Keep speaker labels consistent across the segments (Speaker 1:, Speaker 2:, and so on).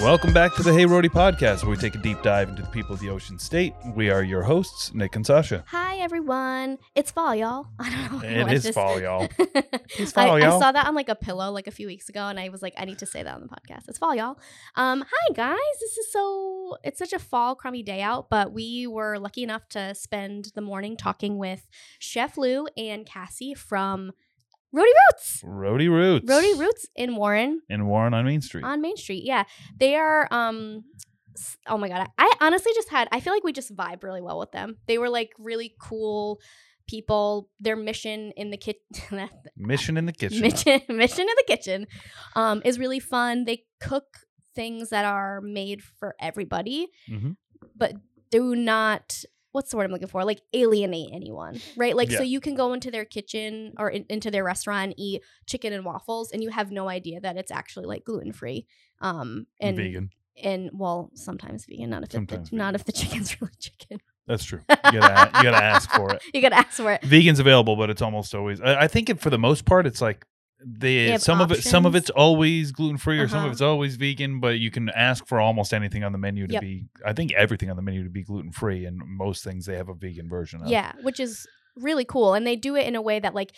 Speaker 1: Welcome back to the Hey Rody podcast, where we take a deep dive into the people of the Ocean State. We are your hosts, Nick and Sasha.
Speaker 2: Hi everyone. It's fall, y'all. I don't know.
Speaker 1: It
Speaker 2: why
Speaker 1: is
Speaker 2: this-
Speaker 1: fall, y'all. It's
Speaker 2: I-
Speaker 1: fall,
Speaker 2: I,
Speaker 1: y'all.
Speaker 2: saw that on like a pillow like a few weeks ago, and I was like, I need to say that on the podcast. It's fall, y'all. Um, hi guys. This is so it's such a fall crummy day out, but we were lucky enough to spend the morning talking with Chef Lou and Cassie from Rody Roots.
Speaker 1: Rody Roots.
Speaker 2: Rody Roots in Warren
Speaker 1: In Warren on Main Street.
Speaker 2: on Main Street. Yeah, they are. Um, s- oh my god, I I honestly just had. I feel like we just vibe really well with them. They were like really cool people. Their mission in the kitchen,
Speaker 1: Mission in the kitchen.
Speaker 2: mission mission in the kitchen, um, is really fun. They cook things that are made for everybody,
Speaker 1: Mhm.
Speaker 2: but do not. What's the word I'm looking for? Like alienate anyone, right? Like so you can go into their kitchen or in, into their restaurant, eat chicken and waffles, and you have no idea that it's actually like gluten free, um, and
Speaker 1: Vegan.
Speaker 2: and well, sometimes vegan. Not if the-
Speaker 1: Sometimes
Speaker 2: not
Speaker 1: vegan.
Speaker 2: if the chicken's really chicken.
Speaker 1: That's true. You gotta, you gotta ask for it.
Speaker 2: You gotta ask for it.
Speaker 1: Vegan's available, but it's almost always. I, I think it, for the most part, it's like
Speaker 2: They
Speaker 1: the
Speaker 2: have
Speaker 1: some of it some of
Speaker 2: options.
Speaker 1: it's always gluten free or some of
Speaker 2: Uh-huh.
Speaker 1: it's always vegan, but you can ask for almost anything on the menu to
Speaker 2: Yep.
Speaker 1: be. I think everything on the menu to be gluten free, and most things they have a vegan version of.
Speaker 2: Yeah, which is really cool. And they do it in a way that like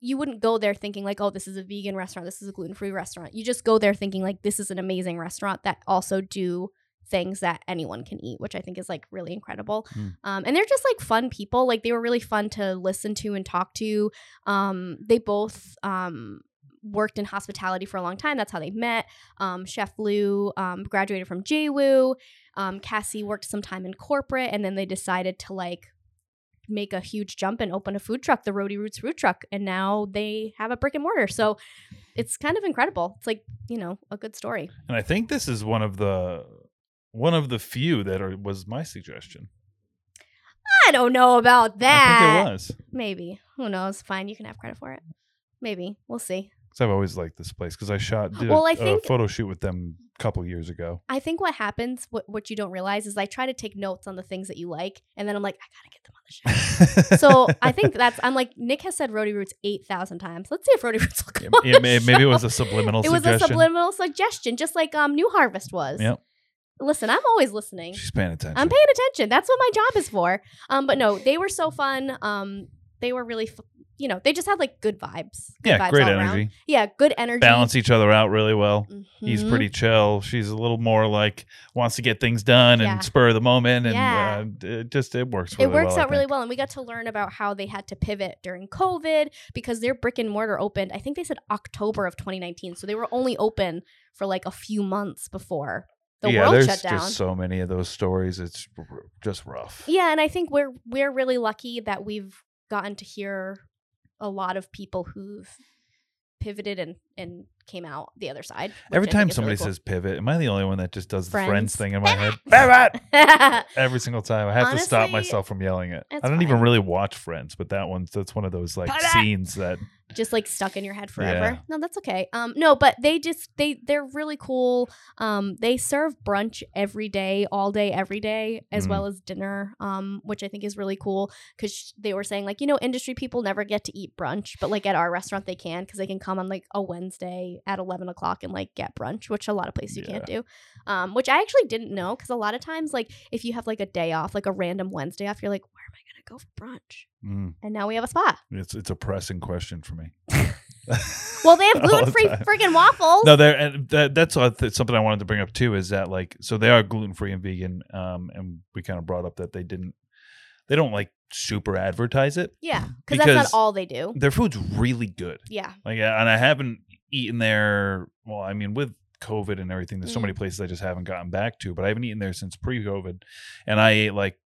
Speaker 2: you wouldn't go there thinking like, oh, this is a vegan restaurant, this is a gluten free restaurant. You just go there thinking like this is an amazing restaurant that also do things that anyone can eat, which I think is like really incredible.
Speaker 1: Mm.
Speaker 2: Um, and they're just like fun people. Like they were really fun to listen to and talk to. Um, they both um worked in hospitality for a long time. That's how they met. Um, Chef Lou um, graduated from JWU. Um, Cassie worked some time in corporate, and then they decided to like make a huge jump and open a food truck, the Roadie Roots Food Truck, and now they have a brick and mortar. So it's kind of incredible. It's like you know a good story.
Speaker 1: and I think this is one of the one of the few that are, was my suggestion.
Speaker 2: I don't know about that.
Speaker 1: I think it was
Speaker 2: Maybe who knows? Fine, you can have credit for it. Maybe we'll see.
Speaker 1: because I've always liked this place because I shot did
Speaker 2: Well,
Speaker 1: a,
Speaker 2: I
Speaker 1: a
Speaker 2: think-
Speaker 1: photo shoot with them a couple years ago.
Speaker 2: I think what happens, what what you don't realize, is I try to take notes on the things that you like, and then I'm like, I gotta get them on the show. So I think that's I'm like Nick has said Roadie Roots eight thousand times. Let's see if Roadie Roots will come.
Speaker 1: Yeah, yeah,
Speaker 2: on
Speaker 1: may-
Speaker 2: the
Speaker 1: maybe it was
Speaker 2: show.
Speaker 1: a subliminal
Speaker 2: It was
Speaker 1: suggestion.
Speaker 2: a subliminal suggestion, just like um New Harvest was.
Speaker 1: Yep.
Speaker 2: Listen, I'm always listening.
Speaker 1: She's paying attention.
Speaker 2: I'm paying attention. That's what my job is for. Um, but no, they were so fun. Um, they were really, f- you know, they just had like good vibes. Good
Speaker 1: yeah,
Speaker 2: vibes
Speaker 1: great
Speaker 2: all
Speaker 1: energy.
Speaker 2: around. Yeah, good energy.
Speaker 1: Balance each other out really well. He's
Speaker 2: Mhm.
Speaker 1: pretty chill. She's a little more like wants to get things done
Speaker 2: Yeah.
Speaker 1: and spur of the moment, and
Speaker 2: Yeah.
Speaker 1: uh, it just it works.
Speaker 2: It
Speaker 1: Really
Speaker 2: works
Speaker 1: well, I
Speaker 2: out really
Speaker 1: think.
Speaker 2: well, and we got to learn about how they had to pivot during COVID because their brick and mortar opened. I think they said October of 2019, so they were only open for like a few months before the
Speaker 1: yeah,
Speaker 2: world
Speaker 1: there's
Speaker 2: shut down.
Speaker 1: just so many of those stories. It's r- r- just rough.
Speaker 2: Yeah, and I think we're we're really lucky that we've gotten to hear a lot of people who've pivoted and and came out the other side. which
Speaker 1: Every
Speaker 2: I think
Speaker 1: time
Speaker 2: is really
Speaker 1: somebody says pivot, am I the only one that just does the friends,
Speaker 2: Friends.
Speaker 1: thing in my head? Pivot
Speaker 2: cool.
Speaker 1: every single time. I have to stop
Speaker 2: Honestly,
Speaker 1: myself from yelling it. I
Speaker 2: it's
Speaker 1: don't even
Speaker 2: fine.
Speaker 1: really watch Friends, but that one's that's one of those like
Speaker 2: Pivot!
Speaker 1: scenes that
Speaker 2: just like stuck in your head forever.
Speaker 1: Yeah.
Speaker 2: No, that's okay. Um, no, but they just they they're really cool. Um, they serve brunch every day, all day, every day, as
Speaker 1: Mhm.
Speaker 2: well as dinner. Um, which I think is really cool because they were saying like you know industry people never get to eat brunch, but like at our restaurant they can because they can come on like a Wednesday at eleven o'clock and like get brunch, which a lot of places you
Speaker 1: Yeah.
Speaker 2: can't do. Um, which I actually didn't know because a lot of times like if you have like a day off, like a random Wednesday off, you're like where am I gonna go for brunch?
Speaker 1: mm,
Speaker 2: And now we have a spot.
Speaker 1: it's it's a pressing question for me.
Speaker 2: Well, they have
Speaker 1: All the
Speaker 2: gluten free
Speaker 1: time.
Speaker 2: friggin' waffles.
Speaker 1: No, there and that, that's what- that's something I wanted to bring up too. Is that like so they are gluten free and vegan, um, and we kind of brought up that they didn't, they don't like super advertise it.
Speaker 2: Yeah, because that's
Speaker 1: Because-
Speaker 2: not all they do.
Speaker 1: Their food's really good,
Speaker 2: Yeah,
Speaker 1: like, uh, and I haven't eaten there. Well, I mean, with COVID and everything, there's so many places I just haven't gotten back to, but I haven't eaten there since pre-COVID, and I ate like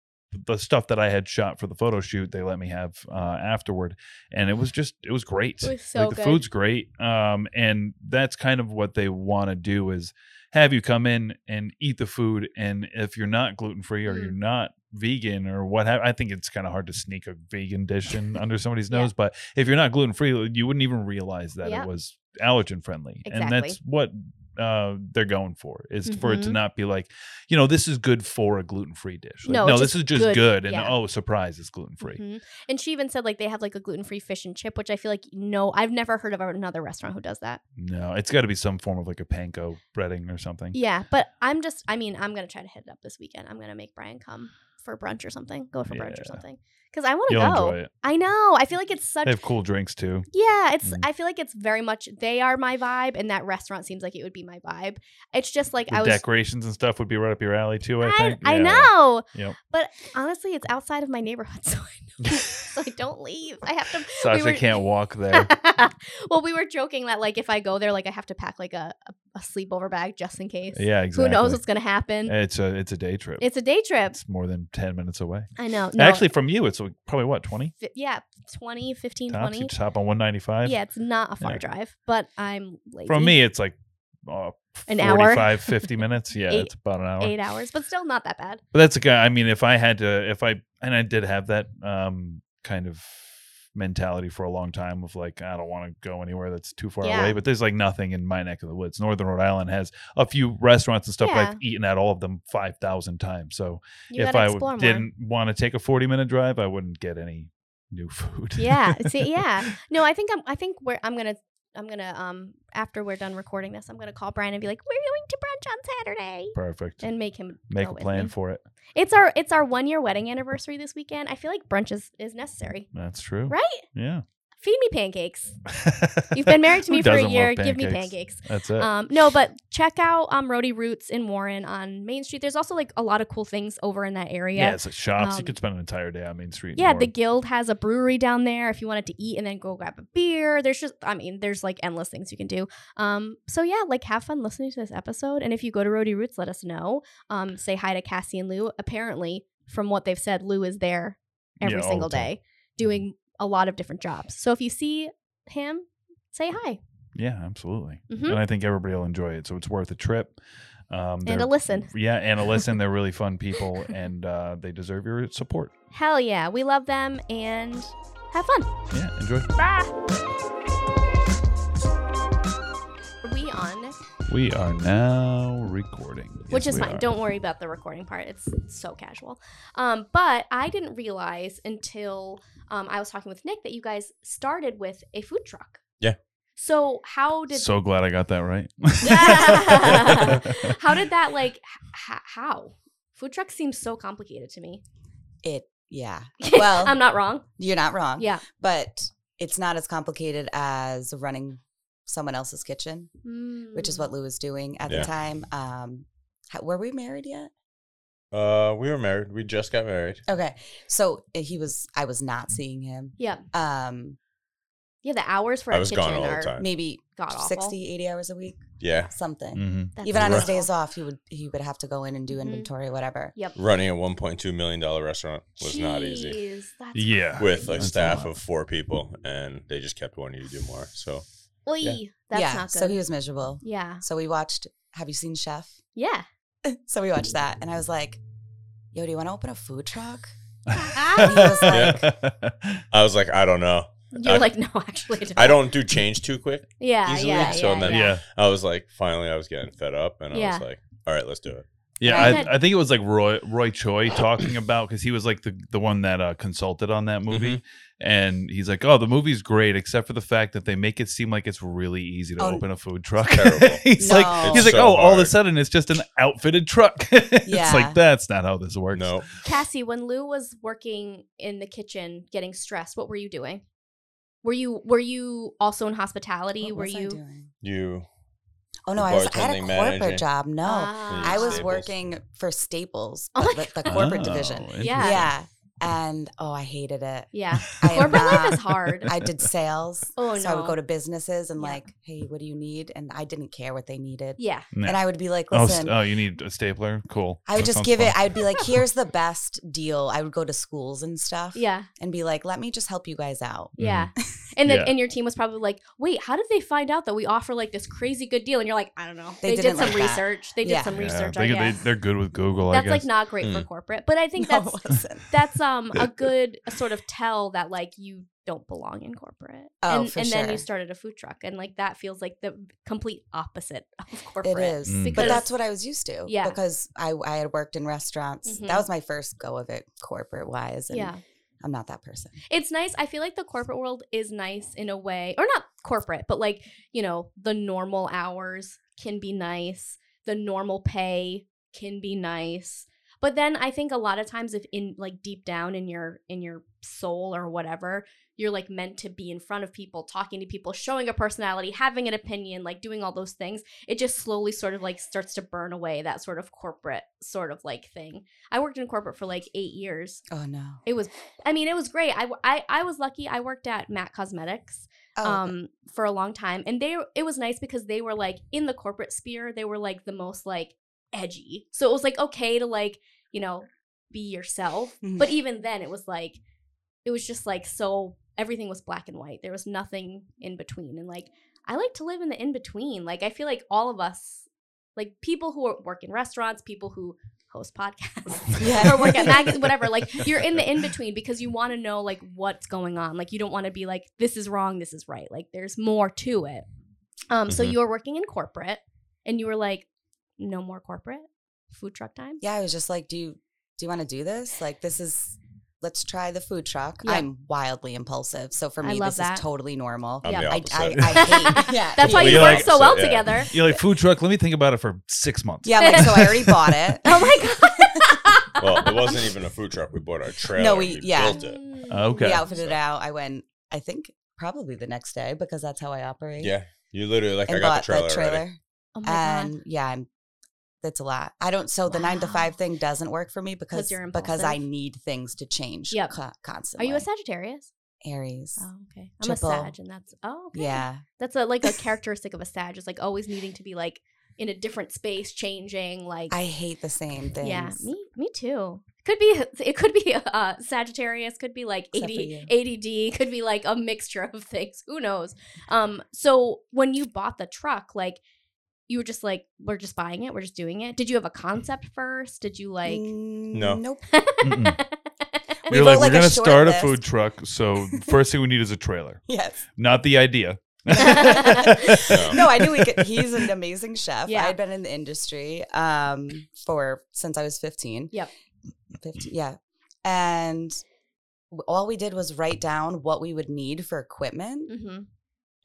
Speaker 1: the stuff that I had shot for the photo shoot. They let me have uh, afterward, and it was just it was great
Speaker 2: it was so
Speaker 1: like the
Speaker 2: good.
Speaker 1: food's great um and that's kind of what they want to do is have you come in and eat the food and if you're not gluten-free or
Speaker 2: Mm.
Speaker 1: you're not vegan or what have i think it's kind of hard to sneak a vegan dish in under somebody's
Speaker 2: Yeah.
Speaker 1: nose but if you're not gluten-free you wouldn't even realize that
Speaker 2: Yeah.
Speaker 1: it was allergen friendly and that's what uh, they're going for. Is for
Speaker 2: Mm-hmm.
Speaker 1: it to not be like, you know, this is good for a gluten free dish. Like,
Speaker 2: No,
Speaker 1: no,
Speaker 2: it's
Speaker 1: this
Speaker 2: just
Speaker 1: is just
Speaker 2: good,
Speaker 1: good. and
Speaker 2: yeah.
Speaker 1: oh, surprise, it's gluten free.
Speaker 2: Mhm. And she even said like they have like a gluten free fish and chip, which I feel like no, I've never heard of another restaurant who does that.
Speaker 1: No, it's got to be some form of like a panko breading or something.
Speaker 2: Yeah, but I'm just, I mean, I'm gonna try to hit it up this weekend. I'm gonna make Brian come for brunch or something. Go for brunch or
Speaker 1: Yeah.
Speaker 2: something because I want to
Speaker 1: You'll
Speaker 2: go.
Speaker 1: enjoy it.
Speaker 2: I know. I feel like it's such.
Speaker 1: They have cool drinks too.
Speaker 2: yeah, it's.
Speaker 1: Mm.
Speaker 2: I feel like it's very much. They are my vibe, and that restaurant seems like it would be my vibe. It's just like
Speaker 1: The
Speaker 2: I was.
Speaker 1: decorations and stuff would be right up your alley too. I,
Speaker 2: I,
Speaker 1: think.
Speaker 2: I
Speaker 1: Yeah.
Speaker 2: know,
Speaker 1: Yep.
Speaker 2: but honestly, it's outside of my neighborhood, so I, know. so I don't leave. I have to.
Speaker 1: Sasha
Speaker 2: um, were-
Speaker 1: can't walk there.
Speaker 2: well, we were joking that like if I go there, like I have to pack like a, a, a sleepover bag just in case.
Speaker 1: yeah, exactly.
Speaker 2: Who knows what's gonna happen?
Speaker 1: It's a it's a day trip.
Speaker 2: It's a day trip.
Speaker 1: It's more than ten minutes away.
Speaker 2: I know. No,
Speaker 1: Actually, from you, it's like probably what twenty.
Speaker 2: fi- yeah, 20, 15,
Speaker 1: Tops.
Speaker 2: 20.
Speaker 1: You just hop on one ninety five.
Speaker 2: Yeah, it's not a far
Speaker 1: Yeah.
Speaker 2: drive, but I'm lazy.
Speaker 1: From me, it's like uh,
Speaker 2: An hour.
Speaker 1: 45, 50 minutes. Yeah,
Speaker 2: Eight-
Speaker 1: it's about an hour.
Speaker 2: eight hours, but still not that bad.
Speaker 1: But that's a guy. I mean, if I had to, if I and I did have that um kind of mentality for a long time of like I don't want to go anywhere that's too far
Speaker 2: Yeah.
Speaker 1: away. But there's like nothing in my neck of the woods. Northern Rhode Island has a few restaurants and stuff. but I've eaten at all of them five thousand times. So
Speaker 2: You
Speaker 1: if
Speaker 2: gotta
Speaker 1: I
Speaker 2: explore
Speaker 1: w-
Speaker 2: more.
Speaker 1: didn't want to take a forty minute drive, I wouldn't get any new food.
Speaker 2: yeah. See, yeah. No, I think I'm. I think we're. I'm gonna. I'm gonna. Um. After we're done recording this, I'm gonna call Brian and be like, "We're going to brunch on Saturday,"
Speaker 1: Perfect.
Speaker 2: and make him
Speaker 1: Make
Speaker 2: go
Speaker 1: a
Speaker 2: with
Speaker 1: plan
Speaker 2: me.
Speaker 1: for it.
Speaker 2: It's our. It's our one year wedding anniversary this weekend. I feel like brunch is is necessary,
Speaker 1: That's true.
Speaker 2: right?
Speaker 1: Yeah.
Speaker 2: Feed me pancakes. You've been married to
Speaker 1: Who
Speaker 2: me for a
Speaker 1: doesn't love
Speaker 2: year. Give me
Speaker 1: pancakes? Uh,
Speaker 2: pancakes.
Speaker 1: That's it.
Speaker 2: Um, no, but check out um, Rody Roots in Warren on Main Street. There's also like a lot of cool things over in that area.
Speaker 1: yeah, it's like shops.
Speaker 2: um,
Speaker 1: you could spend an entire day on Main Street. in
Speaker 2: Yeah, the
Speaker 1: Warren.
Speaker 2: Guild has a brewery down there if you wanted to eat and then go grab a beer. There's just, I mean, there's like endless things you can do. Um, so yeah, like have fun listening to this episode. And if you go to Rody Roots, let us know. Um, say hi to Cassie and Lou. Apparently, from what they've said, Lou is there every
Speaker 1: Yeah, all
Speaker 2: single
Speaker 1: the time.
Speaker 2: day doing a lot of different jobs. So if you see him, say hi
Speaker 1: yeah, absolutely.
Speaker 2: Mhm.
Speaker 1: And I think everybody will enjoy it. So it's worth a trip. Um,
Speaker 2: and
Speaker 1: they're-
Speaker 2: a listen.
Speaker 1: yeah, and a listen. They're really fun people, and uh, they deserve your support.
Speaker 2: Hell yeah, we love them and have fun.
Speaker 1: Yeah, enjoy.
Speaker 2: Bye. Are we on?
Speaker 1: We are now recording,
Speaker 2: Which
Speaker 1: Yes,
Speaker 2: is
Speaker 1: we
Speaker 2: fine.
Speaker 1: are.
Speaker 2: Don't worry about the recording part. It's so casual. Um, but I didn't realize until um, I was talking with Nick that you guys started with a food truck.
Speaker 3: Yeah.
Speaker 2: So how did
Speaker 1: So glad I got that right.
Speaker 2: how did that like h- h- how food trucks seem so complicated to me?
Speaker 3: It, yeah. Well,
Speaker 2: I'm not wrong.
Speaker 3: you're not wrong.
Speaker 2: Yeah.
Speaker 3: But it's not as complicated as running someone else's kitchen, which is
Speaker 2: Mm.
Speaker 3: what Lou was doing at
Speaker 4: Yeah.
Speaker 3: the time. Um, how, were we married yet?
Speaker 4: Uh, we were married. We just got married.
Speaker 3: Okay. So uh, he was, I was not seeing him.
Speaker 2: Yeah.
Speaker 3: Um,
Speaker 2: Yeah. The hours for
Speaker 4: I
Speaker 2: our
Speaker 4: was
Speaker 2: kitchen
Speaker 4: gone all the
Speaker 2: are
Speaker 4: time.
Speaker 3: maybe
Speaker 2: god awful. Mm.
Speaker 3: 60, 80 hours a week,
Speaker 4: Yeah,
Speaker 3: something.
Speaker 1: hmm
Speaker 2: That's
Speaker 3: Even on his
Speaker 4: Right.
Speaker 3: days off, he would, he would have to go in and do
Speaker 2: Mhm.
Speaker 3: inventory, whatever.
Speaker 2: Yep.
Speaker 4: running a 1.2 million dollar restaurant was not easy
Speaker 2: Jeez, that's
Speaker 1: Yeah.
Speaker 4: with a
Speaker 1: That's a
Speaker 4: staff
Speaker 1: lot.
Speaker 4: of four people, and they just kept wanting you to do more. So
Speaker 2: Oy,
Speaker 4: Yeah.
Speaker 2: that's
Speaker 3: yeah.
Speaker 2: not good.
Speaker 3: So he was miserable.
Speaker 2: yeah.
Speaker 3: So we watched, have you seen Chef?
Speaker 2: Yeah.
Speaker 3: so we watched that and I was like, yo, do you want to open a food truck?
Speaker 2: was
Speaker 4: I was like, I don't know.
Speaker 2: You're
Speaker 4: I-
Speaker 2: like, no, actually, don't.
Speaker 4: I don't do change too quick.
Speaker 2: Yeah,
Speaker 4: easily,
Speaker 2: yeah,
Speaker 4: so
Speaker 2: yeah,
Speaker 4: then-
Speaker 2: yeah.
Speaker 1: yeah.
Speaker 4: I was like, finally, I was getting fed up, and I
Speaker 2: Yeah.
Speaker 4: was like, all right, let's do it.
Speaker 1: Yeah,
Speaker 2: Yeah, I had-
Speaker 1: I, I think it was like Roy Roy Choi talking about because he was like the the one that uh, consulted on that movie,
Speaker 4: Mm-hmm.
Speaker 1: and he's like, "Oh, the movie's great, except for the fact that they make it seem like it's really easy to
Speaker 3: Oh,
Speaker 1: open a food truck."
Speaker 4: terrible.
Speaker 1: he's
Speaker 3: No.
Speaker 1: like, he's
Speaker 4: It's
Speaker 1: like,
Speaker 4: so
Speaker 1: "Oh, all of a
Speaker 4: hard."
Speaker 1: sudden it's just an outfitted truck." it's
Speaker 3: Yeah.
Speaker 1: like that's not how this works.
Speaker 4: No,
Speaker 2: Cassie, when Lou was working in the kitchen, getting stressed, what were you doing? Were you were you also in hospitality?
Speaker 3: What
Speaker 2: were
Speaker 3: was I
Speaker 2: you?
Speaker 3: doing?
Speaker 4: you.
Speaker 3: Oh no,
Speaker 4: The
Speaker 3: I was I had a
Speaker 4: bartending
Speaker 3: corporate
Speaker 4: manager.
Speaker 3: job. No,
Speaker 2: Ah.
Speaker 3: I was
Speaker 4: Staples.
Speaker 3: working for Staples,
Speaker 2: Oh
Speaker 3: but
Speaker 2: my
Speaker 3: like the corporate
Speaker 1: Oh,
Speaker 3: division.
Speaker 2: Yeah.
Speaker 3: Yeah. and oh, I hated it.
Speaker 2: Yeah,
Speaker 3: I am
Speaker 2: corporate life
Speaker 3: not-
Speaker 2: is hard.
Speaker 3: I did sales,
Speaker 2: Oh,
Speaker 3: so I would
Speaker 2: no.
Speaker 3: go to businesses and
Speaker 2: Yeah.
Speaker 3: like, hey, what do you need? And I didn't care what they needed,
Speaker 2: yeah,
Speaker 1: Yeah.
Speaker 3: and I would be like,
Speaker 1: Oh, s-
Speaker 3: listen.
Speaker 1: oh, you need a stapler? Cool.
Speaker 3: I would
Speaker 1: That
Speaker 3: just
Speaker 1: sounds
Speaker 3: give
Speaker 1: fun.
Speaker 3: it. I'd be like, "Here's the best deal." I would go to schools and stuff,
Speaker 2: yeah,
Speaker 3: and be like, "Let me just help you guys out."
Speaker 2: yeah. And then
Speaker 1: Yeah.
Speaker 2: and your team was probably like, wait, how did they find out that we offer like this crazy good deal? And you're like, I don't know.
Speaker 3: They
Speaker 2: They, did
Speaker 3: didn't
Speaker 2: some
Speaker 3: like that.
Speaker 2: research. They did
Speaker 3: Yeah.
Speaker 2: some
Speaker 1: Yeah,
Speaker 2: research.
Speaker 1: They,
Speaker 2: I
Speaker 1: they,
Speaker 2: guess.
Speaker 1: they're good with Google.
Speaker 2: that's
Speaker 1: I
Speaker 2: like
Speaker 1: guess.
Speaker 2: not great for
Speaker 4: Mm.
Speaker 2: corporate, but I think
Speaker 3: No,
Speaker 2: that's
Speaker 3: it wasn't.
Speaker 2: that's um a good sort of tell that like you don't belong in corporate.
Speaker 3: Oh,
Speaker 2: and,
Speaker 3: for
Speaker 2: and then you
Speaker 3: sure.
Speaker 2: started a food truck, and like that feels like the complete opposite of corporate.
Speaker 3: It is.
Speaker 1: Mm.
Speaker 3: But
Speaker 2: Because-
Speaker 3: that's what I was used to.
Speaker 2: Yeah.
Speaker 3: Because I, I had worked in restaurants.
Speaker 2: Mhm.
Speaker 3: That was my first go of it corporate wise. And
Speaker 2: Yeah,
Speaker 3: I'm not that person.
Speaker 2: it's nice. I feel like the corporate world is nice in a way, or not corporate, but like you know, the normal hours can be nice. The normal pay can be nice. But then I think a lot of times, if in like deep down in your in your soul or whatever, you're like meant to be in front of people, talking to people, showing a personality, having an opinion, like doing all those things. It just slowly sort of like starts to burn away that sort of corporate sort of like thing. I worked in corporate for like eight years,
Speaker 3: Oh, no.
Speaker 2: it was i mean it was great i i, I was lucky i worked at matt cosmetics
Speaker 3: Oh,
Speaker 2: um for a long time and they it was nice because they were like in the corporate sphere they were like the most like edgy so it was like okay to like you know be yourself
Speaker 3: Mhm.
Speaker 2: but even then it was like it was just like so everything was black and white there was nothing in between and like i like to live in the in between like i feel like all of us like people who are, work in restaurants people who host podcasts
Speaker 3: Yeah.
Speaker 2: or work at magazines whatever like you're in the in between because you want to know like what's going on like you don't want to be like this is wrong this is right like there's more to it um so
Speaker 4: Mhm.
Speaker 2: you were working in corporate and you were like no more corporate food truck time
Speaker 3: yeah, I was just like, do you do you want to do this? Like, this is let's try the food truck.
Speaker 2: Yeah.
Speaker 3: I'm wildly impulsive, so for
Speaker 2: I
Speaker 3: me,
Speaker 2: love
Speaker 3: this is
Speaker 2: that.
Speaker 3: totally normal.
Speaker 4: I'm
Speaker 2: Yeah.
Speaker 4: the
Speaker 3: I, I,
Speaker 4: opposite.
Speaker 3: I hate. Yeah,
Speaker 2: that's why
Speaker 4: Well,
Speaker 2: you
Speaker 4: you're
Speaker 2: work
Speaker 4: like-
Speaker 2: so well
Speaker 4: yeah.
Speaker 2: together
Speaker 1: You're like food truck. Let me think about it for six months.
Speaker 3: Yeah, I'm like so I already bought it.
Speaker 2: oh my god
Speaker 4: well, it wasn't even a food truck. We bought our trailer.
Speaker 3: we-
Speaker 4: we
Speaker 3: yeah.
Speaker 4: built it.
Speaker 2: Um,
Speaker 1: Okay.
Speaker 3: We outfitted
Speaker 4: So-
Speaker 3: out. I went. I think probably the next day because that's how I operate.
Speaker 4: Yeah, you literally like
Speaker 3: Mm. and
Speaker 4: I got
Speaker 3: bought
Speaker 4: the trailer,
Speaker 3: the trailer.
Speaker 2: oh my god
Speaker 3: And yeah, I'm. That's a lot. I don't. So the nine to
Speaker 2: Wow.
Speaker 3: five thing doesn't work for me because
Speaker 2: you're
Speaker 3: because I
Speaker 2: impulsive?
Speaker 3: need things to change.
Speaker 2: Yep.
Speaker 3: co-
Speaker 2: are
Speaker 3: constantly.
Speaker 2: you a sagittarius
Speaker 3: Aries?
Speaker 2: oh okay i'm
Speaker 3: Triple.
Speaker 2: a sag and that's oh okay.
Speaker 3: Yeah.
Speaker 2: that's a like a characteristic of a sag is like always needing to be like in a different space changing like
Speaker 3: I hate the same things.
Speaker 2: Yeah, me me too. Could be it could be uh Sagittarius, could be like
Speaker 3: Except for
Speaker 2: 80 ADD, could be like a mixture of things. Who knows? Um so when you bought the truck, like you were just like we're just buying it, we're just doing it. Did you have a concept first? Did you like
Speaker 3: Mm, no. Nope.
Speaker 1: Mm-mm.
Speaker 3: We
Speaker 1: We are
Speaker 3: wrote,
Speaker 1: like,
Speaker 3: like,
Speaker 1: we're
Speaker 3: a
Speaker 1: gonna
Speaker 3: short
Speaker 1: start
Speaker 3: list."
Speaker 1: a food truck. So first thing we need is a trailer,
Speaker 3: Yes.
Speaker 1: not the idea.
Speaker 3: no, I knew he could, he's an amazing chef.
Speaker 2: Yeah.
Speaker 3: I had been in the industry um, for since I was 15.
Speaker 2: Yep.
Speaker 3: 15, yeah. And w- all we did was write down what we would need for equipment.
Speaker 2: hmm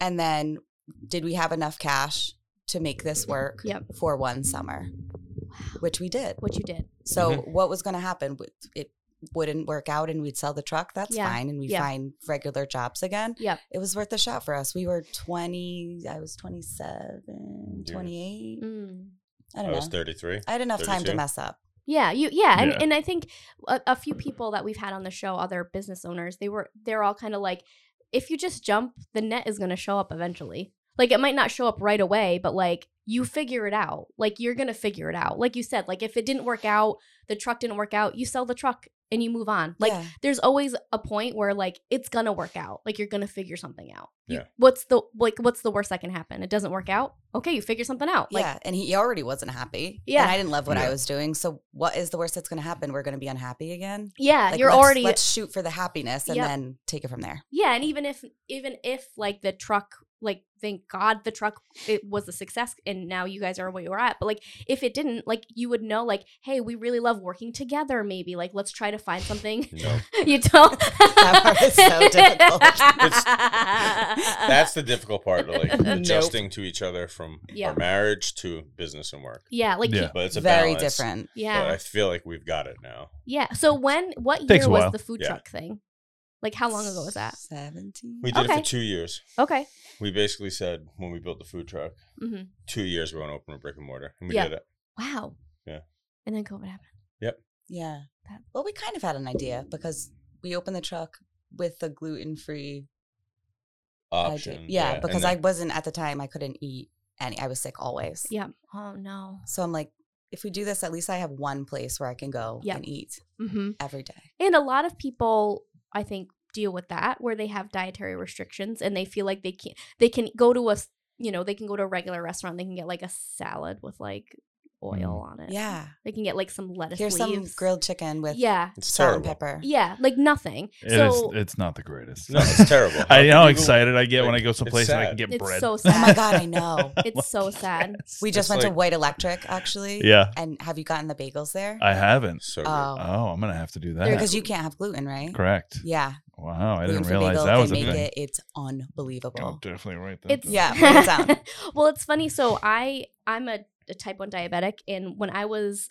Speaker 3: And then did we have enough cash to make this work
Speaker 2: Yep.
Speaker 3: for one summer? Which we did.
Speaker 2: what you did.
Speaker 3: So
Speaker 4: Mm-hmm.
Speaker 3: what was going to happen? W- It wouldn't work out and we'd sell the truck. That's
Speaker 2: Yeah.
Speaker 3: fine. And we
Speaker 2: Yeah.
Speaker 3: find regular jobs again.
Speaker 2: Yep.
Speaker 3: It was worth a shot for us. We were 20, I was 27,
Speaker 4: Yeah.
Speaker 3: 28.
Speaker 2: Mm.
Speaker 3: I
Speaker 4: I
Speaker 3: don't know.
Speaker 4: was 33.
Speaker 3: I had enough time to
Speaker 4: 32?
Speaker 3: mess up.
Speaker 2: Yeah, you yeah, and,
Speaker 1: Yeah.
Speaker 2: and I think a, a few people that we've had on the show, other business owners, they were they're all kind of like, if you just jump, the net is going to show up eventually. Like it might not show up right away, but like you figure it out. Like you're going to figure it out. Like you said, like if it didn't work out, the truck didn't work out, you sell the truck and you move on. Like
Speaker 3: yeah.
Speaker 2: there's always a point where like it's gonna work out. Like you're gonna figure something out. You-
Speaker 4: Yeah.
Speaker 2: what's the like what's the worst that can happen? It doesn't work out. Okay, you figure something out. Like
Speaker 3: yeah. And he already wasn't happy.
Speaker 2: Yeah.
Speaker 3: And I didn't love what I
Speaker 4: Yeah.
Speaker 3: was doing. So what is the worst that's going to happen? We're going to be unhappy again.
Speaker 2: yeah,
Speaker 3: Like,
Speaker 2: you're
Speaker 3: let's-
Speaker 2: already
Speaker 3: Let's shoot for the happiness and
Speaker 2: Yep.
Speaker 3: then take it from there.
Speaker 2: Yeah, and even if even if like the truck like thank God the truck it was a success and now you guys are where you're at. But like if it didn't, like you would know like, hey, we really love working together maybe. Like let's try to find something.
Speaker 4: No,
Speaker 2: you don't
Speaker 3: That part is so difficult.
Speaker 4: that's the difficult part. Like
Speaker 2: Nope.
Speaker 4: adjusting to each other from
Speaker 2: Yeah.
Speaker 4: our marriage to business and work.
Speaker 2: yeah, like
Speaker 1: Yeah.
Speaker 2: yeah.
Speaker 4: But it's a
Speaker 3: Very
Speaker 4: balance,
Speaker 3: different.
Speaker 4: But I
Speaker 2: yeah.
Speaker 4: feel like we've got it now.
Speaker 2: So when what
Speaker 1: Takes
Speaker 2: year
Speaker 1: a
Speaker 2: was
Speaker 1: while.
Speaker 2: the food
Speaker 4: Yeah.
Speaker 2: truck thing? Like how long ago was that? Oh,
Speaker 3: 17.
Speaker 4: We did it
Speaker 2: Okay.
Speaker 4: for two years.
Speaker 2: Okay.
Speaker 4: We basically said when we built the food truck,
Speaker 2: hmm
Speaker 4: two years we won't open a brick and mortar, and we
Speaker 2: Yeah.
Speaker 4: did it.
Speaker 2: Wow.
Speaker 4: Yeah.
Speaker 2: And then COVID happened.
Speaker 3: Yeah.
Speaker 2: That-
Speaker 3: Well, we kind of had an idea because we opened the truck with the gluten free
Speaker 4: Option.
Speaker 3: Yeah, because
Speaker 4: and
Speaker 3: I
Speaker 4: then-
Speaker 3: wasn't at the time, I couldn't eat any. I was sick always.
Speaker 2: Yeah. Oh no.
Speaker 3: So I'm like, if we do this, at least I have one place where I can go
Speaker 2: Yeah.
Speaker 3: and eat
Speaker 2: Mm-hmm.
Speaker 3: every day.
Speaker 2: And a lot of people, I think, deal with that where they have dietary restrictions and they feel like they can't. They can go to a, s- you know, they can go to a regular restaurant. They can get like a salad with like oil on it.
Speaker 3: Mm, Yeah.
Speaker 2: They can get like some lettuce
Speaker 3: Here's some
Speaker 2: leaves.
Speaker 3: grilled chicken with
Speaker 2: yeah.
Speaker 4: It's
Speaker 3: salt and
Speaker 4: terrible.
Speaker 3: pepper.
Speaker 2: Yeah. Like nothing.
Speaker 1: It is-
Speaker 2: so
Speaker 1: it's not the greatest.
Speaker 4: No, it's terrible.
Speaker 1: I you know how
Speaker 4: Even-
Speaker 1: excited I get when I
Speaker 4: like,
Speaker 1: go
Speaker 4: it's
Speaker 1: someplace and I can
Speaker 4: sad.
Speaker 1: get
Speaker 2: it's
Speaker 1: bread.
Speaker 2: so
Speaker 3: Oh my
Speaker 2: sad.
Speaker 3: god, I know.
Speaker 2: It's so sad.
Speaker 3: We
Speaker 4: It's
Speaker 3: just went to
Speaker 4: like-
Speaker 3: White Electric actually.
Speaker 1: Yeah,
Speaker 3: And have you gotten the bagels there?
Speaker 1: I haven't.
Speaker 4: So good.
Speaker 3: Oh,
Speaker 1: Oh, I'm gonna have to do
Speaker 2: They're
Speaker 1: that.
Speaker 3: because you can't have gluten, right?
Speaker 1: Correct.
Speaker 3: Yeah.
Speaker 1: Wow, I didn't
Speaker 3: gluten-free
Speaker 1: realize
Speaker 3: bagel,
Speaker 1: that
Speaker 3: they
Speaker 1: was a
Speaker 3: make
Speaker 1: thing. Oh,
Speaker 3: it. It's unbelievable.
Speaker 1: I'll definitely write that.
Speaker 2: It's
Speaker 1: down.
Speaker 3: Yeah, write it down.
Speaker 2: well, it's funny. So I I'm a, a type one diabetic, and when I was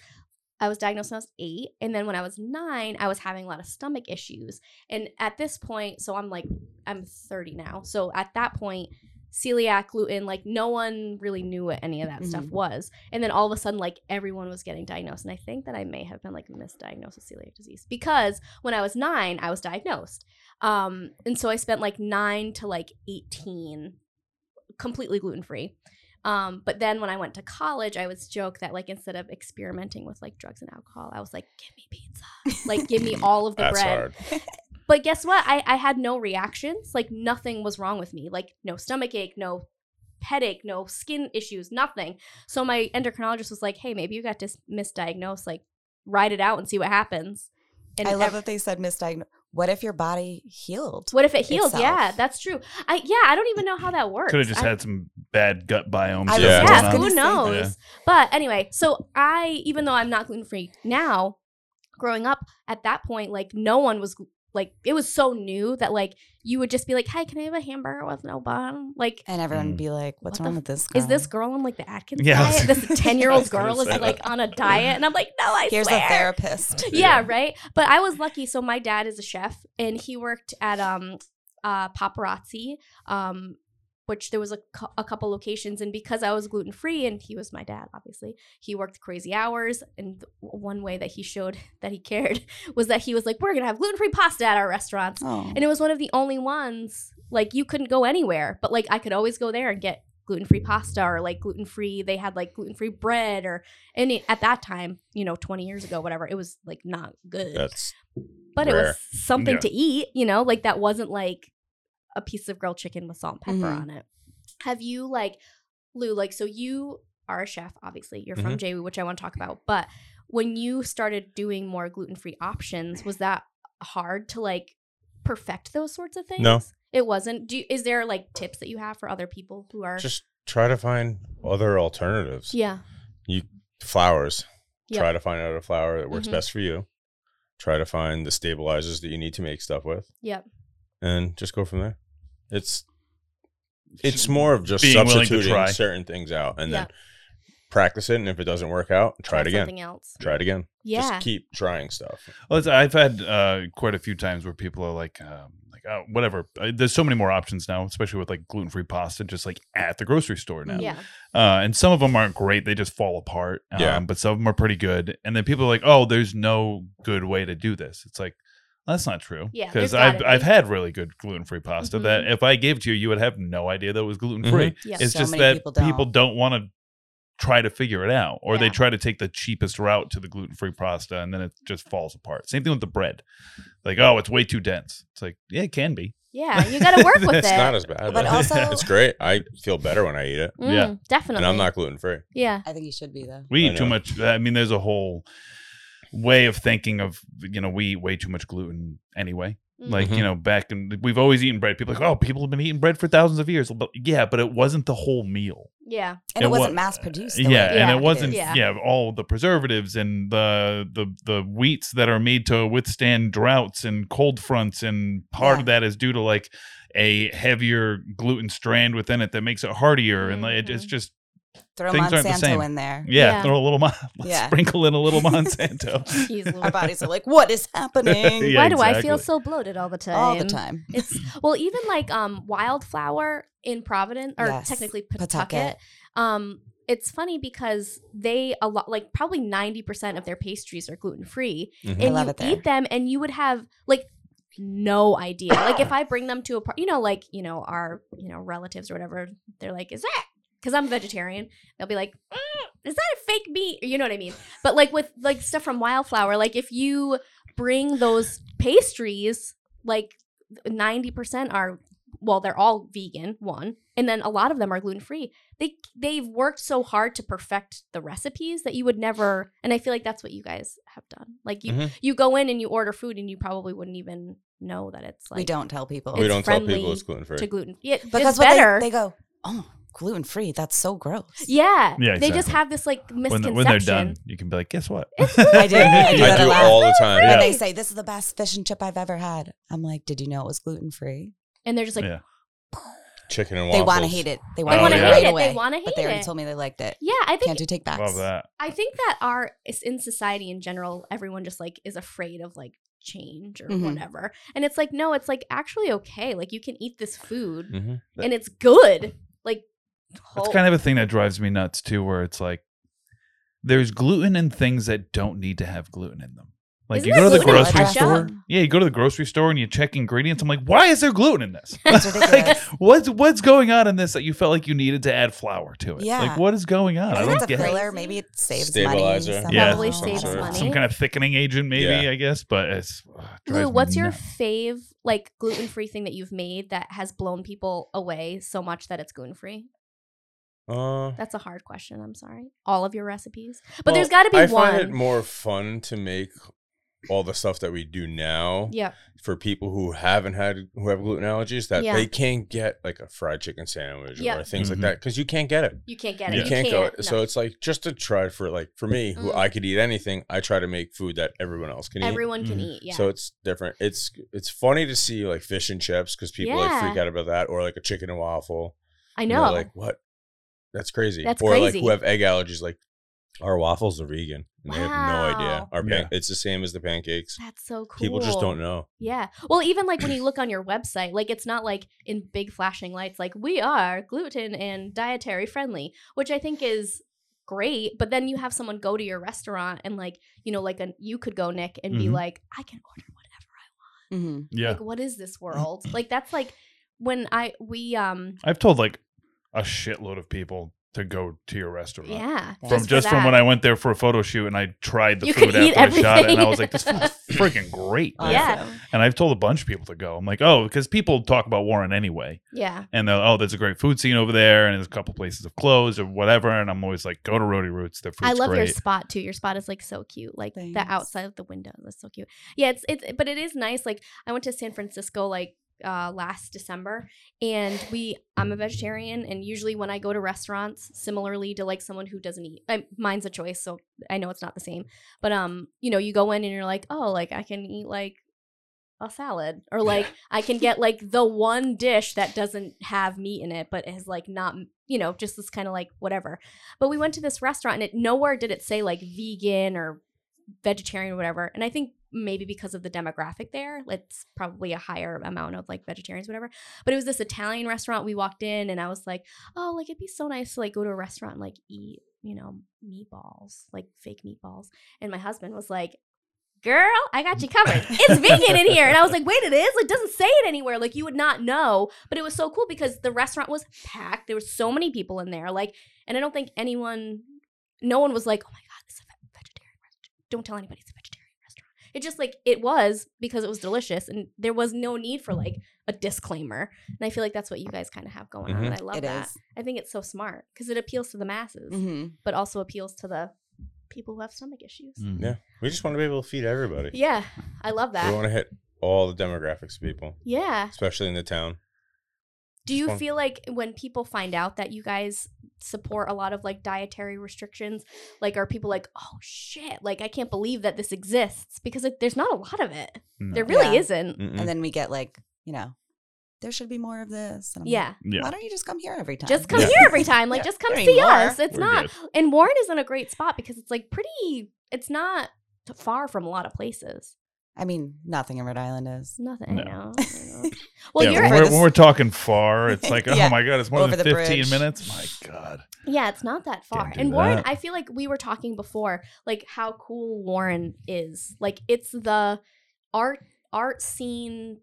Speaker 2: I was diagnosed when I was eight, and then when I was nine, I was having a lot of stomach issues. And at this point, so I'm like I'm 30 now. So at that point, celiac, gluten, like no one really knew what any of that stuff
Speaker 3: Mhm.
Speaker 2: was. And then all of a sudden, like everyone was getting diagnosed. And I think that I may have been like misdiagnosed with celiac disease because when I was nine, I was diagnosed. Um, and so I spent like nine to like 18 completely gluten free. Um, but then when I went to college, I was joke that like instead of experimenting with like drugs and alcohol, I was like, give me pizza, like give me all of the
Speaker 4: That's
Speaker 2: bread.
Speaker 4: hard.
Speaker 2: But guess what? I, I had no reactions. Like nothing was wrong with me. Like no stomach ache, no headache, no skin issues, nothing. So my endocrinologist was like, hey, maybe you got dis- misdiagnosed. Like ride it out and see what happens. And
Speaker 3: I love
Speaker 2: ev-
Speaker 3: that they said misdiagnosed. What if your body healed?
Speaker 2: what if it heals?
Speaker 3: itself.
Speaker 2: Yeah, that's true. I yeah, I don't even know how that works.
Speaker 1: Could have just
Speaker 2: I-
Speaker 1: had some bad gut biome.
Speaker 3: I
Speaker 1: stuff
Speaker 4: was
Speaker 1: going
Speaker 2: yeah,
Speaker 3: just
Speaker 1: on.
Speaker 2: who
Speaker 3: gonna say
Speaker 2: knows?
Speaker 1: that.
Speaker 2: But anyway, so I, even though I'm not gluten free now, growing up at that point, like no one was like it was so new that like you would just be like, "Hey, can I have a hamburger with no bun?" Like,
Speaker 3: And everyone would
Speaker 1: Mm.
Speaker 3: be like,
Speaker 2: What
Speaker 3: "What's
Speaker 2: the
Speaker 3: wrong
Speaker 2: f-
Speaker 3: with this girl?
Speaker 2: is this girl on like the Atkins
Speaker 1: Yeah, I was
Speaker 2: diet? This ten year
Speaker 4: I
Speaker 2: old
Speaker 4: was gonna
Speaker 2: girl is
Speaker 4: say that.
Speaker 2: like on a diet, and I'm like, "No, I
Speaker 3: Here's
Speaker 2: swear."
Speaker 3: a therapist."
Speaker 2: yeah,
Speaker 4: Yeah.
Speaker 2: right. But I was lucky. So my dad is a chef, and he worked at um uh paparazzi, um which there was a, cou- a couple locations, and because I was gluten free, and he was my dad, obviously, he worked crazy hours. And th- one way that he showed that he cared was that he was like, "We're gonna have gluten free pasta at our restaurants,"
Speaker 3: Oh.
Speaker 2: and it was one of the only ones like you couldn't go anywhere, but like I could always go there and get gluten free pasta or like gluten free. They had like gluten free bread or and it- at that time, you know, twenty years ago, whatever, it was like not good,
Speaker 4: That's
Speaker 2: but it
Speaker 4: rare.
Speaker 2: was something
Speaker 1: Yeah.
Speaker 2: to eat. You know, like that wasn't like a piece of grilled chicken with salt and pepper
Speaker 3: Mhm.
Speaker 2: on it. Have you like Lou? Like so you are a chef, obviously. You're
Speaker 4: Mm-hmm.
Speaker 2: from JW, which I want to talk about, but when you started doing more gluten free options, was that hard to like perfect those sorts of things?
Speaker 4: No.
Speaker 2: It wasn't. Do you, is there like tips that you have for other people who are
Speaker 4: just try to find other alternatives.
Speaker 2: yeah.
Speaker 4: Flowers.
Speaker 2: Yep.
Speaker 4: Try to find out a flower that works
Speaker 2: Mhm.
Speaker 4: best for you. Try to find the stabilizers that you need to make stuff with,
Speaker 2: Yep.
Speaker 4: and just go from there. It's it's more of just
Speaker 1: Being willing to try.
Speaker 4: substituting certain things out, and then practice it. And if it doesn't work out, try it again.
Speaker 2: Something else.
Speaker 4: Try it again.
Speaker 2: Yeah.
Speaker 4: Just keep trying stuff.
Speaker 1: Well, it's, I've had uh, quite a few times where people are like, um, like oh, whatever. Uh, There's so many more options now, especially with like gluten free pasta, just like at the grocery store now.
Speaker 2: Yeah.
Speaker 1: Uh, and some of them aren't great; they just fall apart. Um,
Speaker 4: Yeah.
Speaker 1: But some of them are pretty good. And then people are like, "Oh, there's no good way to do this." It's like that's not true.
Speaker 2: Yeah,
Speaker 1: Because
Speaker 2: there's
Speaker 1: I've
Speaker 2: gotta
Speaker 1: I've
Speaker 2: be. Mm-hmm.
Speaker 1: had really good gluten free pasta that if I gave it to you, you would have no idea that it was gluten free.
Speaker 2: Yeah.
Speaker 1: It's
Speaker 3: So
Speaker 1: just
Speaker 3: many
Speaker 1: that people
Speaker 3: people
Speaker 1: don't,
Speaker 3: don't.
Speaker 1: want to try to figure it out, or they
Speaker 2: Yeah.
Speaker 1: try to take the cheapest route to the gluten free pasta, and then it just falls apart. Same thing with the bread. Like, oh, it's way too dense. It's like, yeah, it can be.
Speaker 2: Yeah. You got to work with it.
Speaker 4: It's not as bad.
Speaker 3: But
Speaker 4: though.
Speaker 3: also,
Speaker 4: it's great. I feel better when I eat it,
Speaker 2: Mm,
Speaker 1: Yeah.
Speaker 2: Definitely.
Speaker 4: and I'm not gluten free.
Speaker 2: Yeah.
Speaker 3: I think you should be though.
Speaker 1: We
Speaker 4: I
Speaker 1: eat too
Speaker 4: know.
Speaker 1: much. I mean, there's a whole way of thinking of you know we eat way too much gluten anyway. Like
Speaker 4: Mhm.
Speaker 1: you know, back in we've always eaten bread. People are like, oh, people have been eating bread for thousands of years. But yeah, but it wasn't the whole meal.
Speaker 2: Yeah.
Speaker 3: And it,
Speaker 1: It
Speaker 3: wasn't
Speaker 1: wa-
Speaker 3: mass produced. the way
Speaker 1: yeah,
Speaker 2: Yeah.
Speaker 1: and it
Speaker 3: it
Speaker 1: wasn't.
Speaker 3: is.
Speaker 1: Yeah.
Speaker 2: Yeah.
Speaker 1: all the preservatives and the the the wheats that are made to withstand droughts and cold fronts, and part of that is due to like a heavier gluten strand within it that makes it hardier, and like, it, it's
Speaker 3: Mm-hmm.
Speaker 1: just
Speaker 3: Throw
Speaker 1: Things aren't the same.
Speaker 3: Monsanto in there.
Speaker 1: yeah,
Speaker 2: Yeah.
Speaker 1: throw a little mon-
Speaker 3: Yeah.
Speaker 1: sprinkle in a little Monsanto.
Speaker 2: Jeez, Lou.
Speaker 3: Our bodies are like, "What is happening?"
Speaker 1: Yeah,
Speaker 2: Why do I feel
Speaker 1: exactly.
Speaker 2: so bloated all the time?
Speaker 3: All the time.
Speaker 2: It's well, even like um wildflower in Providence or
Speaker 3: Yes,
Speaker 2: technically Pawtucket.
Speaker 3: Pawtucket.
Speaker 2: Um, it's funny because they a lot like probably ninety percent of their pastries are gluten free,
Speaker 4: Mhm.
Speaker 3: I
Speaker 2: and
Speaker 3: love
Speaker 2: you
Speaker 3: it there.
Speaker 2: eat them, and you would have like no idea. Like if I bring them to a par- you know, like you know our you know relatives or whatever, they're like, "Is that?" Because I'm vegetarian, they'll be like, "Mm, "Is that a fake meat?" You know what I mean? But like with like stuff from Wildflower, like if you bring those pastries, like 90% are well they're all vegan one and then a lot of them are gluten free they they've worked so hard to perfect the recipes that you would never and i feel like that's what you guys have done like
Speaker 1: Mm-hmm.
Speaker 2: you
Speaker 4: Mhm.
Speaker 2: you go in and you order food and you probably wouldn't even know that it's like
Speaker 3: we don't tell people
Speaker 4: we
Speaker 2: it's
Speaker 4: don't tell
Speaker 2: friendly
Speaker 4: people it's gluten free.
Speaker 2: to gluten yeah
Speaker 3: because
Speaker 2: because
Speaker 3: what they-
Speaker 2: better
Speaker 3: They, go, oh, gluten free. That's so gross.
Speaker 2: yeah,
Speaker 1: Yeah,
Speaker 2: they just
Speaker 1: exactly.
Speaker 2: have this like
Speaker 1: When,
Speaker 2: misconception
Speaker 1: the- when they're done, you can be like, guess what?
Speaker 3: I do. I
Speaker 4: I
Speaker 3: do that a
Speaker 4: do
Speaker 3: lot.
Speaker 4: all the time.
Speaker 1: Yeah.
Speaker 3: And they say, this is the best fish and chip I've ever had. I'm like, did you know it was gluten free?
Speaker 2: and they're just like
Speaker 1: yeah.
Speaker 4: Chicken and
Speaker 3: They
Speaker 4: waffles.
Speaker 3: want to hate it. They want
Speaker 1: Oh,
Speaker 3: to hate
Speaker 1: yeah.
Speaker 3: it right
Speaker 2: They
Speaker 3: away.
Speaker 2: wanna hate
Speaker 3: But they already
Speaker 2: it.
Speaker 3: told me they liked it.
Speaker 2: yeah i think
Speaker 3: Can't do take backs.
Speaker 1: Love that.
Speaker 2: I think that our it's in society in general, everyone just like is afraid of like change or
Speaker 3: Mhm.
Speaker 2: whatever. And it's like, no, it's like actually okay. Like you can eat this food
Speaker 4: Mm-hmm.
Speaker 2: and it's good. Like
Speaker 1: That's kind of a thing that drives me nuts too, where it's like there's gluten in things that don't need to have gluten in them. Like
Speaker 2: Isn't
Speaker 1: you
Speaker 2: there
Speaker 1: go to the
Speaker 2: gluten in
Speaker 1: grocery
Speaker 3: ketchup?
Speaker 1: store. Yeah, you go to the grocery store and you check ingredients. I'm like, why is there gluten in this?
Speaker 3: It's
Speaker 1: like,
Speaker 3: ridiculous.
Speaker 1: what's what's going on in this that you felt like you needed to add flour to it?
Speaker 3: Yeah.
Speaker 1: Like what is going on? I
Speaker 3: Isn't
Speaker 1: don't
Speaker 3: it a
Speaker 1: get
Speaker 2: crazy?
Speaker 1: it.
Speaker 3: filler? Maybe it saves
Speaker 4: Stabilizer.
Speaker 3: money.
Speaker 1: Yeah.
Speaker 2: Probably
Speaker 3: somehow.
Speaker 2: saves money.
Speaker 1: Some kind of thickening agent, maybe, I guess, but it's ugh, it drives
Speaker 2: Lou,
Speaker 1: me
Speaker 2: what's your
Speaker 1: nuts.
Speaker 2: fave like gluten free thing that you've made that has blown people away so much that it's gluten free?
Speaker 4: Uh,
Speaker 2: That's a hard question. I'm sorry. All of your recipes, but
Speaker 4: well,
Speaker 2: there's got to be
Speaker 4: I
Speaker 2: one.
Speaker 4: find it more fun to make all the stuff that we do now
Speaker 2: yeah,
Speaker 4: for people who haven't had who have gluten allergies that
Speaker 2: Yeah.
Speaker 4: they can't get like a fried chicken sandwich
Speaker 2: Yeah.
Speaker 4: or things
Speaker 1: Mhm.
Speaker 4: like that because you can't get it.
Speaker 2: you can't get it.
Speaker 1: Yeah.
Speaker 4: You can't, go.
Speaker 2: no.
Speaker 4: So it's like just to try for like for me who
Speaker 2: Mm.
Speaker 4: I could eat anything. I try to make food that everyone else can eat.
Speaker 2: everyone can
Speaker 1: Mhm.
Speaker 2: eat. Yeah.
Speaker 4: Mm-hmm. So it's different. It's it's funny to see like fish and chips because people like freak
Speaker 2: Yeah.
Speaker 4: out about that, or like a chicken and waffle.
Speaker 2: I
Speaker 4: And they're
Speaker 2: know.
Speaker 4: Like what? That's crazy.
Speaker 2: That's
Speaker 4: or like
Speaker 2: crazy.
Speaker 4: who have egg allergies, like our waffles are vegan, and they have no idea.
Speaker 2: Wow.
Speaker 4: Our pan-
Speaker 1: Yeah.
Speaker 4: it's the same as the pancakes.
Speaker 2: That's so cool.
Speaker 4: People just don't know.
Speaker 2: Yeah. Well, even like when you look on your website, like it's not like in big flashing lights, like we are gluten and dietary friendly, which I think is great. But then you have someone go to your restaurant and like, you know, like an, you could go, Nick, and be
Speaker 1: Mhm.
Speaker 2: like, I can order whatever I
Speaker 3: hmm
Speaker 1: Yeah.
Speaker 2: want. Like, what is this world? like, that's like when I, we, um,
Speaker 1: I've told like a shitload of people to go to your restaurant.
Speaker 2: yeah.
Speaker 1: From
Speaker 2: for
Speaker 1: just, from when
Speaker 2: that.
Speaker 1: I went there for a photo shoot and I tried the
Speaker 2: You
Speaker 1: food
Speaker 2: could eat
Speaker 1: after I shot it and I
Speaker 2: everything.
Speaker 1: was like, this food's freaking great.
Speaker 3: Oh,
Speaker 1: man."
Speaker 2: Yeah.
Speaker 1: And I've told a bunch of people to go. I'm like, oh, because people talk about Warren anyway.
Speaker 2: Yeah.
Speaker 1: And they're, oh, there's a great food scene over there and there's a couple places have closed or whatever. And I'm always like, go to Roadie Roots. Their food's
Speaker 2: I love
Speaker 1: great.
Speaker 2: your spot too. Your spot is like so cute, like the
Speaker 3: Thanks.
Speaker 2: outside of the window. That's so cute. Yeah, it's it's, but it is nice. Like I went to San Francisco like uh last December, and we I'm a vegetarian, and usually when I go to restaurants, similarly to like someone who doesn't eat, I, mine's a choice, so I know it's not the same. But um, you know, you go in and you're like, oh, like I can eat like a salad or like I can get like the one dish that doesn't have meat in it but is like not you know just this kind of like whatever. But we went to this restaurant and it nowhere did it say like vegan or vegetarian or whatever. And I think maybe because of the demographic there, it's probably a higher amount of like vegetarians whatever. But it was this Italian restaurant we walked in and I was like, "Oh, like it'd be so nice to like go to a restaurant and like eat, you know, meatballs, like fake meatballs." And my husband was like, Girl, I got you covered. It's vegan in here. And I was like, wait, it is? Like, doesn't say it anywhere. Like, you would not know. But it was so cool because the restaurant was packed. There were so many people in there. Like, and I don't think anyone, no one was like, oh my God, this is a ve- vegetarian restaurant. Don't tell anybody it's a vegetarian restaurant. It just like, it was because it was delicious. And there was no need for like a disclaimer. And I feel like that's what you guys kind of have going on. And I love
Speaker 3: It
Speaker 2: that.
Speaker 3: is.
Speaker 2: I think it's so smart because it appeals to the masses,
Speaker 3: hmm
Speaker 2: but also appeals to the people who have stomach issues.
Speaker 1: Mhm.
Speaker 4: Yeah. We just want to be able to feed everybody.
Speaker 2: Yeah, I love
Speaker 4: We
Speaker 2: that.
Speaker 4: want to hit all the demographics of people,
Speaker 2: Yeah.
Speaker 4: especially in the town.
Speaker 2: Do you
Speaker 4: fun.
Speaker 2: feel like when people find out that you guys support a lot of like dietary restrictions, like are people like, oh shit, like I can't believe that this exists because like, there's not a lot of it.
Speaker 1: No.
Speaker 2: There really
Speaker 3: Yeah.
Speaker 2: isn't.
Speaker 4: Mm-mm.
Speaker 1: Mm.
Speaker 3: And then we get like, you know, there should be more of this. And I'm like,
Speaker 2: Yeah.
Speaker 1: Yeah.
Speaker 3: Why don't you just come here every time?
Speaker 2: Just come
Speaker 4: Yeah.
Speaker 2: here every time. Like,
Speaker 3: Yeah,
Speaker 2: just come
Speaker 3: there ain't
Speaker 2: see
Speaker 3: more.
Speaker 2: us. It's
Speaker 1: We're
Speaker 2: not.
Speaker 1: good.
Speaker 2: And Warren is in a great spot because it's like pretty, it's not t- far from a lot of places.
Speaker 3: I mean, nothing in Rhode Island is.
Speaker 2: Nothing.
Speaker 1: No.
Speaker 2: I know, I know. Well,
Speaker 1: yeah,
Speaker 2: you're,
Speaker 1: when,
Speaker 3: Over
Speaker 1: we're,
Speaker 3: the
Speaker 1: when we're talking far, it's like,
Speaker 3: Yeah.
Speaker 1: oh my God, it's more
Speaker 3: Over
Speaker 1: than
Speaker 3: the
Speaker 1: 15
Speaker 3: bridge.
Speaker 1: minutes. My God.
Speaker 2: Yeah, it's not that far.
Speaker 1: do
Speaker 2: And Warren,
Speaker 1: that.
Speaker 2: I feel like we were talking before, like how cool Warren is. Like it's the art art scene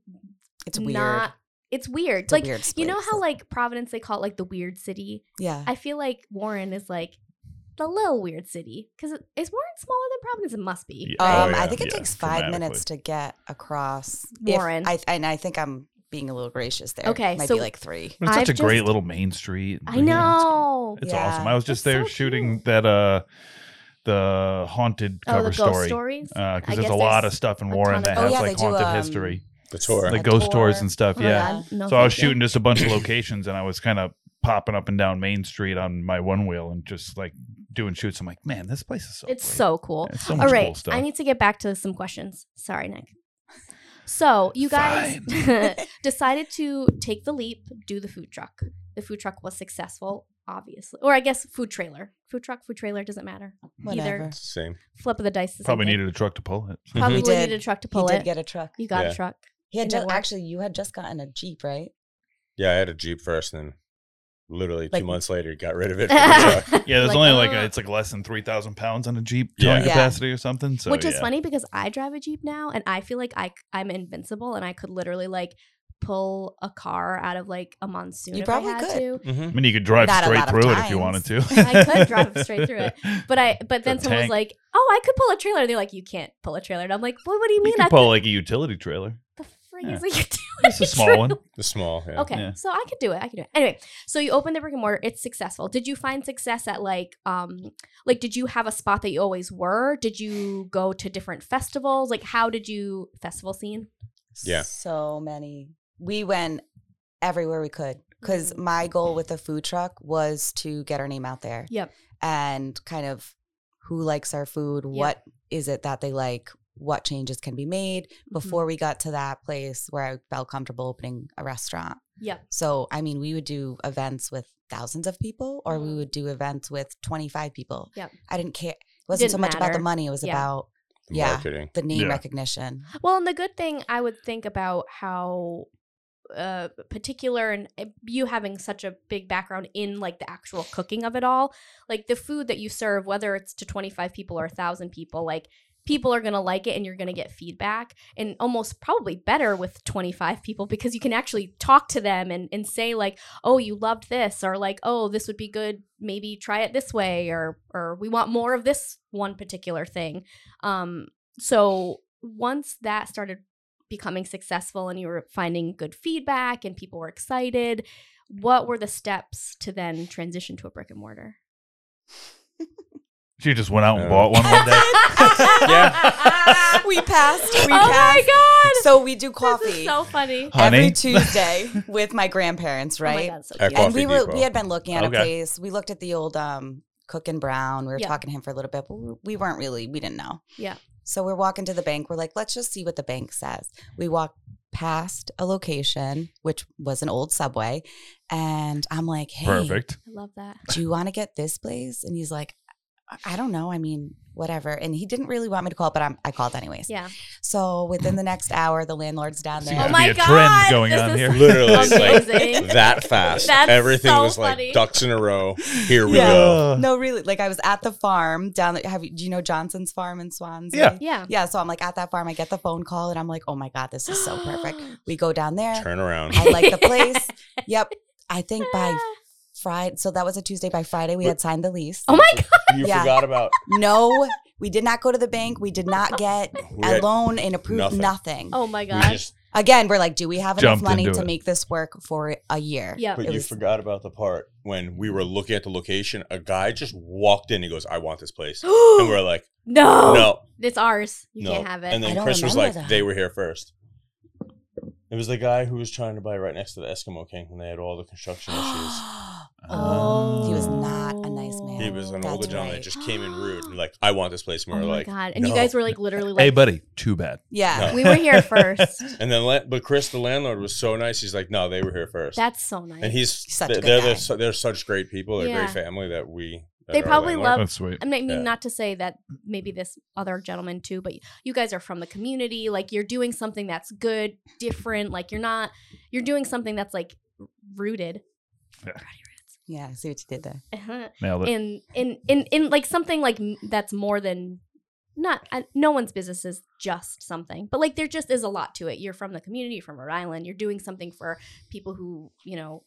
Speaker 3: It's weird.
Speaker 2: not it's weird.
Speaker 3: it's a
Speaker 2: like
Speaker 3: weird
Speaker 2: you know
Speaker 3: place.
Speaker 2: how like Providence they call it like the weird city?
Speaker 3: yeah.
Speaker 2: I feel like Warren is like the little weird city cuz is Warren smaller than Providence it must be.
Speaker 1: Yeah.
Speaker 3: Um,
Speaker 4: Oh, yeah.
Speaker 3: I think it
Speaker 1: Yeah,
Speaker 3: takes five
Speaker 1: dramatically.
Speaker 3: minutes to get across. if
Speaker 2: Warren.
Speaker 3: I, and I think I'm being a little gracious there.
Speaker 2: Okay,
Speaker 3: might
Speaker 2: so-
Speaker 3: be like three.
Speaker 1: It's such
Speaker 2: I've
Speaker 1: a great
Speaker 2: just-
Speaker 1: little main street.
Speaker 2: I
Speaker 1: Like, it's-
Speaker 2: know.
Speaker 1: It's,
Speaker 3: Yeah.
Speaker 1: awesome. I was just
Speaker 2: That's
Speaker 1: there
Speaker 2: so
Speaker 1: shooting
Speaker 2: cute.
Speaker 1: that uh the haunted
Speaker 2: Oh, the
Speaker 1: cover
Speaker 2: ghost
Speaker 1: story.
Speaker 2: stories.
Speaker 1: Uh,
Speaker 2: I
Speaker 1: because there's
Speaker 2: guess
Speaker 1: a lot
Speaker 2: there's
Speaker 1: of stuff in
Speaker 2: a
Speaker 1: Warren
Speaker 2: ton
Speaker 1: that
Speaker 2: of-
Speaker 1: has
Speaker 2: Oh, yeah,
Speaker 1: like haunted history,
Speaker 4: the tour.
Speaker 1: the
Speaker 3: a
Speaker 1: ghost tours
Speaker 3: tour.
Speaker 1: and stuff.
Speaker 2: Oh my
Speaker 1: yeah.
Speaker 2: God. No,
Speaker 1: So I was
Speaker 2: thank you.
Speaker 1: shooting just a bunch of locations, and I was kind of popping up and down Main Street on my one wheel and just like doing shoots. I'm like, man, this place is so.
Speaker 2: It's
Speaker 1: great.
Speaker 2: so cool.
Speaker 1: It's so much
Speaker 2: All
Speaker 1: cool
Speaker 2: right,
Speaker 1: stuff.
Speaker 2: I need to get back to some questions. Sorry, Nick. So you guys decided to take the leap, do the food truck. The food truck was successful, obviously, or I guess food trailer, food truck, food trailer doesn't matter.
Speaker 3: Whatever.
Speaker 2: Either
Speaker 4: Same.
Speaker 2: flip of the dice. is the same
Speaker 1: Probably
Speaker 2: thing.
Speaker 1: needed a truck to pull it.
Speaker 2: Probably
Speaker 4: Mm-hmm.
Speaker 3: We did.
Speaker 2: needed a truck to
Speaker 3: He
Speaker 2: pull
Speaker 3: did
Speaker 2: it.
Speaker 3: get a truck.
Speaker 2: you got
Speaker 4: Yeah.
Speaker 2: a truck.
Speaker 3: He had
Speaker 2: And it
Speaker 3: just
Speaker 2: worked.
Speaker 3: actually you had just gotten a Jeep, right?
Speaker 4: Yeah, I had a Jeep first, and literally
Speaker 3: Like-
Speaker 4: two months later, got rid of it. For the truck.
Speaker 1: Yeah, there's only like
Speaker 2: uh,
Speaker 1: a, it's like less than three thousand pounds on a Jeep
Speaker 4: Yeah.
Speaker 1: towing
Speaker 3: Yeah.
Speaker 1: capacity or something. So
Speaker 2: Which is
Speaker 1: yeah.
Speaker 2: funny because I drive a Jeep now and I feel like I, am invincible and I could literally like pull a car out of like a monsoon
Speaker 3: You
Speaker 2: if
Speaker 3: probably
Speaker 2: I had
Speaker 3: could.
Speaker 2: to.
Speaker 4: Mm-hmm.
Speaker 1: I mean, you could drive
Speaker 3: Not a
Speaker 1: straight
Speaker 3: lot of
Speaker 1: through it if you
Speaker 3: times.
Speaker 1: wanted to.
Speaker 2: I could drive straight through it. But I but then
Speaker 1: The
Speaker 2: someone was
Speaker 1: tank.
Speaker 2: like, "Oh, I could pull a trailer." They're like, "You can't pull a trailer." And I'm like, "Well, what do you
Speaker 1: you
Speaker 2: mean?"
Speaker 1: could
Speaker 2: I
Speaker 1: pull like a utility trailer.
Speaker 2: the frig
Speaker 1: yeah.
Speaker 2: is like you do
Speaker 1: It's a small one.
Speaker 4: the small. Yeah.
Speaker 2: Okay,
Speaker 1: Yeah.
Speaker 2: so I could do it. I could do it. Anyway, so you open the brick and mortar. It's successful. Did you find success at like um like did you have a spot that you always were? Did you go to different festivals? Like how did you festival scene?
Speaker 4: Yeah.
Speaker 3: So many. We went everywhere we could because
Speaker 2: Mm-hmm.
Speaker 3: my goal with the food truck was to get our name out there.
Speaker 2: Yep.
Speaker 3: And kind of who likes our food, what is it that they like, what changes can be made
Speaker 2: Mm-hmm.
Speaker 3: before we got to that place where I felt comfortable opening a restaurant.
Speaker 2: Yep.
Speaker 3: So, I mean, we would do events with thousands of people or we
Speaker 2: Mhm.
Speaker 3: would do events with 25 people.
Speaker 2: Yep.
Speaker 3: I didn't care. It wasn't so
Speaker 2: Didn't
Speaker 3: much about the
Speaker 2: matter.
Speaker 3: money, it was
Speaker 2: Yeah.
Speaker 3: about
Speaker 4: The
Speaker 3: Yeah.
Speaker 4: Marketing.
Speaker 3: the name
Speaker 1: Yeah.
Speaker 3: recognition.
Speaker 2: Well, and the good thing I would think about how uh particular and uh, you having such a big background in like the actual cooking of it all like the food that you serve whether it's to 25 people or 1000 people like people are going to like it and you're going to get feedback and almost probably better with 25 people because you can actually talk to them and and say like oh you loved this or like oh this would be good maybe try it this way or or we want more of this one particular thing um so once that started becoming successful and you were finding good feedback and people were excited what were the steps to then transition to a brick and mortar
Speaker 1: She just went out
Speaker 4: Uh,
Speaker 1: and bought one one day.
Speaker 2: yeah
Speaker 3: we passed. We
Speaker 2: oh my
Speaker 3: passed.
Speaker 2: god
Speaker 3: So we do
Speaker 2: this is
Speaker 3: coffee
Speaker 2: so funny
Speaker 1: Honey?
Speaker 3: every Tuesday with my grandparents,
Speaker 2: oh my
Speaker 3: right?
Speaker 2: god so
Speaker 4: At
Speaker 2: cute.
Speaker 4: Coffee
Speaker 3: and we were
Speaker 4: Depot.
Speaker 3: we had been looking at
Speaker 1: Okay.
Speaker 3: a place. We looked at the old um Cook and Brown. We were
Speaker 2: Yeah.
Speaker 3: talking to him for a little bit, but we we weren't really. We didn't know.
Speaker 2: Yeah.
Speaker 3: So we're walking to the bank. We're like, let's just see what the bank says. We walk past a location which was an old subway, and I'm like, hey,
Speaker 1: Perfect.
Speaker 2: i love that
Speaker 3: do you want to get this place? And he's like, "I- I don't know. I mean, whatever. And he didn't really want me to call, but I'm, I called anyways.
Speaker 2: yeah
Speaker 3: So within the next hour, the landlord's down there.
Speaker 1: Seems
Speaker 2: oh
Speaker 1: to
Speaker 2: my
Speaker 1: be a
Speaker 2: god
Speaker 1: trend going
Speaker 2: this
Speaker 1: on
Speaker 2: is
Speaker 1: here.
Speaker 4: Literally, it's like
Speaker 2: amazing
Speaker 4: that fast.
Speaker 2: That's
Speaker 4: Everything
Speaker 2: so
Speaker 4: was like
Speaker 2: funny.
Speaker 4: ducks in a row. Here we
Speaker 3: Yeah.
Speaker 4: go.
Speaker 3: No, really. Like I was at the farm down. The, have you, do you know Johnson's Farm in Swansea?
Speaker 1: Yeah.
Speaker 2: yeah
Speaker 3: Yeah. So I'm like at that farm. I get the phone call, and I'm like, oh my god, this is so perfect. We go down
Speaker 2: Oh
Speaker 3: there.
Speaker 4: Turn around.
Speaker 3: I like the place. yep. I think by Friday. So that was a Tuesday. By Friday, we had signed the lease.
Speaker 2: oh my god
Speaker 4: You
Speaker 3: Yeah.
Speaker 4: forgot about
Speaker 3: No, we did not go to the bank. We did not get
Speaker 4: we
Speaker 3: a
Speaker 4: had-
Speaker 3: loan and approved
Speaker 4: nothing.
Speaker 3: nothing.
Speaker 2: oh my
Speaker 4: we
Speaker 2: god
Speaker 4: just-
Speaker 3: Again, we're like, do we have enough
Speaker 1: Jumped
Speaker 3: money
Speaker 1: into
Speaker 3: to
Speaker 1: it.
Speaker 3: make this work for a year?
Speaker 2: yeah
Speaker 4: But
Speaker 3: It
Speaker 4: you
Speaker 3: was-
Speaker 4: forgot about the part when we were looking at the location. A guy just walked in. He goes, "I want this place," and
Speaker 2: no
Speaker 4: we're like,
Speaker 2: Oh.
Speaker 4: "No,
Speaker 2: it's ours you
Speaker 4: no."
Speaker 2: can't have it
Speaker 4: And
Speaker 3: I
Speaker 4: then
Speaker 3: don't
Speaker 4: Chris was like,
Speaker 3: remember that.
Speaker 4: "They were here first. It was the guy who was trying to buy right next to the Eskimo King when they had all the construction issues.
Speaker 3: Oh.
Speaker 2: Uh-huh. Oh.
Speaker 3: He was
Speaker 1: Ah.
Speaker 3: not a nice man.
Speaker 4: He was an
Speaker 3: That's
Speaker 4: older gentleman
Speaker 3: right.
Speaker 4: that just came in rude and like, "I want this place." And
Speaker 2: oh
Speaker 4: we
Speaker 2: my
Speaker 4: were like,
Speaker 2: god and you
Speaker 4: "No."
Speaker 2: guys were like literally like
Speaker 1: Hey, buddy. Too bad.
Speaker 3: yeah.
Speaker 4: No.
Speaker 2: we were here first
Speaker 4: And then, la- but Chris, the landlord, was so nice. He's like, "No, they were here first.
Speaker 2: that's so nice
Speaker 4: and he's
Speaker 3: He's such a
Speaker 4: they're,
Speaker 3: good
Speaker 4: they're,
Speaker 3: guy.
Speaker 4: su- they're such great people. They're a
Speaker 2: Yeah.
Speaker 4: great family that we. that
Speaker 2: They
Speaker 4: our
Speaker 2: probably
Speaker 4: landlord-
Speaker 2: love-
Speaker 1: That's sweet.
Speaker 2: I mean, I mean,
Speaker 4: Yeah.
Speaker 2: not to say that maybe this other gentleman too, but you guys are from the community. Like you're doing something that's good, different. Like you're not, you're doing something that's like rooted.
Speaker 1: Yeah.
Speaker 3: Yeah. I See what you did there.
Speaker 1: Nailed it.
Speaker 2: in in in in like something like m- that's more than not I, no one's business is just something but like there just is a lot to it you're from the community you're from rhode island you're doing something for people who you know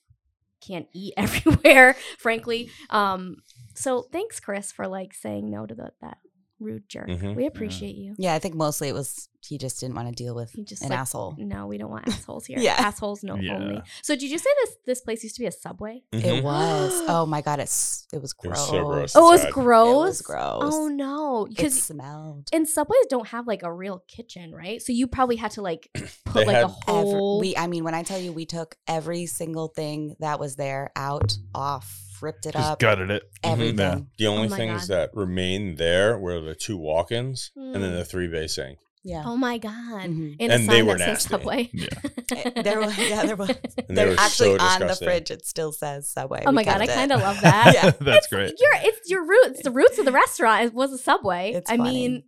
Speaker 2: can't eat everywhere frankly um so thanks chris for like saying no to the, that rude jerk.
Speaker 4: Mhm.
Speaker 2: We appreciate you.
Speaker 3: Yeah, I think mostly it was he just didn't want to deal with
Speaker 2: You just
Speaker 3: an
Speaker 2: like,
Speaker 3: asshole.
Speaker 2: no, we don't want assholes here.
Speaker 3: Yeah.
Speaker 2: assholes no
Speaker 1: Yeah.
Speaker 2: only. So did you say this this place used to be a subway?
Speaker 4: Mm-hmm.
Speaker 3: It was. Oh my god, it's it was
Speaker 4: It
Speaker 3: gross.
Speaker 4: was so gross.
Speaker 2: Oh, it's
Speaker 4: Sad.
Speaker 2: gross.
Speaker 3: gross.
Speaker 2: Oh no,
Speaker 3: It
Speaker 2: because
Speaker 3: smelled.
Speaker 2: and subways don't have like a real kitchen, right? So you probably had to like put
Speaker 4: They
Speaker 2: like a
Speaker 4: had-
Speaker 3: Every-
Speaker 2: whole.
Speaker 3: we, I mean, when I tell you, we took every single thing that was there out, off, ripped it
Speaker 1: Just
Speaker 3: up,
Speaker 1: gutted it.
Speaker 4: Mm-hmm.
Speaker 3: everything.
Speaker 1: Yeah.
Speaker 4: The only
Speaker 2: Oh my
Speaker 4: things
Speaker 2: God.
Speaker 4: that remained there were the two walk-ins and then
Speaker 2: Mm.
Speaker 4: the three bay sink.
Speaker 3: Yeah.
Speaker 2: oh my god!
Speaker 3: Mhm.
Speaker 2: And, a
Speaker 4: And
Speaker 2: sign
Speaker 4: they were
Speaker 2: that says
Speaker 4: nasty.
Speaker 2: subway.
Speaker 1: Yeah.
Speaker 3: Eh, there was- yeah, there was.
Speaker 4: And they
Speaker 3: They're
Speaker 4: were
Speaker 3: actually
Speaker 4: so
Speaker 3: on the
Speaker 4: disgusting.
Speaker 3: fridge. It still says Subway.
Speaker 2: Oh
Speaker 3: We
Speaker 2: my god, I
Speaker 3: kept it.
Speaker 2: kind of love that.
Speaker 3: Yeah.
Speaker 1: That's great.
Speaker 2: Your it's your roots. The roots of the restaurant is, was a subway.
Speaker 3: It's
Speaker 2: I
Speaker 3: funny.
Speaker 2: mean,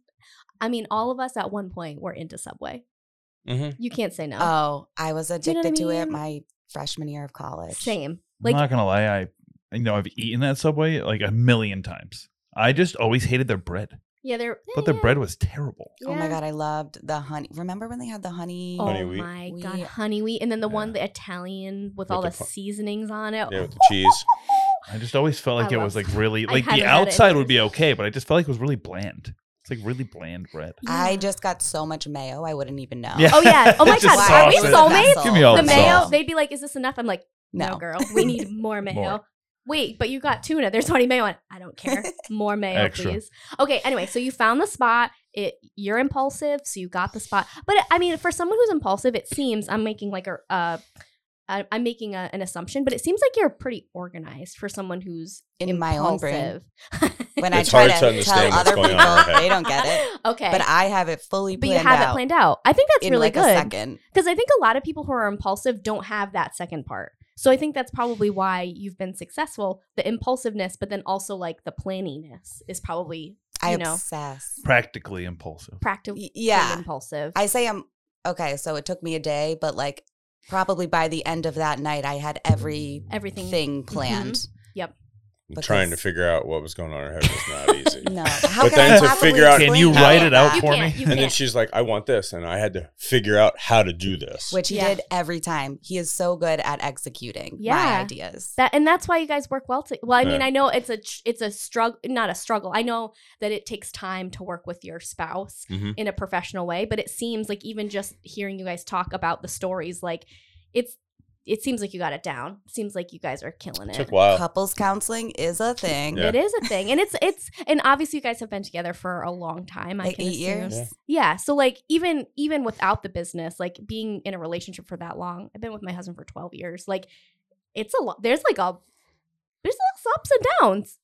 Speaker 2: I mean, all of us at one point were into Subway.
Speaker 4: Mhm.
Speaker 2: You can't say no.
Speaker 3: Oh, I was
Speaker 2: you know what I
Speaker 3: addicted to it
Speaker 2: mean?
Speaker 3: my freshman year of college.
Speaker 2: Same.
Speaker 1: I'm
Speaker 2: Like
Speaker 1: not gonna lie, I you know I've eaten that Subway like a million times. I just always hated their bread.
Speaker 2: yeah, they're
Speaker 1: Thought
Speaker 2: yeah,
Speaker 1: their bread was terrible.
Speaker 2: yeah.
Speaker 3: Oh my
Speaker 2: Yeah.
Speaker 3: god, I loved the honey. Remember when they had the honey?
Speaker 2: Oh
Speaker 4: Honey wheat.
Speaker 2: my
Speaker 3: We-
Speaker 2: god, honey wheat, and then the one
Speaker 1: Yeah.
Speaker 2: the Italian with,
Speaker 4: With
Speaker 2: all the,
Speaker 4: the pu-
Speaker 2: seasonings on it.
Speaker 4: Yeah, with the cheese.
Speaker 1: I just always felt
Speaker 2: I
Speaker 1: like it
Speaker 2: love
Speaker 1: was like
Speaker 2: Subway.
Speaker 1: really
Speaker 2: I
Speaker 1: like
Speaker 2: haven't
Speaker 1: the
Speaker 2: had it in
Speaker 1: outside would be
Speaker 2: years.
Speaker 1: okay, but I just felt like it was really bland. It's like really bland bread.
Speaker 3: I
Speaker 2: Yeah.
Speaker 3: just got so much mayo, I wouldn't even know.
Speaker 1: Yeah.
Speaker 2: Oh yeah. Oh my
Speaker 1: Just
Speaker 2: god. Are we
Speaker 1: sauce it.
Speaker 2: soulmates?
Speaker 1: Give me all
Speaker 2: The
Speaker 1: the
Speaker 2: mayo.
Speaker 1: sauce.
Speaker 2: They'd be like, "Is this enough?" I'm like, "No,
Speaker 3: no.
Speaker 2: girl. We need more mayo."
Speaker 1: More.
Speaker 2: Wait, but you got tuna. There's already mayo on. it. I don't care. More mayo,
Speaker 1: Extra.
Speaker 2: please. Okay. Anyway, so you found the spot. It you're impulsive, so you got the spot. But I mean, for someone who's impulsive, it seems I'm making like a. Uh, I- I'm making a, an assumption, but it seems like you're pretty organized for someone who's
Speaker 3: In my own brain.
Speaker 2: impulsive.
Speaker 3: When
Speaker 4: It's
Speaker 3: I try
Speaker 4: hard to
Speaker 3: to
Speaker 4: understand
Speaker 3: tell
Speaker 4: what's
Speaker 3: other
Speaker 4: going on in her
Speaker 3: people,
Speaker 4: head.
Speaker 3: they don't get it.
Speaker 2: Okay,
Speaker 3: But I have it fully
Speaker 2: but you
Speaker 3: planned
Speaker 2: have
Speaker 3: out
Speaker 2: it planned out. I think that's
Speaker 3: in
Speaker 2: really
Speaker 3: like
Speaker 2: good.
Speaker 3: a second.
Speaker 2: because I think a lot of people who are impulsive don't have that second part. So I think that's probably why you've been successful. The impulsiveness, but then also like the planniness is probably
Speaker 3: I
Speaker 2: You know.
Speaker 3: obsess.
Speaker 1: Practically impulsive.
Speaker 2: practically
Speaker 3: Y- Yeah.
Speaker 2: impulsive.
Speaker 3: I say I'm okay, so it took me a day, but like probably by the end of that night I had everything
Speaker 2: Everything. Mm-hmm.
Speaker 3: planned.
Speaker 4: I'm trying to
Speaker 3: Because-
Speaker 4: figure out what was going on in her head was not easy.
Speaker 3: No. How
Speaker 4: But
Speaker 3: can
Speaker 4: then
Speaker 3: I
Speaker 4: to
Speaker 3: possibly
Speaker 4: figure out-
Speaker 1: Can you
Speaker 3: explain
Speaker 1: write it out
Speaker 3: that?
Speaker 2: you
Speaker 1: for
Speaker 2: can't.
Speaker 1: me?
Speaker 2: You
Speaker 4: and
Speaker 2: can't.
Speaker 4: then she's like, I want this. And I had to figure out how to do this.
Speaker 3: Which he
Speaker 2: Yeah.
Speaker 3: did every time. He is so good at executing
Speaker 2: Yeah.
Speaker 3: my ideas.
Speaker 2: that, and that's why you guys work well. To, well, I mean,
Speaker 4: Yeah.
Speaker 2: I know it's a tr- it's a struggle, not a struggle. I know that it takes time to work with your spouse
Speaker 4: Mhm.
Speaker 2: in a professional way, but it seems like even just hearing you guys talk about the stories, like it's it seems like you got it down. Seems like you guys are killing it.
Speaker 4: took a while.
Speaker 3: Couples counseling is a thing.
Speaker 4: Oh. Yeah.
Speaker 2: It is a thing, and it's it's and obviously you guys have been together for a long time. I
Speaker 3: Like
Speaker 2: can
Speaker 3: eight
Speaker 2: assume.
Speaker 3: years.
Speaker 4: Yeah.
Speaker 2: Yeah, so like even even without the business, like being in a relationship for that long, I've been with my husband for twelve years. Like it's a lot. There's like a there's ups and downs.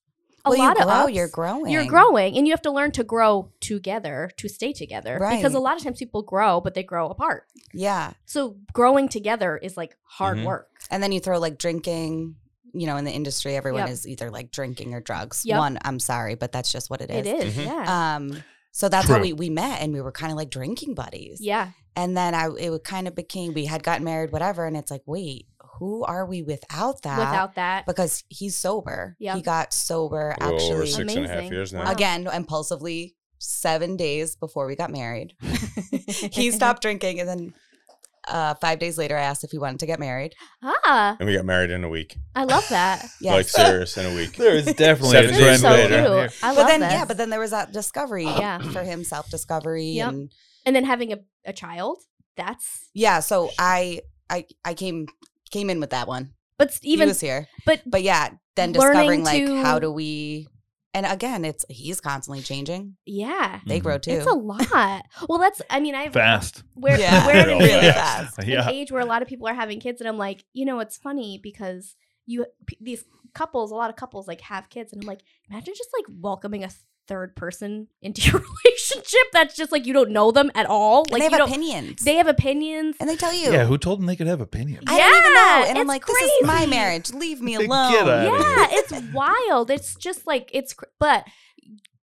Speaker 2: A
Speaker 3: well,
Speaker 2: lot
Speaker 3: you
Speaker 2: of
Speaker 3: grow,
Speaker 2: ups.
Speaker 3: you're growing.
Speaker 2: You're growing, and you have to learn to grow together to stay together. Because a
Speaker 3: Right.
Speaker 2: lot of times people grow, but they grow apart.
Speaker 3: Yeah.
Speaker 2: So growing together is like hard
Speaker 4: Mhm.
Speaker 2: work.
Speaker 3: And then you throw like drinking, you know, in the industry, everyone
Speaker 2: Yep.
Speaker 3: is either like drinking or drugs.
Speaker 2: Yep.
Speaker 3: One, I'm sorry, but that's just what it is.
Speaker 2: It is,
Speaker 4: Mhm.
Speaker 2: yeah,
Speaker 3: Um, so that's how
Speaker 1: True.
Speaker 3: we, we met and we were kind of like drinking buddies.
Speaker 2: yeah.
Speaker 3: And then I it would kind of became we had gotten married, whatever, and it's like, wait, who are we without that?
Speaker 2: Without that,
Speaker 3: because he's sober.
Speaker 2: Yep.
Speaker 3: He got sober
Speaker 4: We're over
Speaker 3: actually
Speaker 4: six and a half
Speaker 2: Amazing.
Speaker 4: years now.
Speaker 2: Wow.
Speaker 3: again impulsively seven days before we got married. he stopped drinking and then uh, five days later I asked if he wanted to get married.
Speaker 2: ah,
Speaker 4: And we got married in a week.
Speaker 2: I love that.
Speaker 3: Yes.
Speaker 4: Like, serious, in a week.
Speaker 1: There is definitely
Speaker 4: Seven
Speaker 1: a
Speaker 4: days
Speaker 1: trend
Speaker 2: so
Speaker 4: later.
Speaker 1: going on here.
Speaker 2: cute. I love
Speaker 3: but then
Speaker 2: this.
Speaker 3: yeah, but then there was that discovery
Speaker 2: Yeah.
Speaker 3: for him, self discovery
Speaker 2: Yep.
Speaker 3: and
Speaker 2: and then having a, a child that's
Speaker 3: yeah, so I I I came came in with that one.
Speaker 2: but s-
Speaker 3: Even, he
Speaker 2: even
Speaker 3: was here.
Speaker 2: but
Speaker 3: But yeah, then
Speaker 2: Learning
Speaker 3: discovering like
Speaker 2: to-
Speaker 3: how do we and again it's he's constantly changing.
Speaker 2: yeah
Speaker 3: They grow too.
Speaker 2: it's a lot well that's i mean i've
Speaker 1: Fast.
Speaker 2: we're,
Speaker 3: Yeah.
Speaker 2: we're at an,
Speaker 4: Really
Speaker 2: age,
Speaker 3: fast.
Speaker 2: an
Speaker 1: Yeah.
Speaker 2: age where a lot of people are having kids and i'm like you know it's funny because you p- these couples a lot of couples like have kids and i'm like imagine just like welcoming a third person into your relationship that's just like you don't know them at all like
Speaker 3: and they
Speaker 2: you
Speaker 3: have
Speaker 2: don't
Speaker 3: opinions.
Speaker 2: they have opinions
Speaker 3: and they tell you.
Speaker 1: Yeah, who told them they could have opinions?
Speaker 3: I don't even know.
Speaker 2: Yeah,
Speaker 3: And I'm
Speaker 2: it's
Speaker 3: like, this is my
Speaker 2: crazy.
Speaker 3: marriage. Leave me
Speaker 1: Get
Speaker 3: alone.
Speaker 1: outta here.
Speaker 2: yeah, it's wild. It's just like it's, cr- but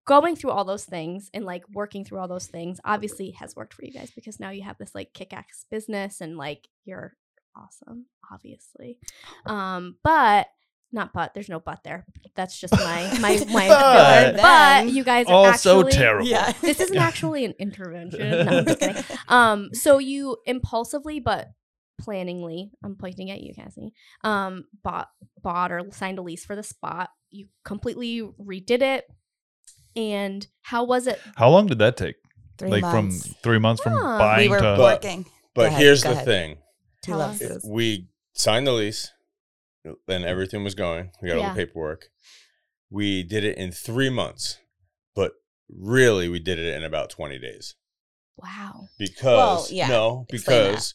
Speaker 2: going through all those things and like working through all those things obviously has worked for you guys because now you have this like kick-ass business and like you're awesome, obviously. Um, but not but. There's no but there. That's just my my my.
Speaker 1: But-
Speaker 2: but, but you guys are
Speaker 1: Also
Speaker 2: actually,
Speaker 1: Oh, terrible.
Speaker 3: Yeah.
Speaker 2: This isn't actually an intervention. No, I'm just kidding. Um, so you impulsively but planningly, I'm pointing at you, Cassie, um, bought bought or signed a lease for the spot. You completely redid it. And how was it?
Speaker 1: How long did that take?
Speaker 3: Three
Speaker 1: like
Speaker 3: months.
Speaker 1: from three months from
Speaker 2: Huh. We
Speaker 1: buying
Speaker 3: we were
Speaker 1: to
Speaker 4: But-
Speaker 3: working.
Speaker 4: But
Speaker 3: ahead,
Speaker 4: here's
Speaker 3: go
Speaker 4: the
Speaker 3: ahead.
Speaker 4: thing:
Speaker 3: He
Speaker 2: Tell
Speaker 3: loves
Speaker 2: us.
Speaker 3: this.
Speaker 4: we signed the lease, and everything was going. We got all
Speaker 2: Yeah.
Speaker 4: the paperwork. We did it in three months, but really, we did it in about twenty days
Speaker 2: Wow.
Speaker 4: because
Speaker 3: yeah,
Speaker 4: no,
Speaker 3: explain that.
Speaker 4: because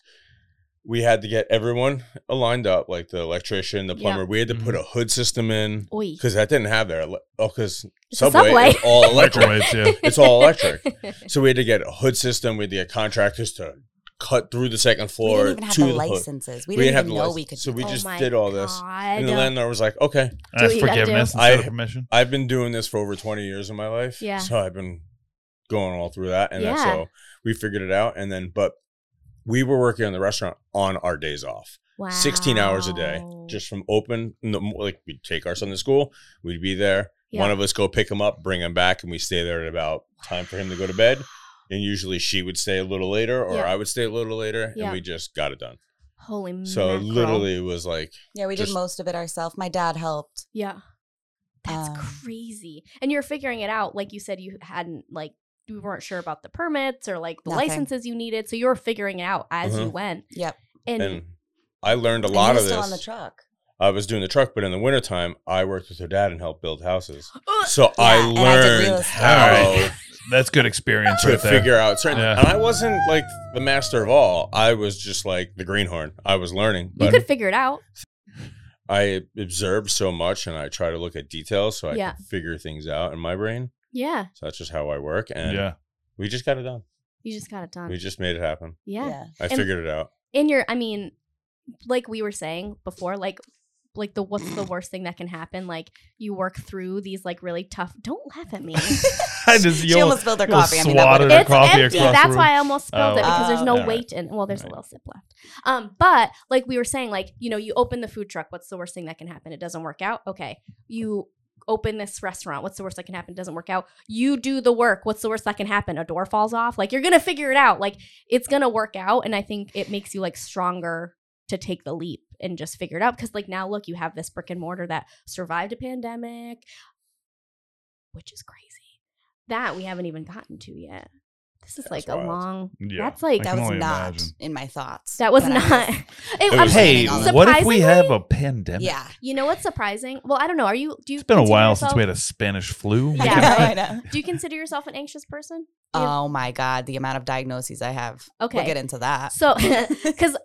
Speaker 4: we had to get everyone aligned up, like the electrician, the
Speaker 2: Yeah.
Speaker 4: plumber. We had to put
Speaker 1: Mhm.
Speaker 4: a hood system in
Speaker 2: Oi.
Speaker 4: because that didn't have there. Oh, because
Speaker 2: It's a
Speaker 4: subway,
Speaker 2: Subway.
Speaker 4: is all electric.
Speaker 1: microwaves. Yeah.
Speaker 4: It's all electric. So we had to get a hood system. We had to get contractors to cut through the second
Speaker 3: We
Speaker 4: floor
Speaker 3: didn't even have
Speaker 4: to
Speaker 3: the
Speaker 4: the hood.
Speaker 3: licenses. We, didn't, even know we could.
Speaker 4: So
Speaker 3: do
Speaker 4: we
Speaker 3: that.
Speaker 2: Oh
Speaker 4: just
Speaker 2: my
Speaker 4: did all this. And the
Speaker 2: God.
Speaker 4: landlord was like, "Okay,
Speaker 2: what
Speaker 1: Ask
Speaker 2: you gotta do.
Speaker 1: forgiveness instead of
Speaker 4: I-
Speaker 1: permission.
Speaker 4: I've been doing this for over 20 years of my life.
Speaker 2: Yeah.
Speaker 4: So I've been going all through that, and that's
Speaker 2: Yeah.
Speaker 4: so we figured it out. And then, but we were working on the restaurant on our days off, 16 hours a day,
Speaker 2: Wow.
Speaker 4: just from open. in the mo- Like we'd take our son to school, we'd be there. One
Speaker 2: Yeah.
Speaker 4: of us go pick him up, bring him back, and we stay there at about time for him to go to bed. And usually she would stay a little later, or
Speaker 2: Yeah.
Speaker 4: I would stay a little later,
Speaker 2: Yeah.
Speaker 4: and we just got it done.
Speaker 2: Holy
Speaker 4: So it
Speaker 2: mackerel.
Speaker 4: literally it was like
Speaker 3: yeah, we did
Speaker 4: just-
Speaker 3: most of it ourselves. My dad helped.
Speaker 2: Yeah. That's
Speaker 3: Um,
Speaker 2: crazy. And you're figuring it out. Like you said, you hadn't, like, you weren't sure about the permits or like the
Speaker 3: Nothing.
Speaker 2: licenses you needed. So you were figuring it out as you
Speaker 4: Mhm.
Speaker 2: went.
Speaker 3: Yep.
Speaker 2: And,
Speaker 4: and I learned a
Speaker 3: And
Speaker 4: lot
Speaker 3: he was
Speaker 4: of this.
Speaker 3: still on the truck.
Speaker 4: I was doing the truck, but in the wintertime, I worked with her dad and helped build houses.
Speaker 2: Ugh.
Speaker 4: So I
Speaker 3: Yeah, and I did real
Speaker 4: learned
Speaker 3: estate.
Speaker 1: Oh.
Speaker 4: how
Speaker 1: Alright. That's good experience
Speaker 4: to
Speaker 1: right there.
Speaker 4: figure out certain.
Speaker 1: Yeah.
Speaker 4: And I wasn't like the master of all. I was just like the greenhorn. I was learning,
Speaker 2: you
Speaker 4: but
Speaker 2: could figure it out.
Speaker 4: I observed so much, and I try to look at details so I
Speaker 2: Yeah.
Speaker 4: can figure things out in my brain.
Speaker 2: Yeah.
Speaker 4: So that's just how I work, and
Speaker 1: yeah.
Speaker 4: we just got it done.
Speaker 2: You just got it done.
Speaker 4: We just made it happen.
Speaker 2: yeah.
Speaker 4: I
Speaker 2: And-
Speaker 4: figured it out.
Speaker 2: in your i mean like we were saying before like like the what's the worst thing that can happen like you work through these like really tough don't laugh at me it's
Speaker 1: I just
Speaker 3: She
Speaker 1: you'll-
Speaker 3: almost spilled her
Speaker 1: you'll
Speaker 3: coffee. I mean, that
Speaker 1: swatted
Speaker 3: would've
Speaker 1: her
Speaker 3: been-
Speaker 1: coffee
Speaker 2: empty
Speaker 1: across the
Speaker 2: that's
Speaker 1: room.
Speaker 2: why i almost spilled it
Speaker 1: Oh.
Speaker 2: because there's
Speaker 1: Oh.
Speaker 2: no
Speaker 1: Alright.
Speaker 2: weight in well there's a
Speaker 1: Alright.
Speaker 2: little sip left um but like we were saying like you know you open the food truck what's the worst thing that can happen it doesn't work out okay you open this restaurant what's the worst that can happen it doesn't work out you do the work what's the worst that can happen a door falls off like you're gonna figure it out like it's gonna work out and i think it makes you like stronger to take the leap and just figure it out because like now look you have this brick and mortar that survived a pandemic which is crazy that we haven't even gotten to yet this is like
Speaker 4: That's wild.
Speaker 2: a long
Speaker 1: Yeah.
Speaker 2: that's like
Speaker 1: I
Speaker 3: That
Speaker 1: can
Speaker 3: was
Speaker 1: only
Speaker 3: not
Speaker 1: imagine.
Speaker 3: in my thoughts.
Speaker 2: that was
Speaker 3: when I
Speaker 2: not
Speaker 3: was-
Speaker 2: it,
Speaker 4: It
Speaker 2: I'm
Speaker 4: was-
Speaker 1: Hey,
Speaker 3: planning on
Speaker 1: what if we
Speaker 2: surprisingly-
Speaker 1: have a pandemic?
Speaker 3: Yeah.
Speaker 2: you know what's surprising well i don't know are you do you
Speaker 1: It's been a
Speaker 2: consider
Speaker 1: while since
Speaker 2: yourself-
Speaker 1: we had a Spanish flu.
Speaker 2: Yeah.
Speaker 3: I know, I know.
Speaker 2: do you consider yourself an anxious person Yeah.
Speaker 3: Oh my God, the amount of diagnoses I have.
Speaker 2: okay
Speaker 3: We'll get into that.
Speaker 2: so because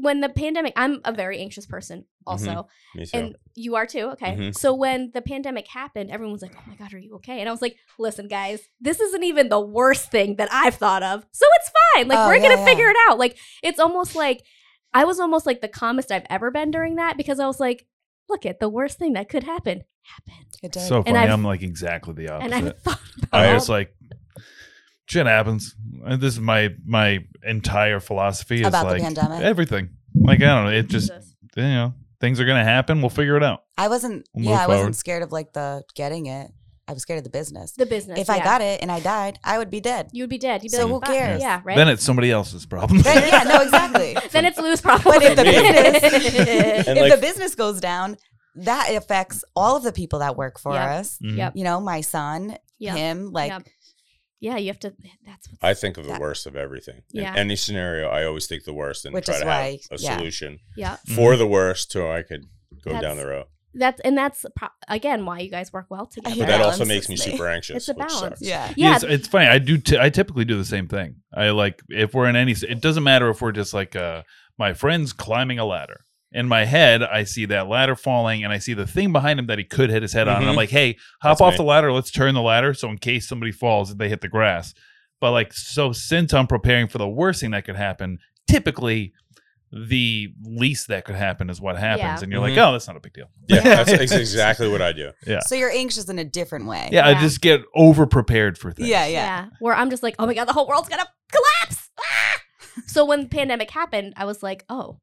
Speaker 2: when the pandemic i'm a very anxious person
Speaker 1: Mm-hmm.
Speaker 2: also
Speaker 4: Me too.
Speaker 2: and you are too okay
Speaker 4: Mhm.
Speaker 2: so when the pandemic happened everyone's like oh my god are you okay and i was like listen guys this isn't even the worst thing that i've thought of so it's fine like
Speaker 3: Oh,
Speaker 2: we're
Speaker 3: yeah,
Speaker 2: gonna
Speaker 3: yeah.
Speaker 2: figure it out like it's almost like i was almost like the calmest i've ever been during that because i was like look at the worst thing that could happen happened
Speaker 3: It did.
Speaker 1: So funny.
Speaker 2: I've-
Speaker 1: I'm like exactly the opposite.
Speaker 2: and i thought about
Speaker 1: I
Speaker 2: all-
Speaker 1: was like, shit happens. And This is my my entire philosophy is
Speaker 3: About the
Speaker 1: like eh,
Speaker 3: pandemic?
Speaker 1: everything. Like I don't know. It just
Speaker 2: Jesus.
Speaker 1: you know things are gonna happen. We'll figure it out.
Speaker 3: I wasn't.
Speaker 1: We'll
Speaker 3: yeah,
Speaker 1: move
Speaker 3: I wasn't
Speaker 1: forward.
Speaker 3: scared of like the getting it. I was scared of the business.
Speaker 2: the business
Speaker 3: If I
Speaker 2: yeah.
Speaker 3: got it and I died, I would be dead.
Speaker 2: you would be dead you'd be
Speaker 3: So
Speaker 2: like
Speaker 3: who
Speaker 2: "Fuck,
Speaker 3: cares?"
Speaker 2: yeah right
Speaker 1: Then it's somebody else's problem.
Speaker 3: Right? Yeah. No. Exactly.
Speaker 2: then it's lose problem
Speaker 3: But if the
Speaker 4: Me.
Speaker 3: business, if
Speaker 4: And, like-
Speaker 3: the business goes down, that affects all of the people that work for
Speaker 2: Yeah.
Speaker 3: us.
Speaker 1: Mhm.
Speaker 2: Yep.
Speaker 3: You know, my son,
Speaker 2: Yeah.
Speaker 3: him, like
Speaker 2: Yep. yeah you have to that's what's
Speaker 4: I think of the
Speaker 3: that-
Speaker 4: worst of everything.
Speaker 2: Yeah.
Speaker 4: In any scenario, I always think the worst and
Speaker 3: Which
Speaker 4: try
Speaker 3: is
Speaker 4: to
Speaker 3: why-
Speaker 4: have a
Speaker 3: yeah.
Speaker 4: solution
Speaker 2: yeah
Speaker 1: Mm-hmm.
Speaker 4: for the worst so I could go down
Speaker 2: That's-
Speaker 4: the road.
Speaker 2: that's and that's pro- again why you guys work well together.
Speaker 3: Yeah.
Speaker 4: But that also
Speaker 3: Balance
Speaker 4: makes
Speaker 3: is
Speaker 4: me
Speaker 3: me.
Speaker 4: super anxious.
Speaker 2: It's a
Speaker 4: which
Speaker 2: balance.
Speaker 4: sucks.
Speaker 3: yeah.
Speaker 2: Yeah.
Speaker 1: It's, it's funny. I do. T- I typically do the same thing. I like if we're in any. s- It doesn't matter if we're just like uh, my friend's climbing a ladder. In my head, I see that ladder falling, and I see the thing behind him that he could hit his head on. And I'm
Speaker 4: Mhm.
Speaker 1: like, "Hey, hop
Speaker 4: That's
Speaker 1: off
Speaker 4: me.
Speaker 1: the ladder. Let's turn the ladder so in case somebody falls, they hit the grass." But like, so since I'm preparing for the worst thing that could happen, typically the least that could happen is what happens,
Speaker 2: Yeah.
Speaker 1: and you're like,
Speaker 4: Mhm.
Speaker 1: "Oh, that's not a big deal."
Speaker 4: Yeah, that's ex-
Speaker 1: It's-
Speaker 4: exactly what I do.
Speaker 2: Oh
Speaker 1: Yeah.
Speaker 3: So you're anxious in a different way.
Speaker 1: Yeah,
Speaker 2: Yeah.
Speaker 1: I just get over prepared for things.
Speaker 3: Yeah. Yeah.
Speaker 2: Where I'm just like, oh my god, the whole world's gonna collapse. Ah! So when the pandemic happened, I was like, oh,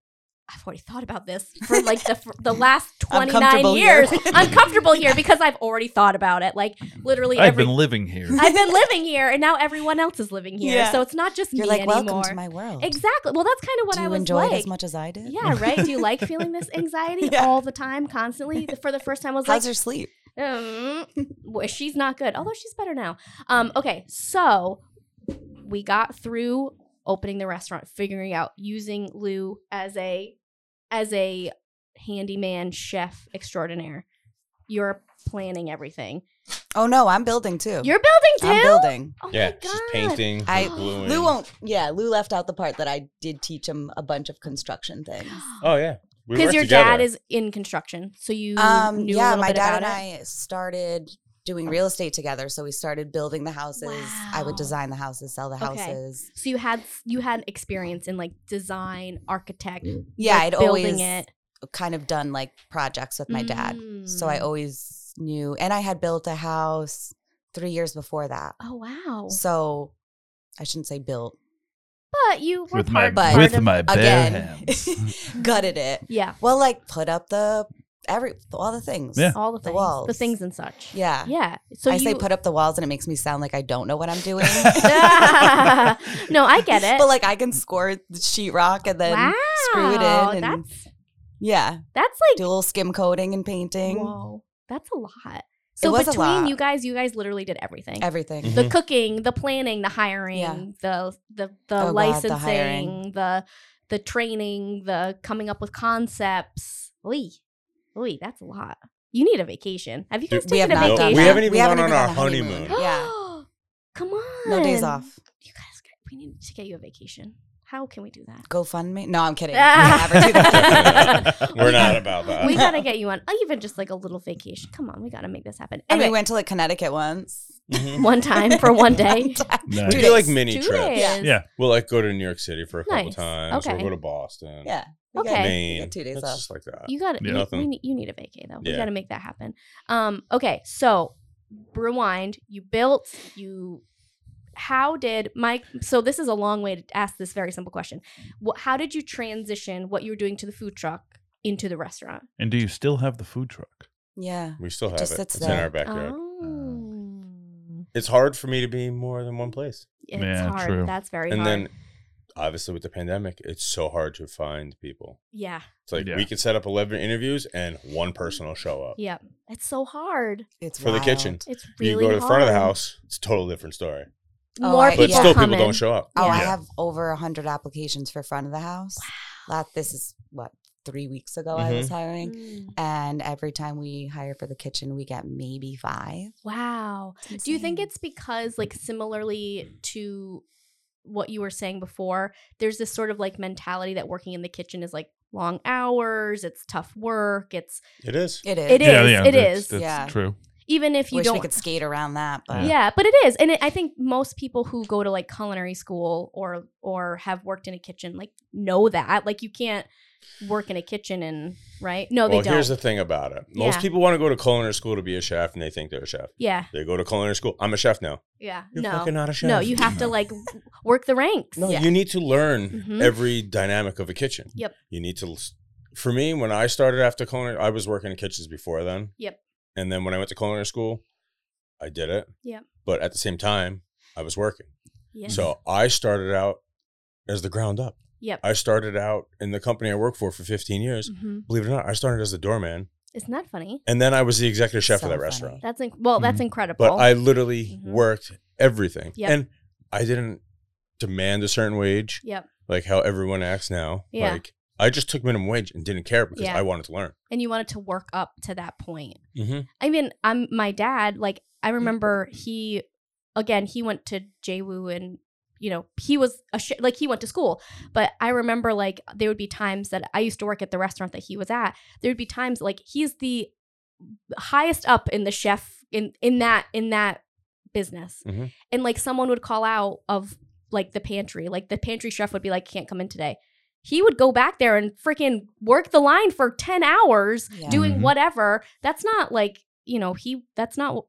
Speaker 2: I've already thought about this for like the fr- the last 29
Speaker 3: comfortable
Speaker 2: years.
Speaker 3: here.
Speaker 2: I'm comfortable here because I've already thought about it. Like literally
Speaker 1: I've
Speaker 2: every.
Speaker 1: been living here.
Speaker 2: I've been living here, and now everyone else is living here.
Speaker 3: Yeah.
Speaker 2: So it's not just
Speaker 3: You're
Speaker 2: me
Speaker 3: like,
Speaker 2: anymore.
Speaker 3: welcome to my world.
Speaker 2: exactly. Well, that's kind of what
Speaker 3: Do
Speaker 2: I
Speaker 3: you
Speaker 2: was
Speaker 3: enjoy
Speaker 2: like.
Speaker 3: it as much as I did?
Speaker 2: yeah, right. Do you like feeling this anxiety
Speaker 3: Yeah.
Speaker 2: all the time, constantly? For the first time, I was like,
Speaker 3: How's your sleep?
Speaker 2: Um, well, she's not good, although she's better now. Um, okay, so we got through opening the restaurant, figuring out using Lou as a as a handyman chef extraordinaire. You're planning everything.
Speaker 3: Oh no, I'm building too.
Speaker 2: You're building too.
Speaker 3: I'm building.
Speaker 2: Oh
Speaker 4: yeah,
Speaker 2: my
Speaker 4: she's
Speaker 2: God.
Speaker 4: painting. she's
Speaker 3: I-
Speaker 4: gluing.
Speaker 3: Lou won't. Yeah, Lou left out the part that I did teach him a bunch of construction things.
Speaker 4: Oh yeah, we
Speaker 2: Because
Speaker 4: work
Speaker 2: your
Speaker 4: together.
Speaker 2: dad is in construction, so you
Speaker 3: Um,
Speaker 2: knew a
Speaker 3: yeah,
Speaker 2: little
Speaker 3: my
Speaker 2: bit
Speaker 3: dad
Speaker 2: about
Speaker 3: and
Speaker 2: it.
Speaker 3: I started doing real estate together, so we started building the houses. I
Speaker 2: Wow.
Speaker 3: would design the houses, sell the
Speaker 2: Okay.
Speaker 3: houses.
Speaker 2: So you had you had experience in like design, architect,
Speaker 3: Yeah,
Speaker 2: like,
Speaker 3: I'd
Speaker 2: building
Speaker 3: always
Speaker 2: it.
Speaker 3: kind of done like projects with my dad, so I
Speaker 2: Mm.
Speaker 3: always knew. And I had built a house three years before that,
Speaker 2: Oh wow!
Speaker 3: so I shouldn't say built
Speaker 2: But you were
Speaker 1: with my
Speaker 2: part,
Speaker 3: but-
Speaker 2: part
Speaker 1: with
Speaker 2: of,
Speaker 1: my bare
Speaker 3: again.
Speaker 1: hands.
Speaker 3: Gutted it.
Speaker 2: yeah,
Speaker 3: Well, like put up the every all the things.
Speaker 1: Yeah.
Speaker 2: all the
Speaker 3: The
Speaker 2: things, the,
Speaker 3: walls.
Speaker 2: things and such.
Speaker 3: Yeah.
Speaker 2: yeah. So
Speaker 3: I
Speaker 2: you
Speaker 3: say put up the walls and it makes me sound like I don't know what I'm doing.
Speaker 2: no, I get it.
Speaker 3: But like I can score the sheetrock and then
Speaker 2: wow,
Speaker 3: screw it in and
Speaker 2: that's
Speaker 3: yeah,
Speaker 2: that's
Speaker 3: do
Speaker 2: like
Speaker 3: a little skim coating and painting.
Speaker 2: whoa, that's a lot. So
Speaker 3: was a
Speaker 2: between
Speaker 3: lot.
Speaker 2: you guys, you guys literally did everything.
Speaker 3: Everything.
Speaker 4: Mhm.
Speaker 2: the cooking, the planning, the hiring, the the the
Speaker 3: Oh, God, the
Speaker 2: licensing,
Speaker 3: hiring.
Speaker 2: the the training, the coming up with concepts. Lee, Lee, that's a lot. You need a vacation. Have you
Speaker 4: Dude,
Speaker 2: guys
Speaker 3: we have
Speaker 2: taken a
Speaker 3: not done
Speaker 2: vacation?
Speaker 3: that.
Speaker 4: We haven't even gone on our
Speaker 3: the
Speaker 4: honeymoon.
Speaker 3: Yeah.
Speaker 2: Come on.
Speaker 3: No days off.
Speaker 2: You guys, get- we need to get you a vacation. How can we do that?
Speaker 3: GoFundMe? No, I'm kidding. We never do that.
Speaker 2: Definitely
Speaker 4: We're not about
Speaker 1: Uh,
Speaker 4: that.
Speaker 2: we gotta get you on even just like a little vacation. Come on, we gotta make this happen.
Speaker 3: and we
Speaker 2: Anyway,
Speaker 3: went to like Connecticut once.
Speaker 4: Mhm.
Speaker 2: one time for one day.
Speaker 1: Nice.
Speaker 4: We
Speaker 3: Two
Speaker 4: do like
Speaker 3: days.
Speaker 4: mini
Speaker 2: Two
Speaker 4: trips.
Speaker 2: days.
Speaker 1: Yeah.
Speaker 4: We'll like go to New York City for a couple
Speaker 2: Nice.
Speaker 4: times.
Speaker 2: Okay.
Speaker 4: We'll go to Boston.
Speaker 3: Yeah. We got-
Speaker 2: Okay.
Speaker 3: we
Speaker 4: Maine.
Speaker 3: got two days
Speaker 4: It's
Speaker 3: off.
Speaker 4: just like that.
Speaker 2: You got
Speaker 1: Yeah.
Speaker 2: you,
Speaker 4: Nothing.
Speaker 2: we, need- you need a vacay though. We
Speaker 4: Yeah.
Speaker 2: got to make that happen. Um okay, so rewind, you built, you how did Mike so this is a long way to ask this very simple question. What, how did you transition what you were doing to the food truck into the restaurant?
Speaker 1: and do you still have the food truck?
Speaker 3: Yeah.
Speaker 4: we still have it.
Speaker 3: just
Speaker 4: It's
Speaker 3: sits
Speaker 4: in
Speaker 3: there.
Speaker 4: our backyard.
Speaker 1: Um,
Speaker 2: Oh.
Speaker 4: It's hard for me to be more than one place.
Speaker 2: It's
Speaker 1: Yeah,
Speaker 2: hard.
Speaker 1: true.
Speaker 2: That's very
Speaker 4: and
Speaker 2: hard.
Speaker 4: then obviously with the pandemic, it's so hard to find people.
Speaker 2: yeah.
Speaker 4: It's like
Speaker 1: Yeah.
Speaker 4: we can set up 11 interviews and one person will show up.
Speaker 2: Yep. It's so hard.
Speaker 3: It's
Speaker 4: For the kitchen.
Speaker 3: wild.
Speaker 2: It's
Speaker 4: you
Speaker 2: really
Speaker 4: go to the front of the
Speaker 2: hard.
Speaker 4: house, it's a totally different story.
Speaker 3: Oh,
Speaker 2: More
Speaker 3: I-
Speaker 2: people
Speaker 4: But still
Speaker 2: come
Speaker 4: people
Speaker 2: in.
Speaker 4: don't show up.
Speaker 3: Oh, I
Speaker 1: Yeah.
Speaker 3: have over a hundred applications for front of the house. Wow. this is what three weeks ago I
Speaker 4: Mm-hmm.
Speaker 3: was hiring.
Speaker 2: Mm.
Speaker 3: And every time we hire for the kitchen, we get maybe five.
Speaker 2: Wow. Do you think
Speaker 3: Insane.
Speaker 2: it's because, like, similarly to what you were saying before, there's this sort of like mentality that working in the kitchen is like long hours, it's tough work, it's
Speaker 4: It is.
Speaker 3: it is?
Speaker 2: it is, it
Speaker 1: that's-
Speaker 2: is.
Speaker 1: That's
Speaker 3: Yeah.
Speaker 1: true.
Speaker 2: Even if you
Speaker 3: Wish
Speaker 2: don't,
Speaker 3: we could skate around that, but
Speaker 2: yeah. but it is, and it, I think most people who go to like culinary school or or have worked in a kitchen like know that, like, you can't work in a kitchen and right? No,
Speaker 4: well,
Speaker 2: they don't.
Speaker 4: here's the thing about it. Most
Speaker 2: Yeah.
Speaker 4: people want to go to culinary school to be a chef and they think they're a chef.
Speaker 2: yeah,
Speaker 4: They go to culinary school. I'm a chef now.
Speaker 2: yeah,
Speaker 4: You're
Speaker 2: no,
Speaker 4: fucking not a chef.
Speaker 2: no, you have to like work the ranks.
Speaker 4: No,
Speaker 2: yeah.
Speaker 4: you need to learn
Speaker 2: Mhm.
Speaker 4: every dynamic of a kitchen.
Speaker 2: Yep.
Speaker 4: You need to. l- For me, when I started after culinary, I was working in kitchens before then.
Speaker 2: Yep.
Speaker 4: And then when I went to culinary school, I did it.
Speaker 2: Yep.
Speaker 4: But at the same time, I was working.
Speaker 2: Yeah.
Speaker 4: So I started out as the ground up.
Speaker 2: Yep.
Speaker 4: I started out in the company I worked for for 15 years.
Speaker 2: hmm
Speaker 3: Mm.
Speaker 4: Believe it or not, I started as the doorman,
Speaker 2: Isn't that funny?
Speaker 4: and then I was the executive chef
Speaker 3: So
Speaker 4: of that
Speaker 3: funny. Mm-hmm.
Speaker 4: restaurant.
Speaker 2: That's inc- well, that's
Speaker 1: Mhm.
Speaker 2: incredible.
Speaker 4: Mm-hmm. But I literally
Speaker 2: Mhm.
Speaker 4: worked everything,
Speaker 2: Yep.
Speaker 4: and I didn't demand a certain wage.
Speaker 2: yep.
Speaker 4: like how everyone acts now.
Speaker 2: Yeah.
Speaker 4: Like I just took minimum wage and didn't care because
Speaker 2: Yeah.
Speaker 4: I wanted to learn.
Speaker 2: And you wanted to work up to that point.
Speaker 4: Mm-hmm.
Speaker 2: I mean, I'm my dad. Like I remember he, again, he went to JWU and you know he was a sh- like he went to school. But I remember like there would be times that I used to work at the restaurant that he was at. There would be times like he's the highest up in the chef in in that in that business,
Speaker 4: Mhm.
Speaker 2: and like someone would call out of like the pantry, like the pantry chef would be like, "Can't come in today." He would go back there and freaking work the line for ten hours
Speaker 3: Yeah.
Speaker 2: doing
Speaker 1: Mhm.
Speaker 2: whatever. That's not like you know he. That's not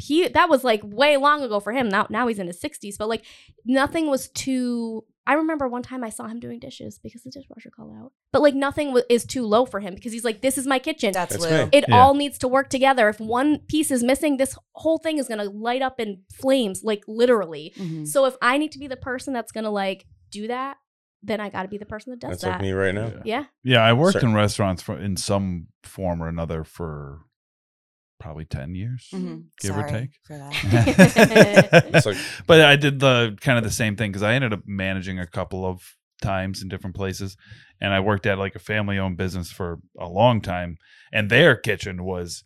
Speaker 2: he. That was like way long ago for him. Now now he's in his sixties, but like nothing was too. I remember one time I saw him doing dishes because the dishwasher called out. But like nothing wa- is too low for him because he's like, this is my kitchen.
Speaker 3: that's,
Speaker 4: That's
Speaker 3: Lou.
Speaker 4: me.
Speaker 2: It
Speaker 1: Yeah.
Speaker 2: all needs to work together. If one piece is missing, this whole thing is going to light up in flames, like literally.
Speaker 3: Mhm.
Speaker 2: So if I need to be the person that's going to like do that, then I got to be the person that does
Speaker 4: That's
Speaker 2: that.
Speaker 4: like me right now.
Speaker 1: Yeah.
Speaker 2: Yeah.
Speaker 1: Yeah, I worked
Speaker 4: Certain-
Speaker 1: in restaurants for, in some form or another for probably 10 years.
Speaker 3: Mhm.
Speaker 1: Give or
Speaker 3: Sorry
Speaker 1: take.
Speaker 3: for that.
Speaker 4: It's
Speaker 1: but
Speaker 4: like
Speaker 1: I did the kind of the same thing because I ended up managing a couple of times in different places. And I worked at like a family owned business for a long time. And their kitchen was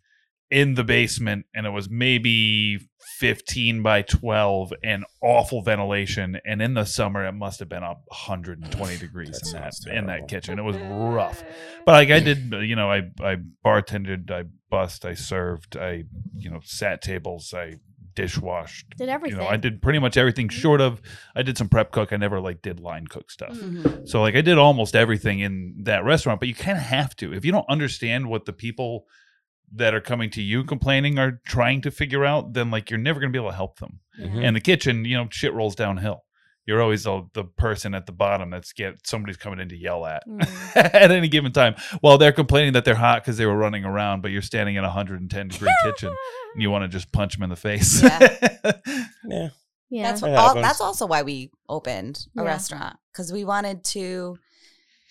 Speaker 1: in the basement and it was maybe 15 by 12 and awful ventilation. And in the summer, it must have been up 120 degrees
Speaker 4: That
Speaker 1: in that,
Speaker 4: sounds
Speaker 1: in that
Speaker 4: terrible.
Speaker 1: kitchen. It was rough. But like I did, you know, I I bartended, I bussed, I served, I you know sat tables, I dishwashed.
Speaker 2: did everything.
Speaker 1: You know, I did pretty much everything short of I did some prep cook. I never like did line cook stuff.
Speaker 2: Mm.
Speaker 3: Mhm.
Speaker 1: So like I did almost everything in that restaurant, but you kind of have to. If you don't understand what the people that are coming to you complaining are trying to figure out, then like you're never going to be able to help them.
Speaker 4: Mhm.
Speaker 2: Mm-hmm.
Speaker 1: And the kitchen, you know, shit rolls downhill. You're always the, the person at the bottom that's get somebody's coming in to yell at
Speaker 2: Mm.
Speaker 1: at any given time while they're complaining that they're hot because they were running around, but you're standing in a 110 degree kitchen and you want to just punch them in the face.
Speaker 4: yeah,
Speaker 2: yeah.
Speaker 3: That's
Speaker 4: It
Speaker 3: what, all,
Speaker 4: happens.
Speaker 3: that's also why we opened a
Speaker 2: Yeah.
Speaker 3: restaurant because we wanted to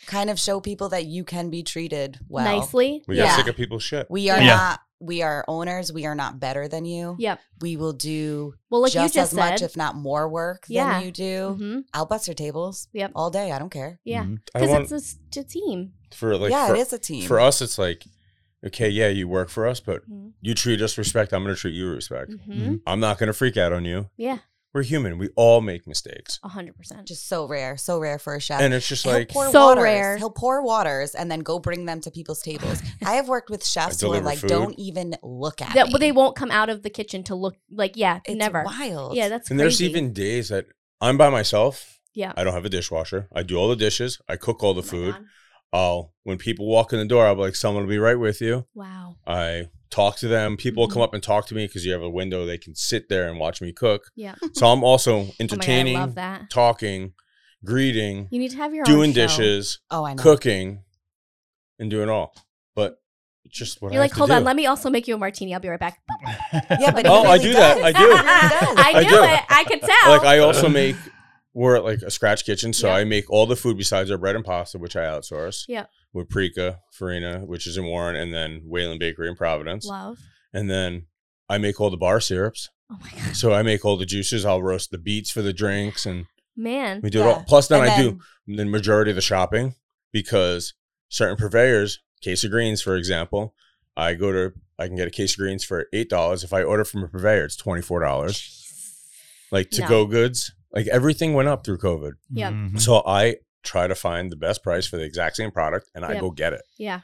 Speaker 3: kind of show people that you can be treated well.
Speaker 2: nicely.
Speaker 4: we got
Speaker 3: Yeah.
Speaker 4: sick of people's shit.
Speaker 3: We are
Speaker 1: Yeah.
Speaker 3: not. We are owners. We are not better than you.
Speaker 2: Yep.
Speaker 3: We will do
Speaker 2: Well, like
Speaker 3: just,
Speaker 2: you just
Speaker 3: as
Speaker 2: said.
Speaker 3: much, if not more work
Speaker 2: Yeah.
Speaker 3: than you do.
Speaker 2: Mhm.
Speaker 3: I'll bust your tables
Speaker 2: Yep.
Speaker 3: all day. I don't care.
Speaker 2: Yeah.
Speaker 1: Mhm.
Speaker 4: Mm-hmm. I
Speaker 2: Because
Speaker 4: want
Speaker 2: it's a, s- a team.
Speaker 4: for like
Speaker 3: yeah,
Speaker 4: for,
Speaker 3: it is a team.
Speaker 4: for us. It's like okay, yeah, you work for us, but
Speaker 2: Mhm.
Speaker 4: you treat us respect. I'm gonna treat you with respect.
Speaker 2: Mhm.
Speaker 4: I'm not gonna freak out on you.
Speaker 2: Yeah.
Speaker 4: We're human. We all make mistakes,
Speaker 2: A hundred percent.
Speaker 3: just so rare, so rare for a chef.
Speaker 4: and it's just
Speaker 3: He'll
Speaker 4: like
Speaker 3: pour
Speaker 2: So
Speaker 3: waters.
Speaker 2: rare.
Speaker 3: He'll pour waters and then go bring them to people's tables. I have worked with chefs who are
Speaker 4: deliver
Speaker 3: like,
Speaker 4: food.
Speaker 3: don't even look at
Speaker 2: That,
Speaker 3: me.
Speaker 2: but they won't come out of the kitchen to look like yeah,
Speaker 3: it's
Speaker 2: never.
Speaker 3: wild.
Speaker 2: Yeah, that's
Speaker 4: and there's
Speaker 2: crazy.
Speaker 4: even days that I'm by myself.
Speaker 2: yeah.
Speaker 4: I don't have a dishwasher. I do all the dishes. I cook all the
Speaker 2: Oh my
Speaker 4: food.
Speaker 2: God.
Speaker 4: I'll when people walk in the door, I'll be like, someone will be right with you.
Speaker 2: Wow. Oh
Speaker 4: I talk to them. People
Speaker 2: Mhm.
Speaker 4: come up and talk to me because you have a window. They can sit there and watch me cook.
Speaker 2: Yeah.
Speaker 4: So I'm also
Speaker 2: Oh my God, I
Speaker 4: entertaining,
Speaker 2: love that.
Speaker 4: talking, greeting,
Speaker 2: You need to have your own
Speaker 4: doing
Speaker 2: show.
Speaker 4: dishes,
Speaker 3: oh, I know.
Speaker 4: cooking, and doing all. But it's just what
Speaker 2: You're
Speaker 4: I
Speaker 2: like,
Speaker 4: have to
Speaker 2: hold
Speaker 4: do.
Speaker 2: on, let me also make you a martini. I'll be right back.
Speaker 1: Mm-hmm.
Speaker 3: Yeah, but
Speaker 4: Oh,
Speaker 3: he
Speaker 4: I
Speaker 3: really
Speaker 4: do
Speaker 3: does.
Speaker 4: that. I do.
Speaker 2: I
Speaker 4: I
Speaker 2: knew
Speaker 4: do.
Speaker 2: it. I could tell.
Speaker 4: like I also make. We're at like a scratch kitchen, so
Speaker 2: Yeah.
Speaker 4: I make all the food besides our bread and pasta, which I outsource.
Speaker 2: Yeah.
Speaker 4: With Prika Farina, which is in Warren, and then Whalen Bakery in Providence,
Speaker 2: love.
Speaker 4: and then I make all the bar syrups.
Speaker 2: Oh my god,
Speaker 4: So I make all the juices. I'll roast the beets for the drinks, and
Speaker 2: man.
Speaker 4: we do it
Speaker 3: Yeah.
Speaker 4: all. Plus, then
Speaker 3: And
Speaker 4: I do the majority of the shopping because certain purveyors, case of greens, for example, I go to I can get a case of greens for eight dollars. If I order from a purveyor, it's twenty four dollars. Like to
Speaker 2: No.
Speaker 4: go goods, like everything went up through COVID.
Speaker 2: Yeah.
Speaker 3: Mm-hmm.
Speaker 1: Mhm.
Speaker 4: So I try to find the best price for the exact same product, and I
Speaker 2: Yep.
Speaker 4: go get it.
Speaker 2: Yeah,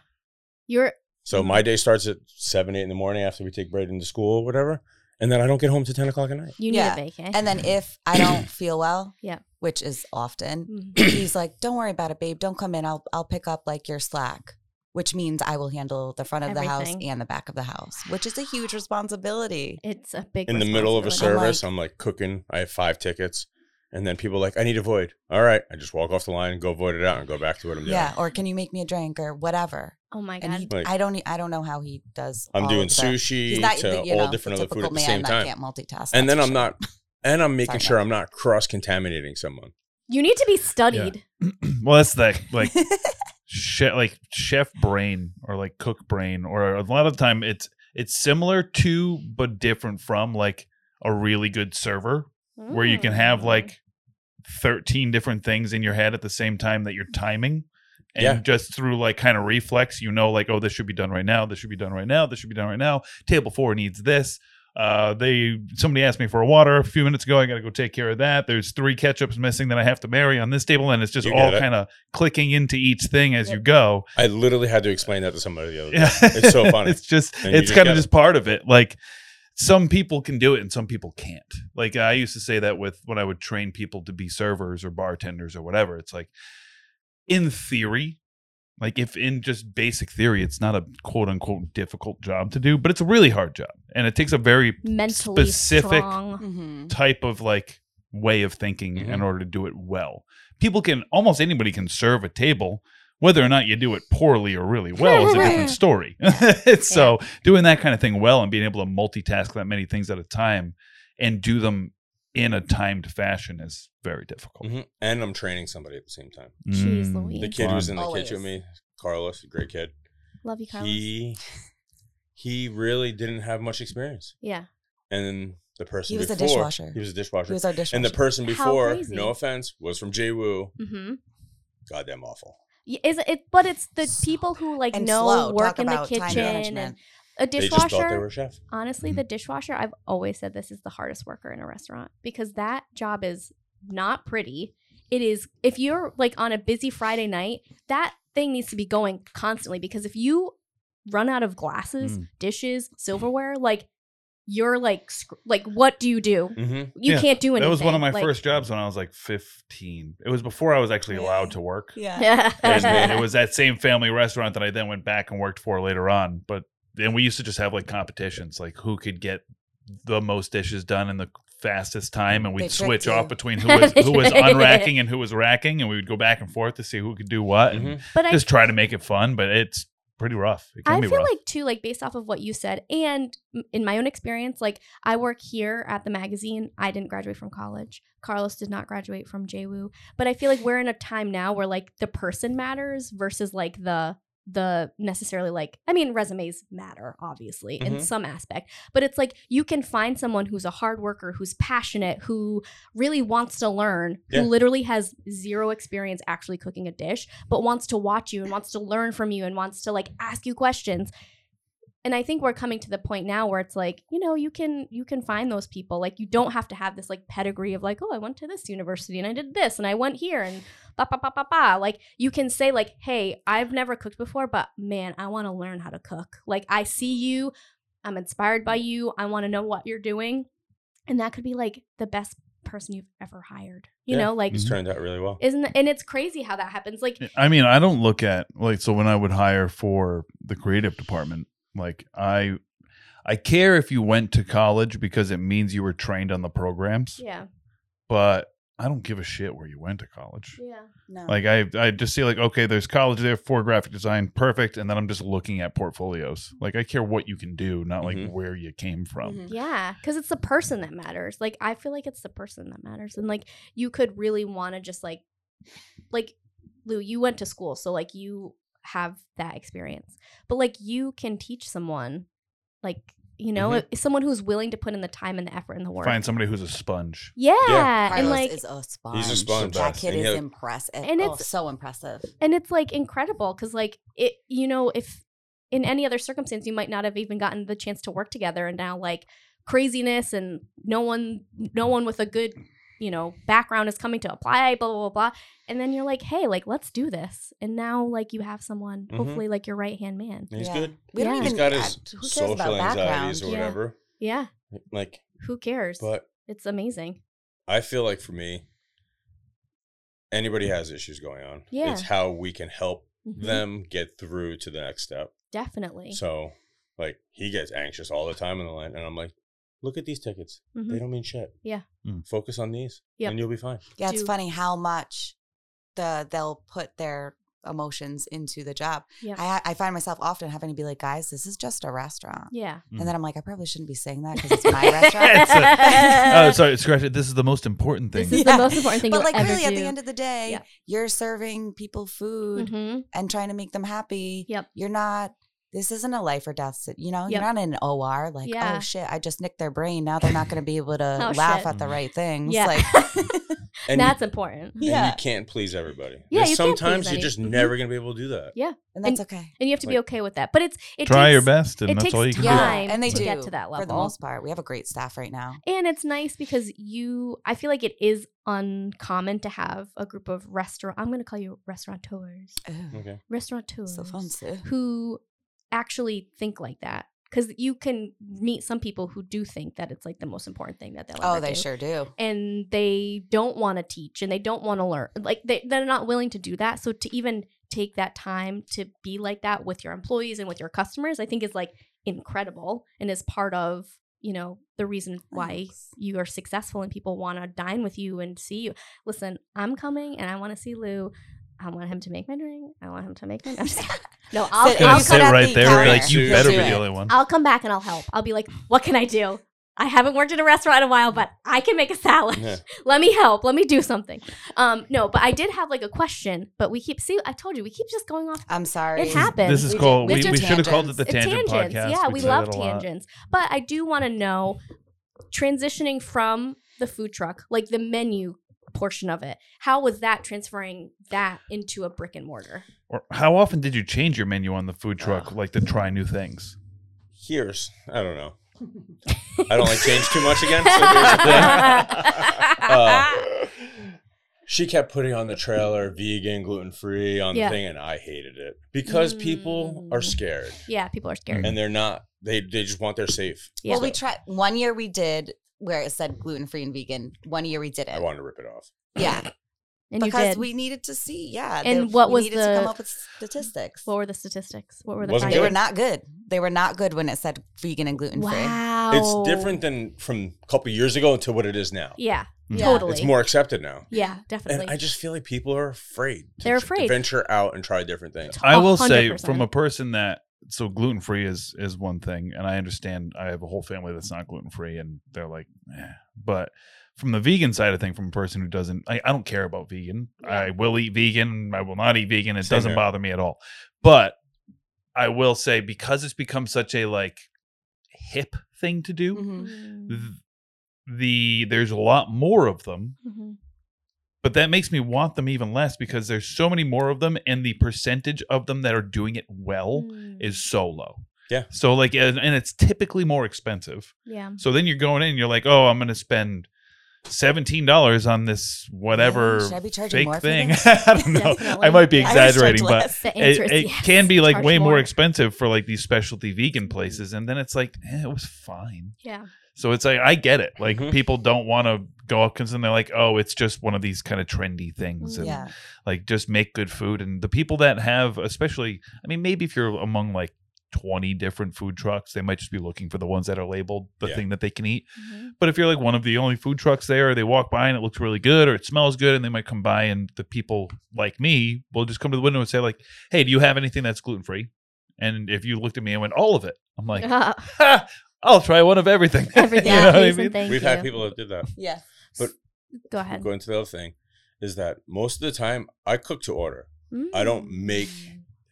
Speaker 2: you're
Speaker 3: Mm-hmm.
Speaker 4: So my day starts at seven, eight in the morning after we take Braden to school or whatever, and then I don't get home till ten o'clock at night.
Speaker 2: you need
Speaker 3: Yeah.
Speaker 2: a eh? vacay.
Speaker 3: And then if I don't feel well,
Speaker 2: Yeah.
Speaker 3: which is often,
Speaker 2: Mhm.
Speaker 3: he's like, "Don't worry about it, babe. Don't come in. I'll I'll pick up like your slack." Which means I will handle the front of the house
Speaker 2: Everything.
Speaker 3: and the back of the house, which is a huge responsibility.
Speaker 2: it's a big
Speaker 4: in the middle of a
Speaker 2: responsibility.
Speaker 4: service. I'm like cooking. I have five tickets, and then people are like, I need a void. All right, I just walk off the line, go void it out, and go back to what I'm doing.
Speaker 3: Yeah. Or can you make me a drink or whatever?
Speaker 2: Oh my
Speaker 3: And
Speaker 2: god,
Speaker 3: he,
Speaker 4: Like-
Speaker 3: I don't, e, I don't know how he does.
Speaker 4: I'm
Speaker 3: all
Speaker 4: doing
Speaker 3: of the-
Speaker 4: sushi
Speaker 3: He's not,
Speaker 4: to
Speaker 3: you
Speaker 4: all
Speaker 3: know,
Speaker 4: different
Speaker 3: the
Speaker 4: other food
Speaker 3: typical
Speaker 4: at the
Speaker 3: man
Speaker 4: same
Speaker 3: that
Speaker 4: time,
Speaker 3: Can't multitask.
Speaker 4: and then
Speaker 3: that's
Speaker 4: I'm
Speaker 3: for
Speaker 4: not. And I'm making
Speaker 3: Sorry,
Speaker 4: sure
Speaker 3: Mike.
Speaker 4: I'm not cross contaminating someone.
Speaker 2: you need to be studied.
Speaker 1: well, that's that like
Speaker 3: sure.
Speaker 1: chef like chef brain or like cook brain or a lot of time it's it's similar to but different from like a really good server where you can have
Speaker 2: Mm.
Speaker 1: like 13 different things in your head at the same time that you're timing and
Speaker 4: Yeah.
Speaker 1: just through like kind of reflex you know like oh this should be done right now this should be done right now this should be done right now table four needs this uh they somebody asked me for a water a few minutes ago i gotta go take care of that there's three ketchups missing that i have to marry on this table and it's just
Speaker 4: You
Speaker 1: all
Speaker 4: get it.
Speaker 1: kind of clicking into each thing as you go
Speaker 4: I literally had to explain that to somebody the other day.
Speaker 1: yeah
Speaker 4: It's so funny.
Speaker 1: it's just
Speaker 4: And you
Speaker 1: it's
Speaker 4: just
Speaker 1: kind
Speaker 4: get
Speaker 1: of
Speaker 4: it.
Speaker 1: just part of it like some people can do it and some people can't. Like I used to say that with when I would train people to be servers or bartenders or whatever. It's like in theory, like if in just basic theory, it's not a quote unquote difficult job to do, but it's a really hard job. And it takes a very
Speaker 2: mentally
Speaker 1: specific-
Speaker 2: strong.
Speaker 3: Mhm.
Speaker 1: type of like way of thinking in
Speaker 4: Mhm.
Speaker 1: order to do it well. People can almost anybody can serve a table. Whether or not you do it poorly or really well is a different story. so doing that kind of thing well and being able to multitask that many things at a time and do them in a timed fashion is very difficult.
Speaker 4: Mhm. And I'm training somebody at the same time.
Speaker 2: Jeez
Speaker 1: Mm.
Speaker 2: Louise.
Speaker 4: The kid who's in the
Speaker 3: Always.
Speaker 4: kitchen with me, Carlos, great kid.
Speaker 2: Love you, Carlos.
Speaker 4: He he really didn't have much experience.
Speaker 2: Yeah.
Speaker 4: And the person
Speaker 3: He was a
Speaker 4: before-
Speaker 3: dishwasher.
Speaker 4: He was a dishwasher.
Speaker 3: He was our dishwasher.
Speaker 4: and the person
Speaker 2: How
Speaker 4: before,
Speaker 2: crazy.
Speaker 4: no offense, was from JWoo.
Speaker 2: Mm-hmm.
Speaker 4: Goddamn awful.
Speaker 2: Is it? But it's the
Speaker 3: So-
Speaker 2: people who like
Speaker 3: And
Speaker 2: know
Speaker 3: slow.
Speaker 2: work
Speaker 3: Talk
Speaker 2: in the
Speaker 3: about time
Speaker 2: kitchen. And
Speaker 3: management.
Speaker 2: a
Speaker 4: They just thought they
Speaker 2: dishwasher.
Speaker 4: were a chef.
Speaker 1: Mm-hmm.
Speaker 2: Honestly, the dishwasher. I've always said this is the hardest worker in a restaurant because that job is not pretty. It is if you're like on a busy Friday night, that thing needs to be going constantly because if you run out of glasses,
Speaker 1: Mm.
Speaker 2: dishes, silverware, like you're like sc- like what do you do?
Speaker 4: Mm-hmm.
Speaker 2: You
Speaker 1: Yeah,
Speaker 2: can't do anything.
Speaker 1: That was one of my
Speaker 2: like-
Speaker 1: first jobs when I was like 15. It was before I was actually allowed
Speaker 3: Really?
Speaker 1: to work.
Speaker 3: yeah.
Speaker 1: And
Speaker 4: man,
Speaker 1: it was that same family restaurant that I then went back and worked for later on. But then we used to just have like competitions, like who could get the most dishes done in the fastest time, and
Speaker 3: They
Speaker 1: we'd
Speaker 3: tricked
Speaker 1: switch
Speaker 3: you.
Speaker 1: off between who was who was
Speaker 2: They tricked-
Speaker 1: unracking and who was racking, and we would go back and forth to see who could do what, and
Speaker 4: mm-hmm.
Speaker 2: but I
Speaker 1: just try to make it fun. But it's pretty rough. It can
Speaker 2: I
Speaker 1: be
Speaker 2: feel
Speaker 1: rough.
Speaker 2: like too, like based off of what you said, and m- in my own experience, like I work here at the magazine. I didn't graduate from college. Carlos did not graduate from JWU. But I feel like we're in a time now where like the person matters versus like the the necessarily like I mean resumes matter obviously in
Speaker 4: Mhm.
Speaker 2: some aspect, but it's like you can find someone who's a hard worker, who's passionate, who really wants to learn,
Speaker 4: Yeah.
Speaker 2: who literally has zero experience actually cooking a dish, but wants to watch you and wants to learn from you and wants to like ask you questions and i think we're coming to the point now where it's like you know you can you can find those people like you don't have to have this like pedigree of like oh i went to this university and i did this and i went here and ba ba ba ba ba like you can say like hey i've never cooked before but man i want to learn how to cook like i see you i'm inspired by you i want to know what you're doing and that could be like the best person you've ever hired you
Speaker 4: Yeah. Mm-hmm.
Speaker 2: know like
Speaker 1: Mhm.
Speaker 4: It's turned out really well.
Speaker 2: isn't and it's crazy how that happens like
Speaker 1: I mean, I don't look at like so when I would hire for the creative department, like I I care if you went to college because it means you were trained on the programs,
Speaker 2: yeah
Speaker 1: but I don't give a shit where you went to college.
Speaker 2: yeah
Speaker 3: No.
Speaker 1: Like I I just see like okay, there's college there for graphic design, perfect, and then I'm just looking at portfolios. Like I care what you can do, not like
Speaker 4: Mhm.
Speaker 1: where you came from.
Speaker 2: Mm-hmm.
Speaker 3: Mhm.
Speaker 2: Yeah, because it's the person that matters. Like I feel like it's the person that matters, and like you could really want to just like, like Lou, you went to school, so like you have that experience, but like you can teach someone, like you know,
Speaker 4: Mhm.
Speaker 2: if- someone who's willing to put in the time and the effort and the work.
Speaker 1: Find somebody who's a sponge.
Speaker 2: yeah, and
Speaker 3: Carlos
Speaker 2: like
Speaker 3: is a sponge.
Speaker 4: He's a sponge.
Speaker 3: That kid
Speaker 4: And he
Speaker 3: is
Speaker 4: had-
Speaker 3: impressive.
Speaker 2: And
Speaker 3: oh,
Speaker 2: it's-
Speaker 3: so impressive.
Speaker 2: and it's like incredible because like it you know if in any other circumstance you might not have even gotten the chance to work together and now like craziness and no one no one with a good you know background is coming to apply blah blah blah, blah. and then you're like hey like let's do this and now like you have someone
Speaker 4: Mhm.
Speaker 2: hopefully like your right hand man
Speaker 4: He's
Speaker 3: Yeah.
Speaker 4: good.
Speaker 3: We don't
Speaker 2: Yeah.
Speaker 3: even
Speaker 4: He's got
Speaker 3: I-
Speaker 4: his
Speaker 3: who cares
Speaker 4: social
Speaker 3: about
Speaker 4: anxieties or
Speaker 2: Yeah.
Speaker 4: whatever.
Speaker 2: yeah
Speaker 4: Like,
Speaker 2: who cares
Speaker 4: but
Speaker 2: it's amazing
Speaker 4: I feel like for me, anybody has issues going on.
Speaker 2: Yeah.
Speaker 4: It's how we can help
Speaker 3: Mm-hmm.
Speaker 2: Mhm.
Speaker 4: them get through to the next step.
Speaker 2: definitely
Speaker 4: So, like, he gets anxious all the time in the line, and I'm like, look at these tickets.
Speaker 2: Mhm.
Speaker 4: They don't mean shit.
Speaker 2: Yeah.
Speaker 1: Mm.
Speaker 4: Focus on these,
Speaker 2: Yep.
Speaker 4: and you'll be fine.
Speaker 3: Yeah, it's
Speaker 2: do-
Speaker 3: funny how much the they'll put their emotions into the job.
Speaker 2: Yeah.
Speaker 3: I I find myself often having to be like, guys, this is just a restaurant.
Speaker 2: yeah
Speaker 1: Mm.
Speaker 3: And then I'm like, I probably shouldn't be saying that because it's my restaurant.
Speaker 1: It's a- oh, sorry, scratch it. This is the most important thing.
Speaker 2: this is
Speaker 3: Yeah.
Speaker 2: the most important thing
Speaker 3: but
Speaker 2: you'll
Speaker 3: like
Speaker 2: ever
Speaker 3: really at
Speaker 2: do.
Speaker 3: the end of the day,
Speaker 2: Yeah.
Speaker 3: you're serving people food
Speaker 2: Mhm.
Speaker 3: and trying to make them happy.
Speaker 2: Yep.
Speaker 3: You're not this isn't a life or death, sit- you know,
Speaker 2: Yep.
Speaker 3: you're not in an OR like,
Speaker 2: Yeah.
Speaker 3: oh shit, I just nicked their brain. Now they're not going to be able to
Speaker 2: Oh,
Speaker 3: laugh
Speaker 2: shit.
Speaker 3: at the right things.
Speaker 2: Yeah.
Speaker 3: Like,
Speaker 4: And you-
Speaker 2: that's important
Speaker 4: and
Speaker 3: Yeah.
Speaker 4: you can't please everybody.
Speaker 2: Yeah,
Speaker 4: There's
Speaker 2: you can't please
Speaker 4: sometimes you're
Speaker 2: any-
Speaker 4: just
Speaker 2: Mhm.
Speaker 4: never gonna be able to do that.
Speaker 3: and that's okay.
Speaker 2: and you have to be
Speaker 4: Like-
Speaker 2: okay with that but it's it
Speaker 1: Try your
Speaker 2: takes-
Speaker 1: best, and
Speaker 2: it
Speaker 1: that's
Speaker 2: takes
Speaker 1: all you can
Speaker 3: Yeah.
Speaker 1: do.
Speaker 2: time
Speaker 3: And they
Speaker 2: to
Speaker 3: do,
Speaker 2: get to that level
Speaker 3: For the most part, we have a great staff right now.
Speaker 2: and it's nice because you i feel like it is uncommon to have a group of restaurant i'm going to call you restaurateurs
Speaker 3: Ooh,
Speaker 4: Okay.
Speaker 2: restaurateurs
Speaker 3: so fancy.
Speaker 2: who actually think like that because you can meet some people who do think that it's like the most important thing that they'll
Speaker 3: Oh,
Speaker 2: ever
Speaker 3: they
Speaker 2: do.
Speaker 3: sure do.
Speaker 2: and they don't want to teach and they don't want to learn like they, they're not willing to do that so to even take that time to be like that with your employees and with your customers i think is like incredible and is part of you know the reason why
Speaker 3: Thanks.
Speaker 2: you are successful and people want to dine with you and see you listen i'm coming and i want to see lou i want him to make my drink i want him to make my i'm just kidding. no i'll,
Speaker 3: Sit-
Speaker 1: Gonna
Speaker 2: I'll
Speaker 3: you
Speaker 1: sit
Speaker 2: come,
Speaker 3: at
Speaker 1: right
Speaker 3: the
Speaker 1: there,
Speaker 3: counter.
Speaker 1: like you
Speaker 4: You'll
Speaker 1: better be
Speaker 3: do it.
Speaker 1: the only one.
Speaker 2: I'll come back and i'll help i'll be like what can i do I haven't worked at a restaurant in a while, but I can make a salad.
Speaker 4: Yeah.
Speaker 2: let me help. Let me do something. Um, no, but I did have like a question, but we keep see I told you we keep just going off
Speaker 3: I'm sorry.
Speaker 2: It happened.
Speaker 1: This is
Speaker 3: We did-
Speaker 1: called.
Speaker 3: we
Speaker 1: We,
Speaker 3: did
Speaker 1: we should have called it
Speaker 3: tangents.
Speaker 1: the
Speaker 2: Uh,
Speaker 1: tangent podcast.
Speaker 2: Yeah, we
Speaker 1: say
Speaker 2: love
Speaker 1: that a lot.
Speaker 2: tangents. But I do want to know transitioning from the food truck, like the menu portion of it. How was that transferring that into a brick and mortar?
Speaker 1: Or how often did you change your menu on the food truck, like to try new things?
Speaker 4: Here's I don't know. I don't like change too much again. So here's the thing. Uh, she kept putting on the trailer vegan, gluten free on
Speaker 2: Yeah.
Speaker 4: the thing, and I hated it because people are
Speaker 2: Mm.
Speaker 4: scared
Speaker 2: yeah, people are scared.
Speaker 4: and they're not. They they just want their safe.
Speaker 2: Yeah.
Speaker 3: Well, we tried one year we did where it said gluten free and vegan. One year we did
Speaker 4: I
Speaker 3: it.
Speaker 4: wanted to rip it off.
Speaker 3: Yeah.
Speaker 2: and you
Speaker 3: because
Speaker 2: did.
Speaker 3: we needed to see. Yeah.
Speaker 2: And
Speaker 3: they-
Speaker 2: what
Speaker 3: we
Speaker 2: was
Speaker 3: needed
Speaker 2: the-
Speaker 3: to come up with statistics.
Speaker 2: what were the statistics? What were the
Speaker 4: Wasn't
Speaker 3: they
Speaker 4: good.
Speaker 3: were not good. They were not good when it said vegan and gluten free.
Speaker 2: Wow.
Speaker 3: Oh.
Speaker 4: It's different than from a couple years ago to what it is now.
Speaker 2: Yeah,
Speaker 1: Mhm.
Speaker 3: Yeah.
Speaker 2: totally.
Speaker 4: It's more accepted now.
Speaker 2: yeah, definitely.
Speaker 4: And I just feel like people are afraid. to
Speaker 2: They're
Speaker 4: tr-
Speaker 2: afraid.
Speaker 4: Venture out and try different things.
Speaker 1: I will say,
Speaker 2: 100%.
Speaker 1: from a person that so gluten free is is one thing, and I understand. I have a whole family that's not gluten free, and they're like, eh. but from the vegan side of thing, from a person who doesn't, I, I don't care about vegan. I will eat vegan. I will not eat vegan. It
Speaker 4: Same
Speaker 1: doesn't
Speaker 4: here.
Speaker 1: bother me at all. But I will say, because it's become such a like hip thing to do,
Speaker 3: Mhm.
Speaker 4: Mm-hmm.
Speaker 2: Mhm.
Speaker 1: th- the there's a lot more of them
Speaker 2: Mhm.
Speaker 1: but that makes me want them even less because there's so many more of them and the percentage of them that are doing it well
Speaker 3: Mm-hmm.
Speaker 2: Mm.
Speaker 1: is so low
Speaker 4: Yeah.
Speaker 1: so like and, and it's typically more expensive
Speaker 2: yeah.
Speaker 1: so then you're going in and you're like oh i'm gonna spend $17 on this whatever
Speaker 3: Should I be charging
Speaker 1: fake
Speaker 3: more for
Speaker 1: thing
Speaker 3: this?
Speaker 1: i don't know
Speaker 2: Definitely.
Speaker 1: i might be
Speaker 3: I always charge
Speaker 1: exaggerating but
Speaker 3: less.
Speaker 2: The
Speaker 1: it,
Speaker 2: answer is
Speaker 1: it
Speaker 2: yes.
Speaker 1: can be like
Speaker 2: Charge
Speaker 1: way more
Speaker 2: more.
Speaker 1: expensive for like these specialty
Speaker 3: Mm-hmm.
Speaker 1: vegan places and then it's like eh, it was fine
Speaker 2: Yeah.
Speaker 1: so it's like I get it. Like
Speaker 4: Mhm.
Speaker 1: people don't want to go up because then they're like, oh, it's just one of these kind of trendy things, and
Speaker 3: Yeah.
Speaker 1: like just make good food. And the people that have, especially, I mean, maybe if you're among like. 20 different food trucks they might just be looking for the ones that are labeled the
Speaker 4: Yeah.
Speaker 1: thing that they can eat
Speaker 2: Mhm.
Speaker 1: but if you're like one of the only food trucks there or they walk by and it looks really good or it smells good and they might come by and the people like me will just come to the window and say like hey do you have anything that's gluten-free and if you looked at me and went all of it i'm like
Speaker 2: Uh,
Speaker 1: "Ha, I'll try one of everything.
Speaker 2: everything.
Speaker 1: You know what I
Speaker 2: please and
Speaker 1: mean?
Speaker 2: thank
Speaker 4: We've
Speaker 2: you.
Speaker 4: had people that did that.
Speaker 3: Yeah.
Speaker 2: Go ahead.
Speaker 4: Going to the other thing is that most of the time I cook to order.
Speaker 2: Mm.
Speaker 4: I don't make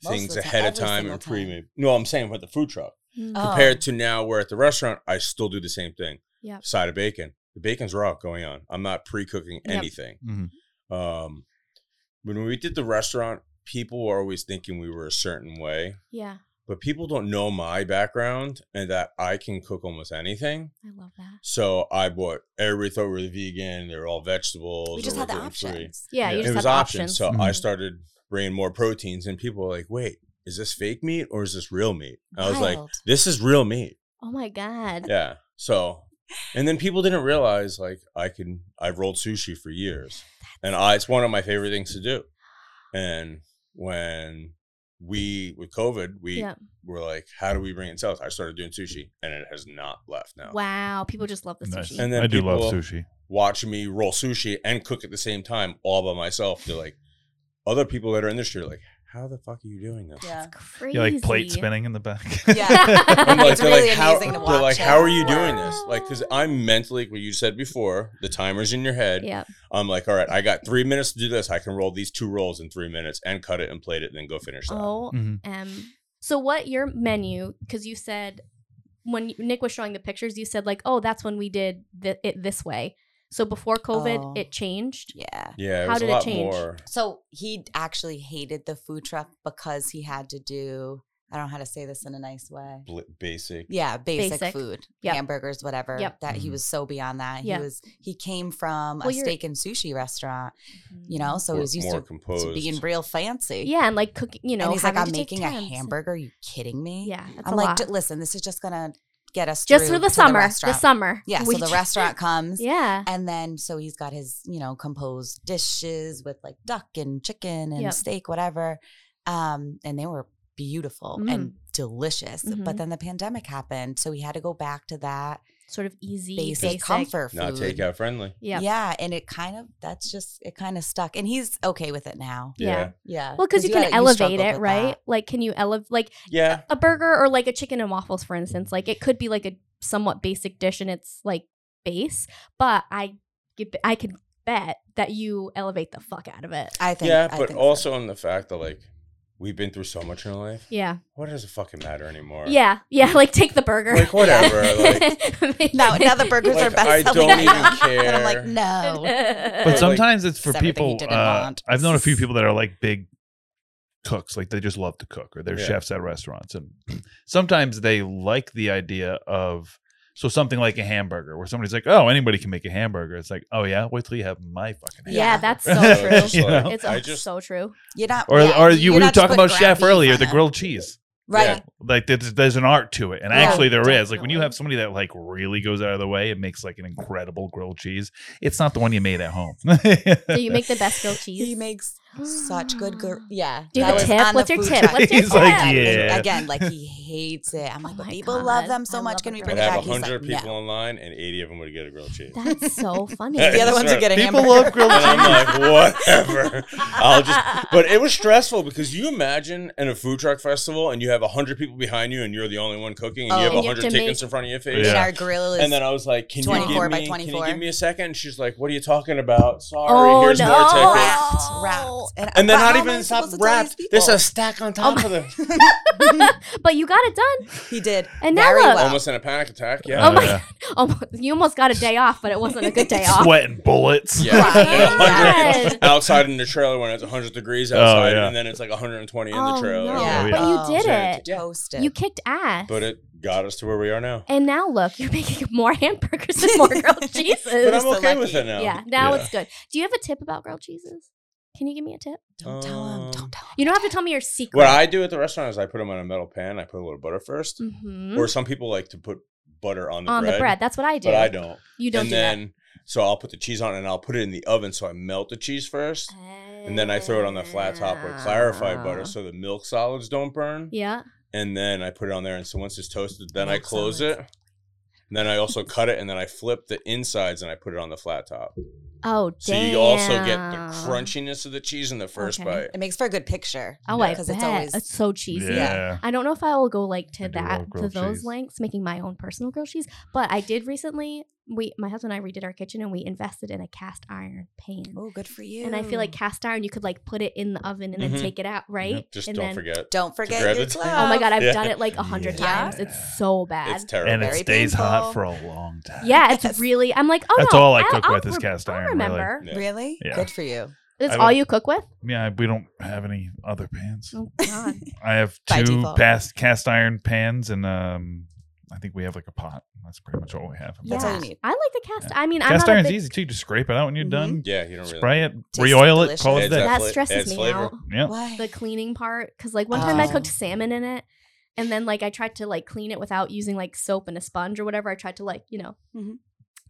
Speaker 3: Most of
Speaker 4: things
Speaker 3: the ti-
Speaker 4: ahead of
Speaker 3: every
Speaker 4: time
Speaker 3: single
Speaker 4: and
Speaker 3: time.
Speaker 4: pre made. No, I'm saying with the food truck.
Speaker 2: Mm.
Speaker 3: Oh.
Speaker 4: Compared to now we're at the restaurant, I still do the same thing.
Speaker 2: Yep.
Speaker 4: Side of bacon. The bacon's raw going on. I'm not pre cooking
Speaker 2: Yep.
Speaker 4: anything.
Speaker 1: Mhm.
Speaker 4: Um when we did the restaurant, people were always thinking we were a certain way.
Speaker 2: Yeah,
Speaker 4: But people don't know my background and that I can cook almost anything.
Speaker 2: I love that.
Speaker 4: So I bought everybody thought we were vegan. They're all vegetables.
Speaker 3: We just
Speaker 4: or
Speaker 3: had the
Speaker 4: gluten-free.
Speaker 3: options.
Speaker 2: Yeah,
Speaker 1: Yeah.
Speaker 2: you
Speaker 4: It
Speaker 2: just
Speaker 4: was
Speaker 2: have
Speaker 4: options.
Speaker 2: options.
Speaker 4: So I
Speaker 3: Mm.
Speaker 1: Mhm.
Speaker 4: started bringing more proteins, and people were like, "Wait, is this fake meat or is this real meat?" And I was like,
Speaker 3: Wild.
Speaker 4: "This is real meat."
Speaker 2: oh my god.
Speaker 4: Yeah. So, and then people didn't realize like I can. I've rolled sushi for years, and I, it's one of my favorite things to do. And when we with COVID, we
Speaker 2: Yeah.
Speaker 4: were like, "How do we bring it south?" I started doing sushi, and it has not left now.
Speaker 2: Wow, people just love the
Speaker 1: Nice.
Speaker 2: sushi.
Speaker 4: And then
Speaker 1: I do love
Speaker 4: people-
Speaker 1: sushi.
Speaker 4: watching me roll sushi and cook at the same time all by myself. They're like, other people that are in the industry are like, how the fuck are you doing this?
Speaker 3: Yeah.
Speaker 2: It's crazy.
Speaker 1: You like plate spinning in the back.
Speaker 3: Yeah.
Speaker 4: I'm like,
Speaker 3: It's
Speaker 4: they're
Speaker 3: really
Speaker 4: like, how,
Speaker 3: amazing to
Speaker 4: they're
Speaker 3: watch
Speaker 4: like,
Speaker 3: it.
Speaker 4: how are you doing this? Like, because I'm mentally, like what you said before, the timer's in your head.
Speaker 2: Yeah,
Speaker 4: I'm like, all right, I got three minutes to do this. I can roll these two rolls in three minutes and cut it and plate it and then go finish that.
Speaker 2: Oh,
Speaker 3: Mm.
Speaker 1: Mhm.
Speaker 2: um. So what your menu? Because you said when Nick was showing the pictures, you said like, oh, that's when we did th- it this way. So before COVID,
Speaker 3: Oh.
Speaker 2: it changed.
Speaker 3: Yeah.
Speaker 4: yeah, it
Speaker 2: How
Speaker 4: was
Speaker 2: did
Speaker 4: a
Speaker 2: it
Speaker 4: lot
Speaker 2: change?
Speaker 4: more.
Speaker 3: So he actually hated the food truck because he had to do, I don't know how to say this in a nice way.
Speaker 4: bl- Basic.
Speaker 3: Yeah, basic,
Speaker 2: Basic.
Speaker 3: food,
Speaker 2: Yep.
Speaker 3: hamburgers, whatever.
Speaker 2: Yep.
Speaker 3: That he
Speaker 1: Mhm.
Speaker 3: was so beyond that.
Speaker 2: Yeah.
Speaker 3: He was he came from
Speaker 2: Well,
Speaker 3: a
Speaker 2: you're-
Speaker 3: steak and sushi restaurant, you know, so he
Speaker 4: more-
Speaker 3: was used
Speaker 4: more
Speaker 3: to,
Speaker 4: composed.
Speaker 3: to being real fancy.
Speaker 2: Yeah, and like cooking. You know,
Speaker 3: and he's like,
Speaker 2: having to
Speaker 3: "I'm
Speaker 2: take
Speaker 3: making a
Speaker 2: temps and-
Speaker 3: hamburger. Are you kidding me?"
Speaker 2: Yeah, that's
Speaker 3: I'm
Speaker 2: a
Speaker 3: like,
Speaker 2: lot.
Speaker 3: "D- "Listen, this is just gonna get us
Speaker 2: just
Speaker 3: through
Speaker 2: for the
Speaker 3: to
Speaker 2: summer. The,
Speaker 3: restaurant."
Speaker 2: summer.
Speaker 3: Yeah,
Speaker 2: We
Speaker 3: so the
Speaker 2: ju-
Speaker 3: restaurant comes,
Speaker 2: Yeah.
Speaker 3: and then so he's got his you know composed dishes with like duck and chicken and
Speaker 2: Yep.
Speaker 3: steak, whatever, um, and they were beautiful
Speaker 2: Mm.
Speaker 3: and delicious.
Speaker 2: Mhm.
Speaker 3: But then the pandemic happened, so he had to go back to that
Speaker 2: Sort of easy,
Speaker 3: basic,
Speaker 2: basic,
Speaker 3: comfort
Speaker 4: Not
Speaker 3: food.
Speaker 4: takeout friendly.
Speaker 2: Yeah.
Speaker 3: Yeah, and it kind of that's just it kind of stuck, and he's okay with it now.
Speaker 2: Yeah.
Speaker 3: Yeah,
Speaker 2: Well, because you can
Speaker 3: gotta-
Speaker 2: elevate
Speaker 3: struggled
Speaker 2: it,
Speaker 3: with
Speaker 2: right?
Speaker 3: that.
Speaker 2: Like, can you elevate like
Speaker 4: Yeah.
Speaker 2: a burger or like a chicken and waffles, for instance? Like, it could be like a somewhat basic dish and it's like base, but I get, I could bet that you elevate the fuck out of it.
Speaker 3: I think.
Speaker 4: yeah,
Speaker 3: I
Speaker 4: but
Speaker 3: think so.
Speaker 4: also in the fact that like we've been through so much in our life.
Speaker 2: Yeah.
Speaker 4: What does it fucking matter anymore?
Speaker 2: Yeah. Yeah. Like take the burger.
Speaker 4: Like whatever. like,
Speaker 3: now, now the burgers are
Speaker 4: Like,
Speaker 3: best.
Speaker 4: I
Speaker 3: selling
Speaker 4: don't even
Speaker 3: now. And I'm like,
Speaker 4: care.
Speaker 3: no.
Speaker 1: But
Speaker 4: some-
Speaker 2: but
Speaker 1: sometimes it's for
Speaker 3: said everything he
Speaker 1: people.
Speaker 3: didn't
Speaker 1: Uh,
Speaker 3: want.
Speaker 1: I've known a few people that are like big cooks, like they just love to cook, or they're
Speaker 4: Yeah.
Speaker 1: chefs at restaurants, and sometimes they like the idea of. So something like a hamburger, where somebody's like, "Oh, anybody can make a hamburger." It's like, "Oh yeah, wait till you have my fucking." hamburger.
Speaker 2: yeah,
Speaker 3: Yeah.
Speaker 2: that's so
Speaker 4: So
Speaker 2: true.
Speaker 4: it's
Speaker 1: You
Speaker 4: like,
Speaker 1: know?
Speaker 2: It's
Speaker 4: I
Speaker 3: oh,
Speaker 2: all
Speaker 4: just
Speaker 2: so true.
Speaker 3: You're not.
Speaker 1: Or,
Speaker 3: yeah,
Speaker 1: or you,
Speaker 3: you're
Speaker 1: we
Speaker 3: not just
Speaker 1: talked
Speaker 3: putting
Speaker 1: about
Speaker 3: ground
Speaker 1: chef
Speaker 3: beef
Speaker 1: earlier,
Speaker 3: on
Speaker 1: the
Speaker 3: it.
Speaker 1: grilled cheese.
Speaker 3: Right.
Speaker 4: Yeah.
Speaker 1: Like there's, there's an art to it, and
Speaker 3: Yeah,
Speaker 1: actually there is. Like when you
Speaker 2: definitely.
Speaker 1: have somebody that like really goes out of the way and makes like an incredible grilled cheese, it's not the one you made at home.
Speaker 2: Do you make the best grilled cheese?
Speaker 3: He makes such good.
Speaker 2: Ah.
Speaker 3: Gr- yeah.
Speaker 2: Do you have a
Speaker 3: that was
Speaker 2: tip?
Speaker 3: on the
Speaker 2: What's your
Speaker 3: food
Speaker 2: tip?
Speaker 3: truck.
Speaker 2: What's your
Speaker 1: He's like,
Speaker 2: tip?
Speaker 1: yeah.
Speaker 3: And again, like he hates it. I'm like,
Speaker 2: Oh
Speaker 3: but
Speaker 2: my
Speaker 3: people
Speaker 2: God.
Speaker 3: love them so
Speaker 2: I
Speaker 3: much.
Speaker 2: love
Speaker 3: Can
Speaker 2: a
Speaker 3: we
Speaker 4: I'd
Speaker 3: bring it
Speaker 2: grilled
Speaker 4: have
Speaker 3: back?
Speaker 4: a
Speaker 3: He's like,
Speaker 4: hundred people
Speaker 3: no.
Speaker 4: online, and eighty of them would get a grilled cheese.
Speaker 2: That's so funny.
Speaker 3: The other ones are
Speaker 4: Sorry.
Speaker 3: getting
Speaker 1: People love grilled
Speaker 4: And
Speaker 1: cheese.
Speaker 4: I'm like, whatever. I'll just. But it was stressful because you imagine in a food truck festival and you have hundred people behind you and you're the only one cooking and
Speaker 3: Oh.
Speaker 4: you have
Speaker 3: And
Speaker 2: you have
Speaker 4: hundred
Speaker 2: to
Speaker 4: tickets
Speaker 2: make-
Speaker 4: in front of your
Speaker 1: Yeah.
Speaker 4: face.
Speaker 3: And our grill is.
Speaker 4: And then I was like, "Can you
Speaker 3: 24
Speaker 4: give
Speaker 3: by
Speaker 4: me? Can
Speaker 3: 24.
Speaker 4: you give me a second? And she's like, "What are you talking about? Sorry,
Speaker 2: Oh,
Speaker 4: here's
Speaker 2: no.
Speaker 4: more tickets."
Speaker 3: wrapped,
Speaker 2: Oh.
Speaker 3: wrapped, and, but
Speaker 4: And then
Speaker 3: how
Speaker 4: not
Speaker 3: am I
Speaker 4: even stop
Speaker 3: supposed to tell
Speaker 4: wrapped.
Speaker 3: these
Speaker 4: There's
Speaker 3: people?
Speaker 4: a stack on top of them.
Speaker 2: but you got it done.
Speaker 3: He did.
Speaker 2: And now
Speaker 3: very
Speaker 2: look.
Speaker 3: well.
Speaker 4: Almost in a panic attack. Yeah.
Speaker 2: Oh my god. Almost, you almost got a day off, but it wasn't a good day off.
Speaker 1: Sweating bullets.
Speaker 4: Yeah.
Speaker 3: Right.
Speaker 4: And 100
Speaker 2: Yes.
Speaker 4: outside in the trailer when it's 100 degrees outside,
Speaker 1: yeah.
Speaker 4: and then it's like 120 in
Speaker 2: Oh,
Speaker 4: the trailer.
Speaker 2: no.
Speaker 1: Yeah.
Speaker 2: But you
Speaker 3: Yeah.
Speaker 2: did it.
Speaker 4: Yeah.
Speaker 3: Toasted.
Speaker 2: You kicked ass.
Speaker 4: But it got us to where we are now.
Speaker 2: and now look, you're making more hamburgers and more grilled cheeses.
Speaker 4: But I'm
Speaker 3: so
Speaker 4: okay
Speaker 3: lucky.
Speaker 4: with it now.
Speaker 2: Yeah, now
Speaker 4: Yeah.
Speaker 2: it's good. Do you have a tip about grilled cheeses? Can you give me a tip?
Speaker 3: don't tell him.
Speaker 4: Um,
Speaker 3: Don't tell him.
Speaker 2: You don't have to tell me your secret.
Speaker 4: What I do at the restaurant is I put them on a metal pan. I put a little butter 1st
Speaker 2: Mhm.
Speaker 4: Or some people like to put butter on the
Speaker 2: on
Speaker 4: bread.
Speaker 2: the bread. That's what I do.
Speaker 4: But I don't.
Speaker 2: You don't
Speaker 4: and
Speaker 2: do
Speaker 4: then, so I'll put the cheese on and I'll put it in the oven. So I melt the cheese first.
Speaker 2: that.
Speaker 4: And then I throw it on the flat top with clarified
Speaker 2: Ah.
Speaker 4: butter so the milk solids don't burn.
Speaker 2: Yeah.
Speaker 4: and then I put it on there. And so once it's toasted, then I
Speaker 3: Milk
Speaker 4: close
Speaker 3: solids.
Speaker 4: it. And then I also cut it, and then I flip the insides and I put it on the flat top.
Speaker 2: Oh,
Speaker 4: So
Speaker 2: damn.
Speaker 4: you also get the crunchiness of the cheese in the first
Speaker 2: Okay.
Speaker 4: bite.
Speaker 3: It makes for a good picture.
Speaker 2: Oh, I
Speaker 3: because
Speaker 2: bet.
Speaker 3: it's always
Speaker 2: it's so cheesy.
Speaker 1: Yeah.
Speaker 2: I don't know if I will go like to
Speaker 1: I do
Speaker 2: that
Speaker 1: love
Speaker 2: to
Speaker 1: grilled
Speaker 2: those
Speaker 1: cheese.
Speaker 2: lengths, making my own personal grilled cheese. But I did recently. We, my husband and I, redid our kitchen, and we invested in a cast iron pan.
Speaker 3: oh, good for you.
Speaker 2: And I feel like cast iron, you could like put it in the oven and
Speaker 1: Mm-hmm.
Speaker 4: Mhm.
Speaker 2: then take it out, right?
Speaker 4: Just
Speaker 2: and
Speaker 4: don't
Speaker 2: then,
Speaker 4: forget.
Speaker 3: don't forget
Speaker 4: grab
Speaker 3: your
Speaker 4: the-
Speaker 3: glove.
Speaker 2: Oh my god, I've
Speaker 4: Yeah.
Speaker 2: done it like a hundred
Speaker 1: Yeah.
Speaker 2: times. It's so bad.
Speaker 4: It's terrible.
Speaker 1: And it
Speaker 3: Very
Speaker 1: stays hot
Speaker 3: painful.
Speaker 1: for a long time.
Speaker 2: yeah, it's
Speaker 3: Yes.
Speaker 2: really. I'm like, oh
Speaker 1: That's
Speaker 2: no,
Speaker 1: all I
Speaker 2: I'll-
Speaker 1: cook
Speaker 2: I'll
Speaker 1: with is
Speaker 2: re-
Speaker 1: cast
Speaker 2: I'll
Speaker 1: iron, really.
Speaker 2: Remember,
Speaker 4: Yeah.
Speaker 3: Really?
Speaker 1: Yeah.
Speaker 3: Good for you.
Speaker 2: That's
Speaker 1: I
Speaker 2: all
Speaker 1: would-
Speaker 2: you cook with.
Speaker 1: Yeah, we don't have any other pans.
Speaker 2: Oh god.
Speaker 1: I have
Speaker 3: By
Speaker 1: two
Speaker 3: default.
Speaker 1: past cast iron pans, and um, I think we have like a pot. That's pretty much all we have.
Speaker 3: That's all you need.
Speaker 2: I like the cast. I mean, I'm
Speaker 1: Cast
Speaker 2: not a
Speaker 1: iron's
Speaker 2: big, Mm-hmm.
Speaker 1: easy too. You just scrape it out when you're
Speaker 3: Mhm.
Speaker 1: done.
Speaker 4: Yeah, you don't really.
Speaker 1: Spray it,
Speaker 3: Tastes
Speaker 1: re-oil it,
Speaker 3: delicious.
Speaker 1: call it
Speaker 4: Adds
Speaker 1: that.
Speaker 2: That
Speaker 4: fla-
Speaker 2: stresses
Speaker 4: adds
Speaker 2: me
Speaker 4: flavor.
Speaker 2: out.
Speaker 1: Yeah.
Speaker 3: Why?
Speaker 2: The cleaning part, because like one time I
Speaker 3: Oh.
Speaker 2: cooked salmon in it, and then like I tried to like clean it without using like soap and a sponge or whatever. I tried to like you know,
Speaker 3: Mhm.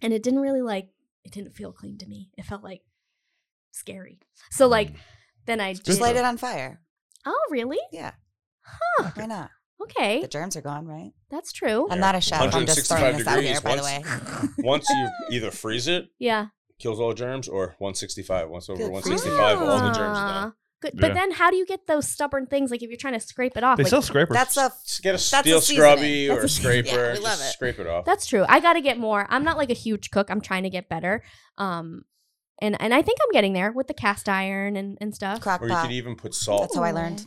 Speaker 2: and it didn't really like it didn't feel clean to me. It felt like scary. So like
Speaker 1: Mm.
Speaker 2: then I
Speaker 3: Just
Speaker 2: did-
Speaker 3: light it on fire.
Speaker 2: Oh really?
Speaker 3: Yeah.
Speaker 2: Huh.
Speaker 3: Why not?
Speaker 2: Okay,
Speaker 3: The germs are gone, right?
Speaker 2: that's true.
Speaker 3: I'm not a chef. I'm just throwing
Speaker 4: 165
Speaker 3: this out there,
Speaker 4: degrees
Speaker 3: by the way.
Speaker 4: once. Once you either freeze it,
Speaker 2: Yeah.
Speaker 4: kills all germs, or 165. Once over
Speaker 3: Good for
Speaker 4: 165, all the germs are
Speaker 2: Ah,
Speaker 4: done.
Speaker 2: Good. But
Speaker 1: Yeah.
Speaker 2: then how do you get those stubborn things? Like if you're trying to scrape it off,
Speaker 1: They
Speaker 2: like,
Speaker 1: sell scrapers.
Speaker 3: That's a
Speaker 4: Just get a
Speaker 3: That's a
Speaker 4: steel
Speaker 3: seasoning.
Speaker 4: scrubby
Speaker 3: That's
Speaker 4: or
Speaker 3: a
Speaker 4: a
Speaker 3: seasoning.
Speaker 4: scraper.
Speaker 3: Yeah, we love
Speaker 4: just
Speaker 3: it.
Speaker 4: scrape it off.
Speaker 2: That's true. I got to get more. I'm not like a huge cook. I'm trying to get better. Um, and and I think I'm getting there with the cast iron and and stuff.
Speaker 3: crock
Speaker 4: or you
Speaker 3: pot.
Speaker 4: could even put salt
Speaker 3: That's how I learned.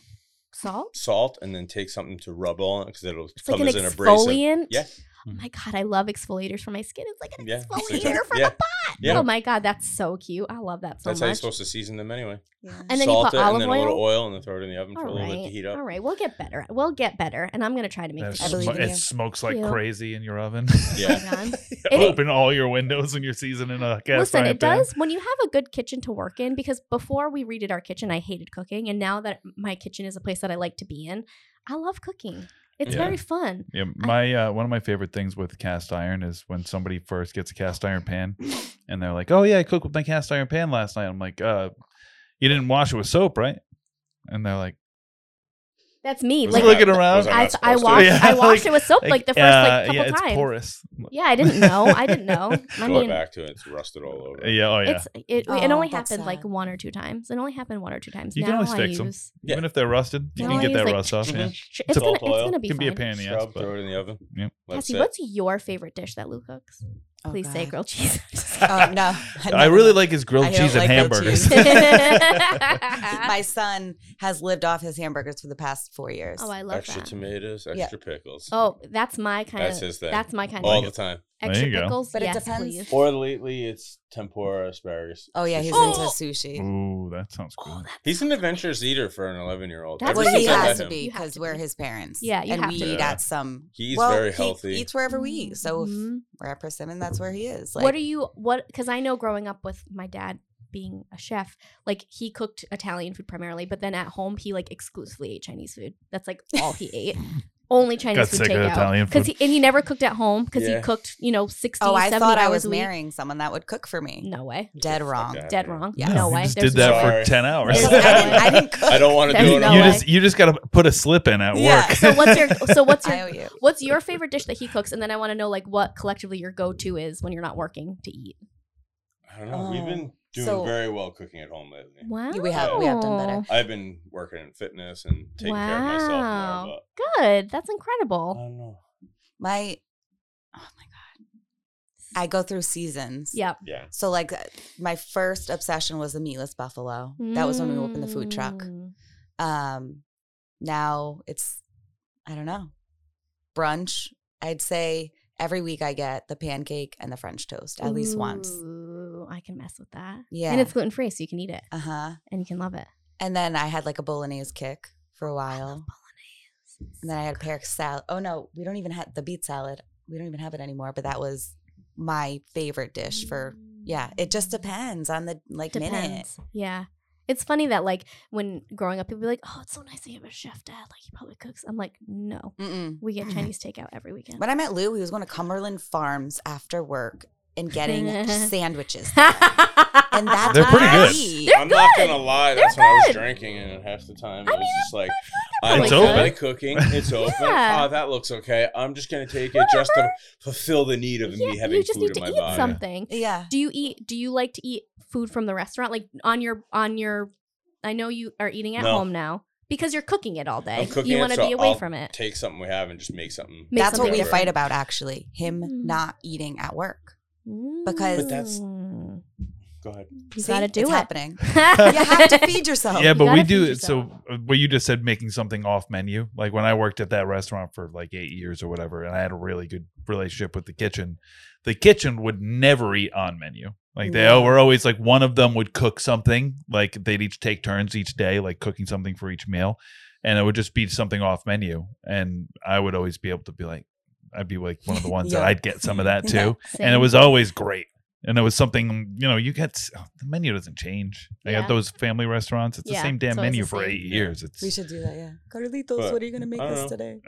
Speaker 2: Salt.
Speaker 4: salt and then take something to rub on because it'll
Speaker 2: It's
Speaker 4: come
Speaker 2: like an
Speaker 4: as an abrasive.
Speaker 2: exfoliant.
Speaker 4: Yeah.
Speaker 2: Oh
Speaker 3: Mm.
Speaker 2: my god, I love exfoliators for my skin. It's like an
Speaker 4: Yeah, it's
Speaker 2: exfoliator
Speaker 4: exact-
Speaker 2: for
Speaker 4: yeah,
Speaker 2: the pot.
Speaker 4: yeah.
Speaker 2: Oh my god, that's so cute. I love that so
Speaker 4: That's how you're
Speaker 2: much.
Speaker 4: supposed to season them anyway.
Speaker 2: and then you
Speaker 4: Salt
Speaker 2: put
Speaker 4: it
Speaker 2: olive
Speaker 4: and then
Speaker 2: oil.
Speaker 4: a little oil and then throw it in the oven for a
Speaker 2: All
Speaker 4: little bit to
Speaker 2: right.
Speaker 4: heat up.
Speaker 2: All right. We'll get better. We'll get better. And I'm gonna try to make
Speaker 1: That
Speaker 2: this.
Speaker 3: I
Speaker 1: sm-
Speaker 3: believe in
Speaker 1: it
Speaker 3: you.
Speaker 1: smokes like
Speaker 2: Cute.
Speaker 1: crazy in your oven.
Speaker 4: Yeah. Oh.
Speaker 2: It-
Speaker 1: Open all your windows when you're seasoning a cast
Speaker 2: Listen,
Speaker 1: iron
Speaker 2: it
Speaker 1: pan.
Speaker 2: does when you have a good kitchen to work in. Because before we redid our kitchen, I hated cooking, and now that my kitchen is a place that I like to be in, I love cooking. It's
Speaker 1: Yeah.
Speaker 2: very fun.
Speaker 1: Yeah, my uh, one of my favorite things with cast iron is when somebody first gets a cast iron pan, and they're like, "Oh yeah, I cooked with my cast iron pan last night." I'm like, "Uh, you didn't wash it with soap, right?" And they're like,
Speaker 2: That's me.
Speaker 4: Was
Speaker 2: Like
Speaker 4: it
Speaker 1: looking
Speaker 4: not-
Speaker 1: around.
Speaker 4: was
Speaker 2: I,
Speaker 4: not
Speaker 2: I
Speaker 4: supposed to?
Speaker 2: washed
Speaker 1: Yeah,
Speaker 2: I washed
Speaker 1: like-
Speaker 2: it with soap like, the first like
Speaker 1: uh,
Speaker 2: couple
Speaker 1: yeah, it's
Speaker 2: times.
Speaker 1: porous.
Speaker 2: Yeah, I didn't know. I didn't know. I
Speaker 4: Go
Speaker 2: mean,
Speaker 4: back to it. It's rusted all over.
Speaker 1: Yeah, oh yeah.
Speaker 2: it's it, it
Speaker 3: Oh,
Speaker 2: only
Speaker 3: that's
Speaker 2: happened like
Speaker 3: sad.
Speaker 2: one or two times. It only happened one or two times.
Speaker 1: You
Speaker 2: now
Speaker 1: can always
Speaker 2: I
Speaker 1: fix 'em.
Speaker 2: use,
Speaker 4: Yeah.
Speaker 1: Even if they're rusted, you
Speaker 2: now
Speaker 1: can
Speaker 2: I
Speaker 1: get
Speaker 2: use,
Speaker 1: that
Speaker 2: like,
Speaker 1: rust off. Yeah.
Speaker 2: It's gonna, it's
Speaker 4: Tulpa oil.
Speaker 2: gonna be
Speaker 1: Can be a
Speaker 2: fine.
Speaker 1: pain in the ass.
Speaker 4: Scrub,
Speaker 1: but-
Speaker 4: throw it in the oven.
Speaker 1: Yep.
Speaker 4: Let it
Speaker 2: Cassie,
Speaker 4: sit.
Speaker 2: what's your favorite dish that Lou cooks?
Speaker 3: Oh,
Speaker 2: Please say
Speaker 3: God.
Speaker 2: grilled cheese.
Speaker 3: Oh no!
Speaker 1: I
Speaker 3: never
Speaker 1: really
Speaker 3: know.
Speaker 1: like his grilled
Speaker 3: I don't
Speaker 1: cheese and
Speaker 3: like grilled
Speaker 1: hamburgers.
Speaker 3: cheese.
Speaker 2: My-
Speaker 3: My son has lived off his hamburgers for the past four years.
Speaker 2: oh, I love
Speaker 4: extra
Speaker 2: that.
Speaker 4: tomatoes,
Speaker 3: Yeah.
Speaker 4: extra pickles.
Speaker 2: Oh, that's my kind
Speaker 4: that's
Speaker 2: of.
Speaker 4: his thing.
Speaker 2: That's my kind
Speaker 4: all
Speaker 2: of.
Speaker 4: the time.
Speaker 2: Extra
Speaker 1: There you go.
Speaker 2: pickles,
Speaker 3: But it
Speaker 2: yes,
Speaker 3: depends.
Speaker 2: please.
Speaker 4: Or lately, it's tempura asparagus.
Speaker 3: oh yeah, he's
Speaker 4: Sushi.
Speaker 3: into
Speaker 1: Ooh,
Speaker 2: Oh.
Speaker 3: sushi.
Speaker 4: Mm.
Speaker 1: that sounds
Speaker 2: Oh,
Speaker 1: good.
Speaker 2: that's
Speaker 4: He's an adventurous eater for an 11 year old.
Speaker 2: That's
Speaker 3: Well,
Speaker 2: what
Speaker 3: he
Speaker 2: I said.
Speaker 3: has
Speaker 2: Yeah.
Speaker 3: to be
Speaker 2: You have
Speaker 3: because
Speaker 2: to
Speaker 3: we're
Speaker 2: be.
Speaker 3: his parents.
Speaker 2: Yeah, you
Speaker 3: and
Speaker 2: have
Speaker 3: we
Speaker 2: to
Speaker 3: eat
Speaker 4: be.
Speaker 3: at some.
Speaker 4: He's
Speaker 3: well,
Speaker 4: very
Speaker 3: he
Speaker 4: healthy.
Speaker 3: eats wherever we eat. So if
Speaker 2: Mhm.
Speaker 3: we're at Persimmon, that's where he is. Like,
Speaker 2: what are you? What? Because I know growing up with my dad being a chef, like he cooked Italian food primarily, but then at home he like exclusively ate Chinese food. That's like all he ate. Only Chinese
Speaker 1: Got
Speaker 2: food
Speaker 1: sick of
Speaker 2: takeout.
Speaker 1: Italian
Speaker 2: Because
Speaker 1: food.
Speaker 2: he and he never cooked at home because
Speaker 4: Yeah.
Speaker 2: he cooked you know 60,
Speaker 3: Oh, I
Speaker 2: 70
Speaker 3: thought
Speaker 2: hours
Speaker 3: I was
Speaker 2: a week.
Speaker 3: marrying someone that would cook for me.
Speaker 2: No way.
Speaker 3: Dead
Speaker 4: Fuck
Speaker 3: wrong.
Speaker 4: that.
Speaker 2: Dead wrong.
Speaker 3: Yeah.
Speaker 2: No
Speaker 1: You
Speaker 2: way.
Speaker 1: just
Speaker 2: There's
Speaker 1: did that
Speaker 2: no way.
Speaker 1: for ten hours.
Speaker 2: There's
Speaker 3: Because I, didn't, I didn't cook.
Speaker 4: I don't want to do
Speaker 2: There's
Speaker 4: it.
Speaker 2: no
Speaker 1: you
Speaker 2: way.
Speaker 1: just you just gotta put a slip in at
Speaker 3: Yeah.
Speaker 1: work.
Speaker 2: So what's your so what's
Speaker 3: I
Speaker 2: your
Speaker 3: owe you.
Speaker 2: what's your favorite dish that he cooks? And then I want to know like what collectively your go to is when you're not working to eat.
Speaker 4: I don't know. We've been doing
Speaker 2: Oh.
Speaker 3: So-
Speaker 4: very well cooking at home lately.
Speaker 2: Wow.
Speaker 3: We have- we have done better.
Speaker 4: I've been working in fitness and taking care of myself more,
Speaker 2: Wow. Oh. Good. That's incredible.
Speaker 4: but
Speaker 3: Oh.
Speaker 4: I don't know.
Speaker 3: My, oh my god, I go through seasons.
Speaker 2: Yep.
Speaker 4: Yeah.
Speaker 3: So like, uh, my first obsession was the meatless buffalo. That was when we opened the food truck.
Speaker 2: Mm.
Speaker 3: Um, now it's, I don't know, brunch. I'd say every week I get the pancake and the French toast at least once.
Speaker 2: Ooh, I can mess with that.
Speaker 3: Yeah.
Speaker 2: And it's gluten free, so you can eat it
Speaker 3: Uh huh.
Speaker 2: and you can love it.
Speaker 3: And then I had like a bolognese kick for a
Speaker 2: I love
Speaker 3: while.
Speaker 2: bolognese.
Speaker 3: And then I had a pear salad. Oh no, we don't even have the beet salad. We don't even have it anymore. But that was my favorite
Speaker 2: Mm.
Speaker 3: dish for yeah. It just depends on the like minute.
Speaker 2: Depends. Yeah. It's funny that like when growing up, people be like, "Oh, it's so nice that you have a chef dad. Like he probably cooks." I'm like, "No,
Speaker 3: Mm-mm.
Speaker 2: we get Chinese takeout every weekend."
Speaker 3: When Mm. I met Lou, he was going to Cumberland Farms after work and getting sandwiches. And
Speaker 2: and
Speaker 3: that's
Speaker 1: They're pretty
Speaker 3: what
Speaker 1: good.
Speaker 3: I eat.
Speaker 2: They're
Speaker 4: I'm not
Speaker 2: good.
Speaker 4: gonna lie.
Speaker 2: They're
Speaker 4: That's when I
Speaker 2: good.
Speaker 4: was drinking, and half the time it
Speaker 2: I
Speaker 4: was
Speaker 2: mean,
Speaker 4: just like,
Speaker 2: I
Speaker 4: I
Speaker 1: feel like they're
Speaker 4: don't feel
Speaker 1: probably
Speaker 4: like cooking. It's open.
Speaker 2: Yeah.
Speaker 4: Ah, that looks okay. I'm just gonna take it just to fulfill the need of me
Speaker 2: yeah,
Speaker 4: having
Speaker 2: you just
Speaker 4: food
Speaker 2: need
Speaker 4: in
Speaker 2: to
Speaker 4: my
Speaker 2: eat
Speaker 4: body.
Speaker 2: something.
Speaker 3: Yeah.
Speaker 2: Do you eat? Do you like to eat food from the restaurant? Like on your on your, I know you are eating at
Speaker 4: No.
Speaker 2: home now because you're cooking it all day.
Speaker 4: I'm cooking
Speaker 2: you
Speaker 4: it,
Speaker 2: want to
Speaker 4: so
Speaker 2: be away
Speaker 4: I'll
Speaker 2: from it.
Speaker 4: Take something we have and just make something.
Speaker 2: Make
Speaker 3: that's what
Speaker 2: something
Speaker 3: we
Speaker 4: different.
Speaker 3: fight about actually. Him
Speaker 2: Mm.
Speaker 3: not eating at work. because-
Speaker 4: But that's-
Speaker 2: Mm.
Speaker 4: Go ahead.
Speaker 2: you
Speaker 3: See?
Speaker 2: gotta do
Speaker 3: it's
Speaker 2: it.
Speaker 3: happening. you have to feed yourself.
Speaker 1: yeah, but we
Speaker 2: gotta feed
Speaker 1: do it.
Speaker 2: yourself.
Speaker 1: So uh, what you just said, making something off menu. Like when I worked at that restaurant for like eight years or whatever, and I had a really good relationship with the kitchen. The kitchen would never eat on menu. Like they
Speaker 2: No.
Speaker 1: were always like one of them would cook something. Like they'd each take turns each day, like cooking something for each meal, and it would just be something off menu. And I would always be able to be like, I'd be like one of the ones that
Speaker 3: Yeah.
Speaker 1: I'd get some of that too,
Speaker 3: Yeah.
Speaker 1: and it
Speaker 2: Same.
Speaker 1: was always great. And it was something, you know, you get s- oh, the menu doesn't change. I
Speaker 2: Yeah.
Speaker 1: got those family restaurants. It's
Speaker 2: Yeah,
Speaker 1: the same
Speaker 2: it's
Speaker 1: damn
Speaker 2: always
Speaker 1: menu
Speaker 2: the
Speaker 1: for
Speaker 2: same.
Speaker 1: eight years. It's
Speaker 3: We should do that, yeah. Carlitos,
Speaker 4: But,
Speaker 3: what are you gonna make
Speaker 4: I don't
Speaker 3: us
Speaker 4: know.
Speaker 3: today?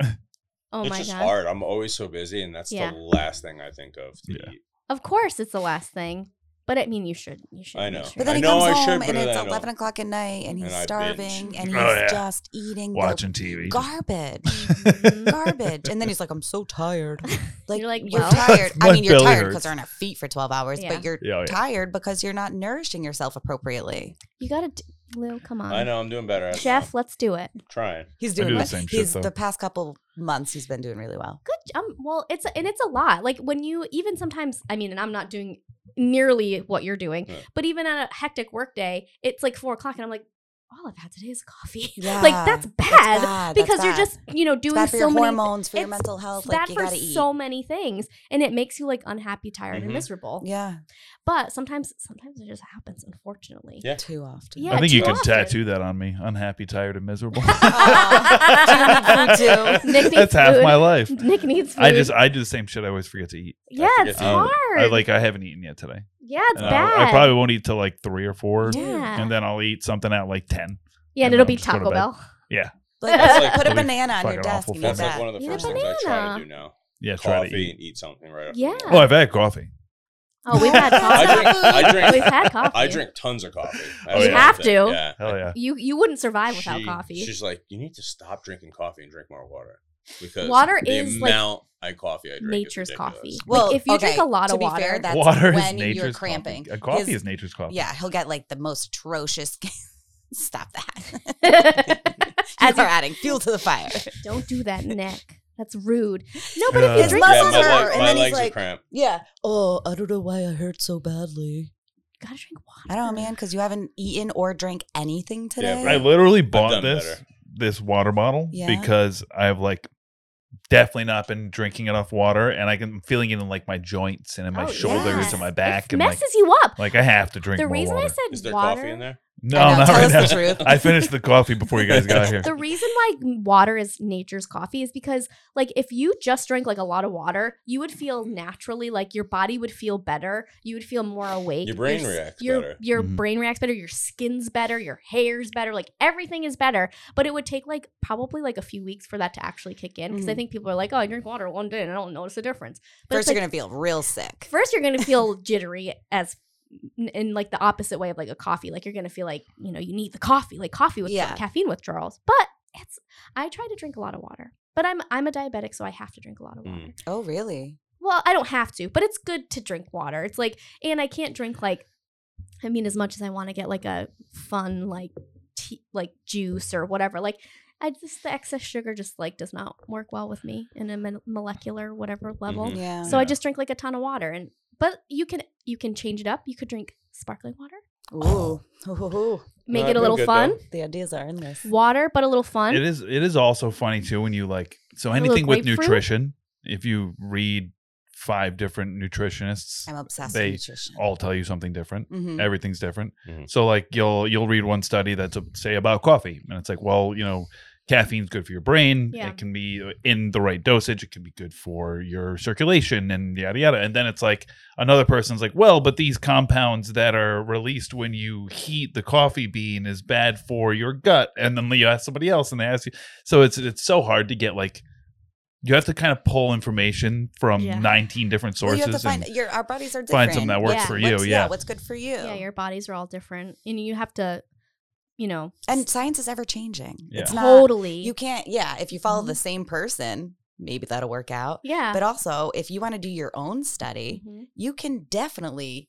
Speaker 2: Oh
Speaker 4: it's
Speaker 2: my
Speaker 4: just
Speaker 2: god!
Speaker 4: hard. I'm always so busy, and that's
Speaker 2: Yeah.
Speaker 4: the last thing I think of to
Speaker 1: Yeah.
Speaker 4: eat.
Speaker 2: Of course, it's the last thing. But I mean, you should. You should.
Speaker 4: I
Speaker 2: make
Speaker 4: know.
Speaker 2: sure
Speaker 3: But then
Speaker 4: I
Speaker 3: he
Speaker 4: know
Speaker 3: comes
Speaker 4: I
Speaker 3: home
Speaker 4: should, but
Speaker 3: and
Speaker 4: then
Speaker 3: it's
Speaker 4: I don't.
Speaker 3: eleven o'clock at night, and he's
Speaker 4: And I
Speaker 3: starving,
Speaker 4: binge.
Speaker 3: and he's
Speaker 1: Oh, yeah.
Speaker 3: just eating the
Speaker 1: watching TV.
Speaker 3: garbage,
Speaker 2: Mhm.
Speaker 3: garbage. And then he's like, "I'm so tired." Like
Speaker 2: You're
Speaker 3: you're,
Speaker 2: like,
Speaker 3: like,
Speaker 2: well-
Speaker 3: tired. I
Speaker 1: My
Speaker 3: mean, you're
Speaker 1: belly
Speaker 3: tired
Speaker 1: hurts.
Speaker 3: because they're on a feet for twelve hours,
Speaker 2: Yeah.
Speaker 3: but you're
Speaker 1: Yeah, oh, yeah.
Speaker 3: tired because you're not nourishing yourself appropriately.
Speaker 2: You gotta, d- Lou. Come on.
Speaker 4: I know I'm doing better. at it
Speaker 2: Chef,
Speaker 4: now.
Speaker 2: let's do it.
Speaker 4: I'm trying.
Speaker 3: He's
Speaker 1: do
Speaker 3: doing
Speaker 1: the
Speaker 3: well.
Speaker 1: same shit,
Speaker 3: he's
Speaker 1: though.
Speaker 3: the past couple months he's been doing really well.
Speaker 2: Good. j- Um. Well, it's a- and it's a lot. Like when you even sometimes. I mean, and I'm not doing nearly what you're doing,
Speaker 4: Yeah.
Speaker 2: but even on a hectic workday, it's like four o'clock, and I'm like, all I've had today is coffee.
Speaker 3: Yeah,
Speaker 2: like that's bad,
Speaker 3: bad, that's
Speaker 2: because you're
Speaker 3: bad.
Speaker 2: just you know
Speaker 3: It's
Speaker 2: doing
Speaker 3: bad for
Speaker 2: so
Speaker 3: your
Speaker 2: many.
Speaker 3: hormones, for your
Speaker 2: it's
Speaker 3: mental health.
Speaker 2: it's
Speaker 3: Like
Speaker 2: bad
Speaker 3: you
Speaker 2: for
Speaker 3: gotta eat.
Speaker 2: so many things, and it makes you like unhappy, tired, and
Speaker 1: Mm-hmm.
Speaker 4: Mhm.
Speaker 2: miserable.
Speaker 3: Yeah,
Speaker 2: But sometimes, sometimes it just happens. Unfortunately.
Speaker 4: Yeah.
Speaker 3: too often.
Speaker 2: Yeah.
Speaker 1: I think you
Speaker 2: too
Speaker 1: can
Speaker 2: often.
Speaker 1: tattoo that on me. Unhappy, tired, and miserable.
Speaker 3: Aw. Do you need food, too?
Speaker 2: Nick needs
Speaker 1: That's half
Speaker 2: food.
Speaker 1: my life.
Speaker 2: Nick needs food.
Speaker 1: I just I do the same shit. I always forget to eat. Oh,
Speaker 2: yeah,
Speaker 4: forget
Speaker 2: it's
Speaker 4: to eat. Um,
Speaker 2: hard.
Speaker 1: I like I haven't eaten yet today.
Speaker 2: yeah, it's
Speaker 1: And
Speaker 2: bad.
Speaker 1: I, I probably won't eat till like three or four,
Speaker 2: yeah,
Speaker 1: and then I'll eat something at like ten.
Speaker 2: yeah,
Speaker 1: and
Speaker 2: and it'll
Speaker 1: then
Speaker 2: be
Speaker 1: I'll just go to
Speaker 2: Taco
Speaker 1: bed.
Speaker 2: Bell.
Speaker 3: Like,
Speaker 2: That's
Speaker 4: like
Speaker 3: put a
Speaker 1: really
Speaker 3: banana on
Speaker 1: fucking
Speaker 3: your desk
Speaker 1: awful for
Speaker 3: and eat
Speaker 4: That's
Speaker 1: me.
Speaker 3: that.
Speaker 4: like one of the
Speaker 2: Eat a
Speaker 4: first things I try
Speaker 2: banana.
Speaker 4: to do now.
Speaker 1: Yeah, try to
Speaker 4: Coffee
Speaker 1: eat.
Speaker 4: and eat something right after.
Speaker 2: Yeah.
Speaker 4: meal.
Speaker 1: Oh, I've had coffee.
Speaker 2: Oh, we've had
Speaker 4: I
Speaker 2: coffee.
Speaker 4: drink, I drink,
Speaker 2: We've had coffee.
Speaker 4: I drink tons of coffee.
Speaker 1: Oh,
Speaker 4: That's
Speaker 1: you
Speaker 4: the
Speaker 2: have
Speaker 4: thing.
Speaker 2: to.
Speaker 4: Yeah.
Speaker 1: Hell yeah.
Speaker 2: You you wouldn't survive without
Speaker 4: She-
Speaker 2: coffee.
Speaker 4: She's like, you need to stop drinking coffee and drink more water because
Speaker 2: Water
Speaker 4: the
Speaker 2: is, like,
Speaker 4: amount I coffee I drink. is
Speaker 2: nature's
Speaker 4: ridiculous.
Speaker 2: coffee.
Speaker 3: Well,
Speaker 2: if you drink
Speaker 3: okay,
Speaker 2: a lot
Speaker 3: to
Speaker 2: of
Speaker 3: be
Speaker 2: water,
Speaker 3: fair, that's
Speaker 1: Water is
Speaker 3: when
Speaker 1: nature's
Speaker 3: you're cramping.
Speaker 1: Coffee. A coffee
Speaker 3: His-
Speaker 1: is nature's coffee.
Speaker 3: Yeah, he'll get like the most atrocious. Stop that.
Speaker 2: As
Speaker 3: As
Speaker 2: you-
Speaker 3: you're adding fuel to the fire.
Speaker 2: don't do that, Nick. That's rude. No, but if
Speaker 1: His
Speaker 2: you
Speaker 4: Yeah,
Speaker 2: drink
Speaker 4: my,
Speaker 2: a
Speaker 3: muscles
Speaker 2: lot,
Speaker 3: are-
Speaker 4: leg,
Speaker 3: and
Speaker 4: my
Speaker 3: then he's
Speaker 4: legs
Speaker 3: like-
Speaker 4: are cramped.
Speaker 3: Yeah. Oh, I don't know why I hurt so badly.
Speaker 2: gotta drink water.
Speaker 3: I don't know, man, because you haven't eaten or drank anything today.
Speaker 1: I literally bought
Speaker 4: done
Speaker 1: this
Speaker 4: better.
Speaker 1: this water bottle
Speaker 3: Yeah.
Speaker 1: because I've like definitely not been drinking enough water, and I can feeling it in like my joints and in my
Speaker 2: Oh,
Speaker 1: shoulders
Speaker 2: yes.
Speaker 1: and my
Speaker 2: It
Speaker 1: back, and
Speaker 2: messes
Speaker 1: like
Speaker 2: you up.
Speaker 1: like I have to drink
Speaker 2: The
Speaker 1: more
Speaker 2: reason
Speaker 1: water.
Speaker 2: I
Speaker 4: Is
Speaker 2: said
Speaker 4: there
Speaker 2: water.
Speaker 4: coffee in there?
Speaker 1: no,
Speaker 3: I know,
Speaker 1: not
Speaker 3: tell
Speaker 1: right
Speaker 3: us
Speaker 1: now.
Speaker 3: the truth.
Speaker 1: I finished the coffee before you guys got here.
Speaker 2: The reason why water is nature's coffee is because like if you just drank like a lot of water, you would feel naturally like your body would feel better. You would feel more awake.
Speaker 4: Your brain
Speaker 2: s-
Speaker 4: reacts
Speaker 2: your,
Speaker 4: better.
Speaker 2: Your
Speaker 1: Mhm.
Speaker 2: brain reacts better. Your skin's better. Your hair's better. Like everything is better. But it would take like probably like a few weeks for that to actually kick in because I
Speaker 3: Mhm.
Speaker 2: think people are like, oh, I drink water one day and I don't notice a difference. But
Speaker 3: First,
Speaker 2: it's
Speaker 3: you're
Speaker 2: like,
Speaker 3: gonna feel real sick.
Speaker 2: first you're gonna feel jittery as in- in like the opposite way of like a coffee like you're gonna feel like you know you need the coffee like coffee with
Speaker 3: Yeah.
Speaker 2: caffeine withdrawals but it's i try to drink a lot of water but i'm i'm a diabetic so i have to drink a lot of water
Speaker 4: Mm.
Speaker 3: Oh, really?
Speaker 2: well i don't have to but it's good to drink water it's like and i can't drink like i mean as much as i want to get like a fun like tea like juice or whatever like i just the excess sugar just like does not work well with me in a mon- molecular whatever level
Speaker 1: Mm.
Speaker 4: Mhm.
Speaker 3: Yeah.
Speaker 2: so I
Speaker 1: Yeah.
Speaker 2: just drink like a ton of water and but you can you can change it up. You could drink sparkling water.
Speaker 3: Ooh. Ooh.
Speaker 2: Make
Speaker 4: No,
Speaker 2: it
Speaker 4: I've
Speaker 2: a
Speaker 4: been
Speaker 2: little
Speaker 4: good,
Speaker 2: fun.
Speaker 3: The ideas are endless.
Speaker 2: Water, but a little fun.
Speaker 1: It is it is also funny too when you like so
Speaker 2: little
Speaker 1: anything with
Speaker 2: grapefruit?
Speaker 1: nutrition, if you read five different nutritionists,
Speaker 3: I'm obsessed
Speaker 1: They
Speaker 3: with nutrition.
Speaker 1: all tell you something different.
Speaker 3: Mhm.
Speaker 1: Everything's different.
Speaker 4: Mhm.
Speaker 1: So like you'll you'll read one study that's a, say about coffee and it's like, well, you know, caffeine's good for your brain.
Speaker 2: Yeah.
Speaker 1: It can be uh, in the right dosage, it can be good for your circulation and yada yada. And then it's like another person's like, well, but these compounds that are released when you heat the coffee bean is bad for your gut. And then you ask somebody else, and they ask you. So it's it's so hard to get like you have to kind of pull information from
Speaker 2: Yeah.
Speaker 1: 19 different
Speaker 3: Well,
Speaker 1: sources.
Speaker 3: you have to find
Speaker 1: and
Speaker 3: your our bodies are different.
Speaker 1: find something that works
Speaker 2: Yeah.
Speaker 1: for
Speaker 3: What's-
Speaker 1: you. yeah.
Speaker 3: What's good for you?
Speaker 2: yeah, your bodies are all different. And you have to, you know,
Speaker 3: and science is ever changing.
Speaker 1: Yeah.
Speaker 3: It's not.
Speaker 2: totally Mm-hmm.
Speaker 3: You can't. Yeah. If you follow the same person, maybe that'll work out.
Speaker 2: Yeah.
Speaker 3: But also, if you want to do your own study,
Speaker 2: Mhm.
Speaker 3: you can definitely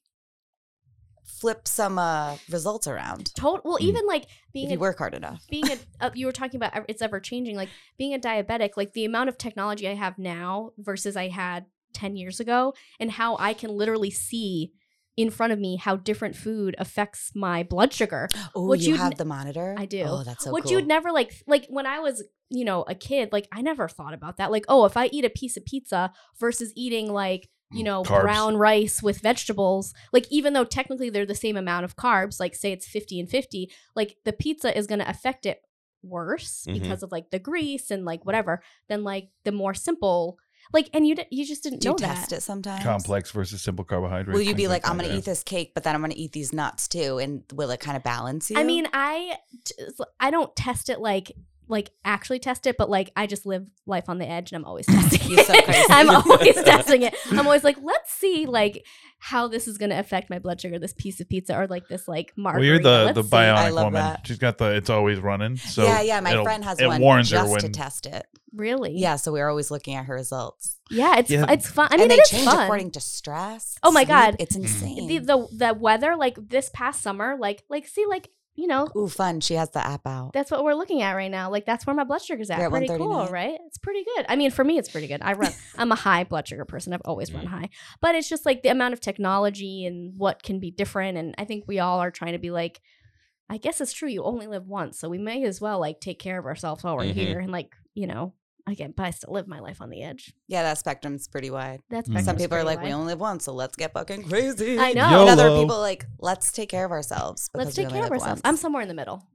Speaker 3: flip some uh, results around
Speaker 2: Tot- well,
Speaker 1: Mm.
Speaker 2: even like being
Speaker 3: if
Speaker 2: a
Speaker 3: you work hard enough.
Speaker 2: being a uh, you were talking about ev- it's ever changing like being a diabetic like the amount of technology i have now versus i had 10 years ago and how i can literally see in front of me how different food affects my blood sugar
Speaker 3: Oh,
Speaker 2: What
Speaker 3: you
Speaker 2: you'd
Speaker 3: have
Speaker 2: n-
Speaker 3: the monitor.
Speaker 2: I do.
Speaker 3: Oh, that's so
Speaker 2: What
Speaker 3: cool.
Speaker 2: you'd never like like when i was you know a kid like i never thought about that like oh if i eat a piece of pizza versus eating like you
Speaker 3: Mm,
Speaker 2: know
Speaker 1: Carbs.
Speaker 2: brown rice with vegetables like even though technically they're the same amount of carbs like say it's 50 and 50 like the pizza is going to affect it worse
Speaker 3: Mm-hmm.
Speaker 4: Mhm.
Speaker 2: because of like the grease and like whatever than like the more simple like and you d- you just didn't
Speaker 3: do you
Speaker 2: know that
Speaker 3: test it sometimes.
Speaker 1: complex versus simple carbohydrate.
Speaker 3: Will you be
Speaker 1: things
Speaker 3: like, I'm
Speaker 1: that,
Speaker 3: going to
Speaker 1: yeah.
Speaker 3: eat this cake, but then I'm going to eat these nuts too? And will it kind of balance you?
Speaker 2: I mean, I t- it's l- I don't test it like like actually test it, but like I just live life on the edge, and I'm always testing
Speaker 3: You're
Speaker 2: it.
Speaker 3: so crazy.
Speaker 2: I'm always testing it. I'm always like, let's see like how this is going to affect my blood sugar. This piece of pizza or like this like
Speaker 1: Well,
Speaker 2: margarita.
Speaker 1: you're the
Speaker 2: Let's
Speaker 1: the
Speaker 2: see.
Speaker 3: I
Speaker 1: bionic
Speaker 3: love
Speaker 1: woman.
Speaker 3: that.
Speaker 1: She's got the it's always running. So
Speaker 3: yeah, yeah. My
Speaker 1: it'll-
Speaker 3: friend has
Speaker 1: it
Speaker 3: one
Speaker 1: warns her
Speaker 3: just to
Speaker 1: when-
Speaker 3: test it.
Speaker 2: Really?
Speaker 3: Yeah, so we're always looking at her results.
Speaker 2: Yeah. It's
Speaker 1: Yeah.
Speaker 2: fu- it's fun. I mean,
Speaker 3: and they
Speaker 2: it is
Speaker 3: change
Speaker 2: fun.
Speaker 3: according to stress.
Speaker 2: Oh my
Speaker 3: sleep.
Speaker 2: God.
Speaker 3: It's
Speaker 1: Mm.
Speaker 3: insane.
Speaker 2: the, the the weather like this past summer, like like see like you know
Speaker 3: Ooh, fun. She has the app out.
Speaker 2: that's what we're looking at right now. Like that's where my blood sugar's at.
Speaker 3: You're at
Speaker 2: pretty cool,
Speaker 3: 139.
Speaker 2: right? It's pretty good. I mean, for me, it's pretty good. I run. I'm a high blood sugar person. I've always run high, but it's just like the amount of technology and what can be different. And I think we all are trying to be like, I guess it's true. You only live once, so we may as well like take care of ourselves while we're
Speaker 4: Mhm.
Speaker 2: here. And like you know, again, but I still live my life on the edge.
Speaker 3: Yeah, that spectrum's pretty wide.
Speaker 2: That's
Speaker 1: Mhm.
Speaker 3: Some
Speaker 2: spectrum's
Speaker 3: people are
Speaker 2: pretty
Speaker 3: like, we
Speaker 2: wide.
Speaker 3: only live once, so let's get fucking crazy.
Speaker 2: I know.
Speaker 1: Yo.
Speaker 3: And other
Speaker 1: YOLO.
Speaker 3: people are like, let's take care of ourselves.
Speaker 2: Let's
Speaker 3: because we
Speaker 2: take
Speaker 3: only
Speaker 2: care of
Speaker 3: live
Speaker 2: ourselves.
Speaker 3: once."
Speaker 2: I'm somewhere in the middle.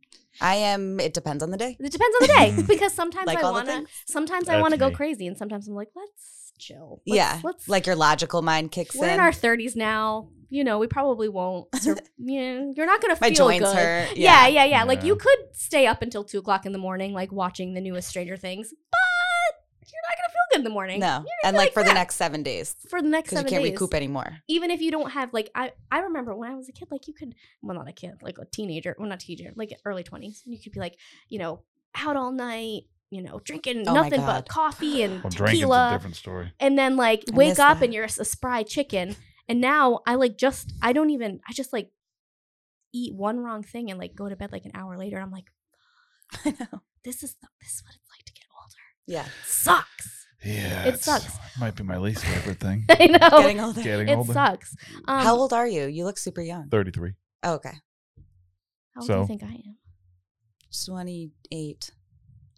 Speaker 3: I am. It depends on the day.
Speaker 2: It depends on the day
Speaker 1: Mhm.
Speaker 2: because sometimes
Speaker 3: Like
Speaker 2: I
Speaker 3: all the
Speaker 2: want to.
Speaker 3: things.
Speaker 2: Sometimes I
Speaker 1: That's
Speaker 2: want to go
Speaker 1: me.
Speaker 2: crazy, and sometimes I'm like, let's chill. Let's-
Speaker 3: yeah,
Speaker 2: let's
Speaker 3: like your logical mind kicks
Speaker 2: we're
Speaker 3: in.
Speaker 2: in our 30s now. You know, we probably won't. Sur- yeah, you're not going to feel
Speaker 3: My joints
Speaker 2: good.
Speaker 3: hurt.
Speaker 2: Yeah. yeah,
Speaker 3: Yeah.
Speaker 2: yeah, Like
Speaker 1: Yeah.
Speaker 2: you could stay up until two o'clock in the morning, like watching the newest Stranger Things, but you're not going to feel good in the morning.
Speaker 3: No.
Speaker 2: You're
Speaker 3: And
Speaker 2: gonna
Speaker 3: like
Speaker 2: be
Speaker 3: for the
Speaker 2: "Crap,"
Speaker 3: next seven days
Speaker 2: for the next
Speaker 3: because you
Speaker 2: seven
Speaker 3: can't
Speaker 2: days.
Speaker 3: recoup anymore.
Speaker 2: Even if you don't have like I, I remember when I was a kid, like you could well not a kid, like a teenager, well not teenager, like early twenties. You could be like, you know, out all night, you know, drinking
Speaker 3: Oh my
Speaker 2: nothing
Speaker 3: God.
Speaker 2: but coffee and
Speaker 1: Well, drinking's a
Speaker 2: tequila.
Speaker 1: different story.
Speaker 2: and then like
Speaker 3: I
Speaker 2: wake
Speaker 3: miss
Speaker 2: up
Speaker 3: that.
Speaker 2: and you're a spry chicken and now i like just i don't even i just like eat one wrong thing and like go to bed like an hour later and i'm like
Speaker 3: I know.
Speaker 2: this is this is what it's like to get older
Speaker 3: Yeah.
Speaker 2: sucks
Speaker 1: Yeah,
Speaker 2: It
Speaker 1: it's- uh,
Speaker 2: sucks.
Speaker 1: Might be my least favorite thing.
Speaker 2: i know
Speaker 3: Getting older.
Speaker 1: Getting
Speaker 2: it
Speaker 1: older.
Speaker 2: sucks Oh. um,
Speaker 3: How old are you? You look super young.
Speaker 1: Thirty-three.
Speaker 3: Oh, okay.
Speaker 2: how old do
Speaker 1: So-
Speaker 2: you think i am
Speaker 3: 28.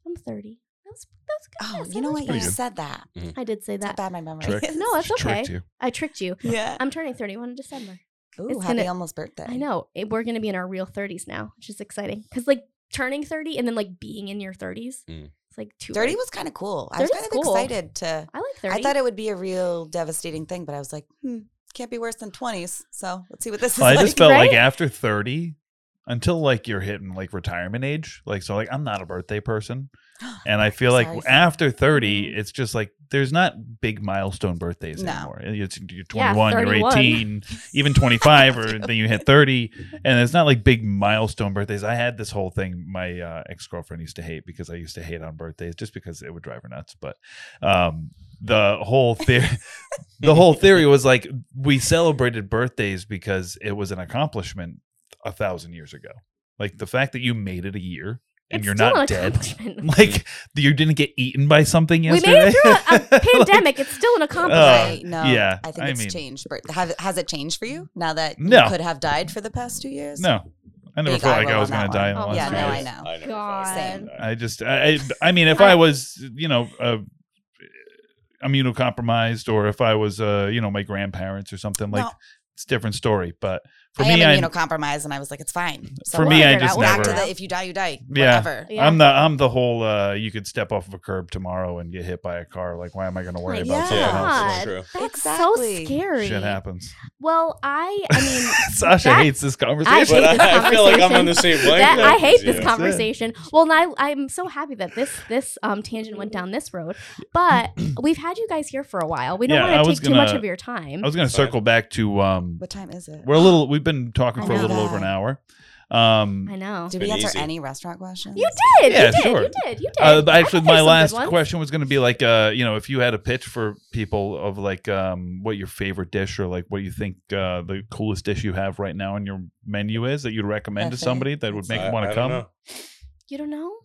Speaker 2: i'm 30 that's that's good
Speaker 3: Oh,
Speaker 2: guess.
Speaker 3: you
Speaker 2: I
Speaker 3: know
Speaker 2: like
Speaker 3: what? You
Speaker 1: pretty
Speaker 2: that.
Speaker 1: good.
Speaker 3: said that.
Speaker 2: i did say
Speaker 3: Not
Speaker 2: that
Speaker 3: bad, my memory.
Speaker 4: Trick.
Speaker 3: is.
Speaker 2: no that's
Speaker 1: She
Speaker 2: okay
Speaker 1: tricked you.
Speaker 2: i tricked you
Speaker 3: Yeah.
Speaker 2: i'm turning 31 in december
Speaker 3: Ooh,
Speaker 2: it's
Speaker 3: happy
Speaker 2: gonna-
Speaker 3: almost birthday.
Speaker 2: I know. It- we're going to be in our real 30s now, which is exciting. Because, like, turning 30 and then, like, being in your 30s,
Speaker 4: Mm.
Speaker 2: it's like too.
Speaker 3: 30
Speaker 2: late.
Speaker 3: was kind of cool. I
Speaker 2: 30 is
Speaker 3: was kind of
Speaker 2: cool.
Speaker 3: excited to.
Speaker 2: I like 30.
Speaker 3: I thought it would be a real devastating thing, but I was like, hmm, can't be worse than 20s. So let's see what this is.
Speaker 1: I
Speaker 3: like.
Speaker 1: just felt like
Speaker 2: right?
Speaker 1: after thirty, until like you're hitting like retirement age, like so, like I'm not a birthday person, and I feel like
Speaker 3: Sorry, Sam.
Speaker 1: after thirty,
Speaker 2: Mhm.
Speaker 1: it's just like there's not big milestone birthdays
Speaker 3: No.
Speaker 1: anymore. It's, you're
Speaker 2: Yeah,
Speaker 1: 21, you're
Speaker 2: 31.
Speaker 1: 18, even 25, or then you hit 30, and it's not like big milestone birthdays. I had this whole thing my uh, ex girlfriend used to hate because I used to hate on birthdays just because it would drive her nuts. But um, the whole theory, the whole theory was like we celebrated birthdays because it was an accomplishment a thousand years ago. Like the fact that you made it a year and
Speaker 2: It's
Speaker 1: you're
Speaker 2: still an
Speaker 1: not dead.
Speaker 2: accomplishment.
Speaker 1: Like you didn't get eaten by something
Speaker 2: we
Speaker 1: yesterday.
Speaker 2: made it through a, a
Speaker 1: Like,
Speaker 2: pandemic. it's still an accomplishment.
Speaker 1: uh,
Speaker 3: I know.
Speaker 1: yeah,
Speaker 3: I think
Speaker 1: I
Speaker 3: it's
Speaker 1: mean-
Speaker 3: changed. But have, has it changed for you now that
Speaker 1: No.
Speaker 3: you could have died for the past two years?
Speaker 1: no, I never
Speaker 3: Big
Speaker 1: felt
Speaker 3: eye
Speaker 1: like I
Speaker 3: roll
Speaker 1: was
Speaker 3: on
Speaker 1: going
Speaker 3: that Oh,
Speaker 1: to die in the last
Speaker 2: one.
Speaker 3: Yeah,
Speaker 1: few
Speaker 3: no,
Speaker 1: years.
Speaker 3: I know.
Speaker 4: I never
Speaker 2: God.
Speaker 4: thought
Speaker 3: Same.
Speaker 4: that.
Speaker 1: I just, I, I I mean, if I was, you know, uh, immunocompromised, or if I was, uh, you know, my grandparents or something like,
Speaker 3: No.
Speaker 1: it's a different story. But for
Speaker 3: I
Speaker 1: me,
Speaker 3: am
Speaker 1: I'm,
Speaker 3: immunocompromised, and I was like, it's fine. So
Speaker 1: for
Speaker 2: we'll
Speaker 1: me,
Speaker 2: figure
Speaker 1: I
Speaker 2: it
Speaker 1: just
Speaker 2: out. We'll
Speaker 3: back
Speaker 1: never.
Speaker 3: to the if you die, you die.
Speaker 1: Yeah.
Speaker 3: Whatever.
Speaker 2: Yeah.
Speaker 1: I'm the, I'm the whole. Uh, you could step off of a curb tomorrow and get hit by a car. Like, why am I going to worry
Speaker 2: Like,
Speaker 1: about
Speaker 3: yeah.
Speaker 1: something else?
Speaker 4: Yeah,
Speaker 2: God.
Speaker 4: that's true.
Speaker 2: That's so
Speaker 3: Exactly.
Speaker 2: scary.
Speaker 1: Shit happens.
Speaker 2: Well, I, I mean,
Speaker 1: Sasha
Speaker 2: that-
Speaker 1: hates this conversation.
Speaker 4: But
Speaker 2: hate this
Speaker 4: I, I feel like I'm on
Speaker 2: conversation.
Speaker 4: the same
Speaker 2: that,
Speaker 4: wavelength.
Speaker 2: I hate
Speaker 4: as
Speaker 2: this
Speaker 4: you.
Speaker 1: com-
Speaker 2: conversation. Well, and I, I'm so happy that this this um, tangent went down this road. But we've had you guys here for a while. We don't
Speaker 1: Yeah, I
Speaker 2: want to
Speaker 1: was
Speaker 2: take too much
Speaker 1: gonna-
Speaker 2: of your time.
Speaker 1: I was going to
Speaker 4: Sorry.
Speaker 1: circle back to. Um,
Speaker 3: What time is it?
Speaker 1: we're a little. We've been talking
Speaker 2: I
Speaker 1: for a
Speaker 2: know
Speaker 1: little
Speaker 3: that.
Speaker 1: over an hour. Um,
Speaker 2: I know.
Speaker 3: Did
Speaker 4: Been
Speaker 3: we answer
Speaker 4: easy.
Speaker 3: any restaurant questions?
Speaker 2: You did.
Speaker 1: Yeah,
Speaker 2: you did.
Speaker 1: sure.
Speaker 2: You did. You did.
Speaker 1: Uh,
Speaker 2: I
Speaker 1: but actually,
Speaker 2: thought there's
Speaker 1: my
Speaker 2: some good
Speaker 1: last
Speaker 2: ones.
Speaker 1: question was going to be like, uh, you know, if you had a pitch for people of like um, what your favorite dish or like what you think uh, the coolest dish you have right now in your menu is that you'd recommend to
Speaker 3: Buffet.
Speaker 1: somebody that would make
Speaker 4: I-
Speaker 1: them want
Speaker 4: I
Speaker 1: to
Speaker 4: don't
Speaker 1: come.
Speaker 4: know.
Speaker 2: You don't know?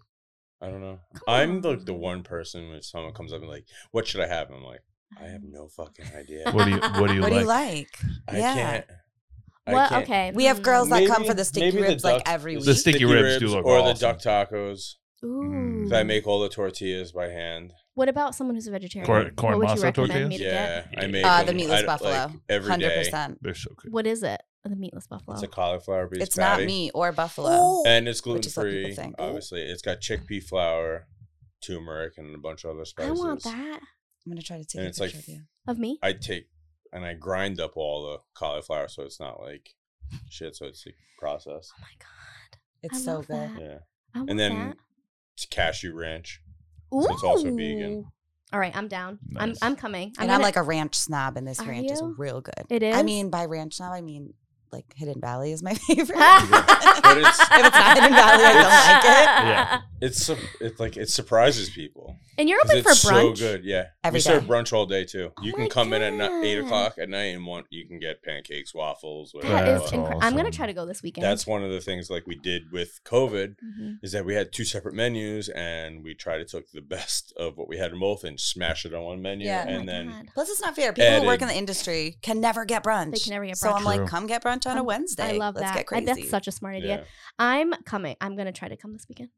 Speaker 4: I don't know.
Speaker 2: Come
Speaker 4: I'm like
Speaker 2: on.
Speaker 4: the one person when someone comes up and like, "What should I have?" I'm like, "I have no fucking idea.
Speaker 1: What do you What do you
Speaker 3: What
Speaker 1: like?
Speaker 3: do you like?
Speaker 4: I
Speaker 3: Yeah.
Speaker 4: can't." I
Speaker 2: What?
Speaker 4: can't.
Speaker 2: Okay.
Speaker 3: We have
Speaker 2: hmm.
Speaker 3: girls that come
Speaker 4: Maybe-
Speaker 3: for the sticky
Speaker 4: maybe
Speaker 3: ribs like
Speaker 4: duck-
Speaker 3: every week.
Speaker 1: The sticky ribs do look
Speaker 4: or the
Speaker 1: awesome.
Speaker 4: duck tacos.
Speaker 2: Ooh.
Speaker 4: I make all the tortillas by hand.
Speaker 2: What about someone who's a vegetarian?
Speaker 1: Corn- corn
Speaker 2: what would
Speaker 1: masa
Speaker 2: you recommend
Speaker 1: tortillas?
Speaker 2: me to
Speaker 4: Yeah,
Speaker 2: get?
Speaker 4: I make
Speaker 3: Uh, the
Speaker 4: them.
Speaker 3: meatless
Speaker 4: I don't-
Speaker 3: buffalo.
Speaker 4: like, every
Speaker 3: Hundred
Speaker 4: day.
Speaker 3: percent.
Speaker 1: They're so good.
Speaker 2: What is it? The meatless buffalo.
Speaker 4: It's a cauliflower beef
Speaker 3: It's
Speaker 4: patty.
Speaker 3: not me or buffalo.
Speaker 4: and it's gluten
Speaker 3: Which is what people
Speaker 4: free.
Speaker 3: think.
Speaker 4: Obviously, it's got chickpea flour, turmeric, and a bunch of other
Speaker 2: I
Speaker 4: spices.
Speaker 2: want that
Speaker 3: I'm gonna try to take
Speaker 4: And
Speaker 3: a
Speaker 4: it's
Speaker 3: picture of
Speaker 4: like-
Speaker 3: you.
Speaker 2: of me.
Speaker 4: I take and I grind up all the cauliflower, so it's not like shit. So it's like processed.
Speaker 2: Oh my god.
Speaker 3: It's
Speaker 2: I
Speaker 3: so
Speaker 2: love
Speaker 3: good.
Speaker 2: that.
Speaker 4: Yeah,
Speaker 2: I want
Speaker 4: and then
Speaker 2: that.
Speaker 4: it's cashew ranch.
Speaker 2: Ooh.
Speaker 4: so it's also vegan.
Speaker 2: All right, I'm down. I'm
Speaker 1: Nice.
Speaker 2: I'm coming.
Speaker 3: And I'm
Speaker 2: gonna-
Speaker 3: like a ranch snob, and this
Speaker 2: Are
Speaker 3: ranch is
Speaker 2: you?
Speaker 3: real good.
Speaker 2: It
Speaker 3: I
Speaker 2: is?
Speaker 3: mean, by ranch snob, I mean like Hidden Valley is my favorite.
Speaker 4: But it's-
Speaker 3: if it's not Hidden Valley, I don't like it.
Speaker 1: Yeah.
Speaker 4: It's su- it's like it surprises people.
Speaker 2: And you're
Speaker 4: 'Cause
Speaker 2: open for
Speaker 4: it's so
Speaker 2: brunch.
Speaker 4: good. Yeah,
Speaker 3: Every
Speaker 4: we serve
Speaker 3: day.
Speaker 4: brunch all day too.
Speaker 2: Oh
Speaker 4: you
Speaker 2: my
Speaker 4: can come in at ni- eight
Speaker 2: God.
Speaker 4: o'clock at night and want you can get pancakes, waffles, whatever.
Speaker 2: That is
Speaker 1: That's
Speaker 2: incredible. I'm gonna
Speaker 1: awesome.
Speaker 2: try to go this weekend.
Speaker 4: That's one of the things like we did with COVID
Speaker 2: Mhm.
Speaker 4: is that we had two separate menus and we tried to took the best of what we had in both and smash it on one menu
Speaker 3: Yeah.
Speaker 2: Oh my
Speaker 4: and then
Speaker 2: God.
Speaker 3: Plus, it's not fair. People who work in
Speaker 4: Added.
Speaker 3: the industry can never get brunch.
Speaker 2: They can never get
Speaker 3: So I'm
Speaker 2: brunch.
Speaker 1: True.
Speaker 3: like, come get brunch on a
Speaker 2: Um,
Speaker 3: Wednesday.
Speaker 2: I love
Speaker 3: Let's
Speaker 2: that.
Speaker 3: get
Speaker 2: I-
Speaker 3: crazy.
Speaker 2: that's such a smart idea.
Speaker 4: yeah.
Speaker 2: I'm coming. I'm gonna try to come this weekend.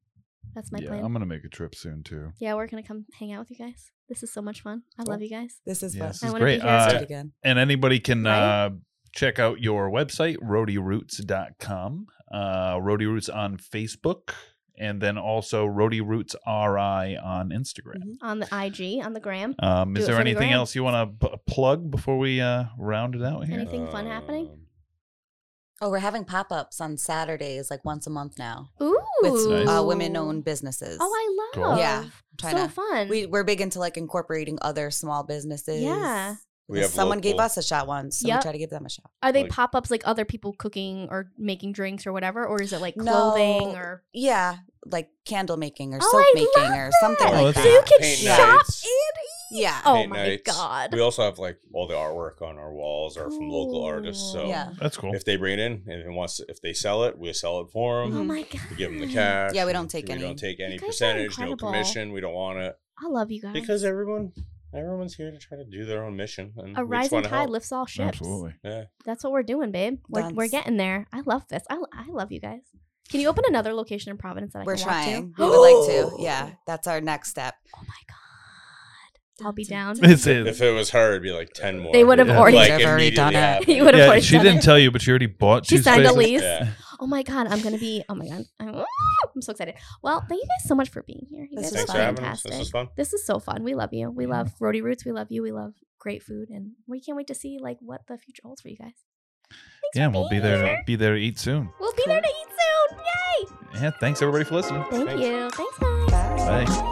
Speaker 2: That's my
Speaker 1: yeah,
Speaker 2: plan.
Speaker 1: I'm gonna make a trip soon too.
Speaker 2: yeah, we're gonna come hang out with you guys. This is so much fun. I love you guys.
Speaker 3: this is
Speaker 1: Yeah,
Speaker 3: fun.
Speaker 1: this
Speaker 2: I
Speaker 1: is
Speaker 2: wanna be
Speaker 1: great.
Speaker 2: here.
Speaker 3: Let's do
Speaker 1: Uh,
Speaker 3: it again.
Speaker 1: and anybody can
Speaker 2: Right?
Speaker 1: uh, check out your website rodyroots.com uh Rody Roots on facebook and then also Rody Roots ri on instagram
Speaker 2: On the IG, on the gram.
Speaker 1: um
Speaker 2: Mm-hmm. Do
Speaker 1: is
Speaker 2: it
Speaker 1: there
Speaker 2: for the
Speaker 1: anything
Speaker 2: gram.
Speaker 1: else you want to p- plug before we uh round it out here
Speaker 2: Anything fun happening?
Speaker 4: Um,
Speaker 3: Oh, we're having pop ups on Saturdays, like once a month now,
Speaker 2: Ooh.
Speaker 3: with
Speaker 1: Nice.
Speaker 3: uh, women owned businesses.
Speaker 2: Oh, I
Speaker 1: Cool.
Speaker 2: love.
Speaker 3: Yeah. trying
Speaker 2: so
Speaker 3: to.
Speaker 2: fun.
Speaker 3: We, we're big into like incorporating other small businesses.
Speaker 2: Yeah.
Speaker 4: We
Speaker 3: Because
Speaker 4: have
Speaker 3: Someone gave
Speaker 4: local-
Speaker 3: us a shot once. So
Speaker 2: Yep.
Speaker 3: we try to give them a shot.
Speaker 2: Are they
Speaker 4: like-
Speaker 2: pop ups like other people cooking or making drinks or whatever, or is it like clothing
Speaker 3: No.
Speaker 2: or?
Speaker 3: Yeah. Like candle making or
Speaker 2: Oh,
Speaker 3: soap
Speaker 2: I
Speaker 3: making
Speaker 2: love
Speaker 3: or something
Speaker 1: that. Oh,
Speaker 3: like
Speaker 1: that's
Speaker 2: So you
Speaker 3: that.
Speaker 2: can
Speaker 4: Paint
Speaker 2: shop
Speaker 4: nights.
Speaker 2: and eat.
Speaker 3: Yeah.
Speaker 2: Oh
Speaker 4: paint
Speaker 2: my
Speaker 4: nights.
Speaker 2: god.
Speaker 4: um, We also have like all the artwork on our walls are from local artists. So
Speaker 2: Cool.
Speaker 3: Yeah.
Speaker 1: That's cool.
Speaker 4: if they bring it in and once if they sell it, we sell it for them.
Speaker 2: Oh
Speaker 3: Mhm.
Speaker 2: my god.
Speaker 4: We give them the cash.
Speaker 3: Yeah, we don't take
Speaker 4: we
Speaker 3: any.
Speaker 4: don't take any
Speaker 2: guys are
Speaker 4: percentage, no
Speaker 2: incredible.
Speaker 4: commission. We don't want it
Speaker 2: I love you guys.
Speaker 4: because everyone everyone's here to try to do their own mission. And
Speaker 2: a
Speaker 4: we just
Speaker 2: rising
Speaker 4: wanna
Speaker 2: tide
Speaker 4: help.
Speaker 2: lifts all ships.
Speaker 1: Absolutely.
Speaker 4: Yeah.
Speaker 2: That's what we're doing, babe. We're, we're
Speaker 3: That's-
Speaker 2: getting there. I love this. I, I love you guys. Can you open another location in Providence that I
Speaker 3: We're
Speaker 2: can
Speaker 3: trying.
Speaker 2: Walk to?
Speaker 3: We would like to. Yeah. That's our next step.
Speaker 2: Oh my god. I'll be down.
Speaker 3: Dun, dun,
Speaker 1: It's
Speaker 4: If it was her, it'd be like ten more.
Speaker 2: They would have
Speaker 1: Yeah.
Speaker 2: already.
Speaker 4: like
Speaker 3: They've already done
Speaker 4: immediately
Speaker 2: He
Speaker 4: after.
Speaker 2: would have
Speaker 1: Yeah,
Speaker 2: already
Speaker 1: she
Speaker 2: done
Speaker 1: didn't
Speaker 2: it.
Speaker 1: tell you, but she already bought
Speaker 2: She
Speaker 1: two
Speaker 2: signed a
Speaker 1: spaces.
Speaker 2: lease.
Speaker 4: Yeah.
Speaker 2: Oh my god, I'm gonna be. Oh my god, I'm, I'm so excited. Well, thank you guys so much for being here. You guys
Speaker 3: This was
Speaker 4: Thanks
Speaker 2: are
Speaker 4: for having us.
Speaker 2: fantastic.
Speaker 4: This was fun.
Speaker 2: This is so fun. We love you. We
Speaker 1: Yeah.
Speaker 2: love Roadie Roots. We love you. We love great food, and we can't wait to see like what the future holds for you guys. Thanks
Speaker 1: Yeah,
Speaker 2: for
Speaker 1: and we'll be
Speaker 2: being
Speaker 1: there.
Speaker 2: here.
Speaker 1: Be there to eat soon.
Speaker 2: We'll be there to eat soon. Yay!
Speaker 1: Yeah, thanks everybody for listening.
Speaker 2: Thank
Speaker 4: Thanks.
Speaker 2: you. Thanks, guys.
Speaker 3: Bye.
Speaker 1: Bye.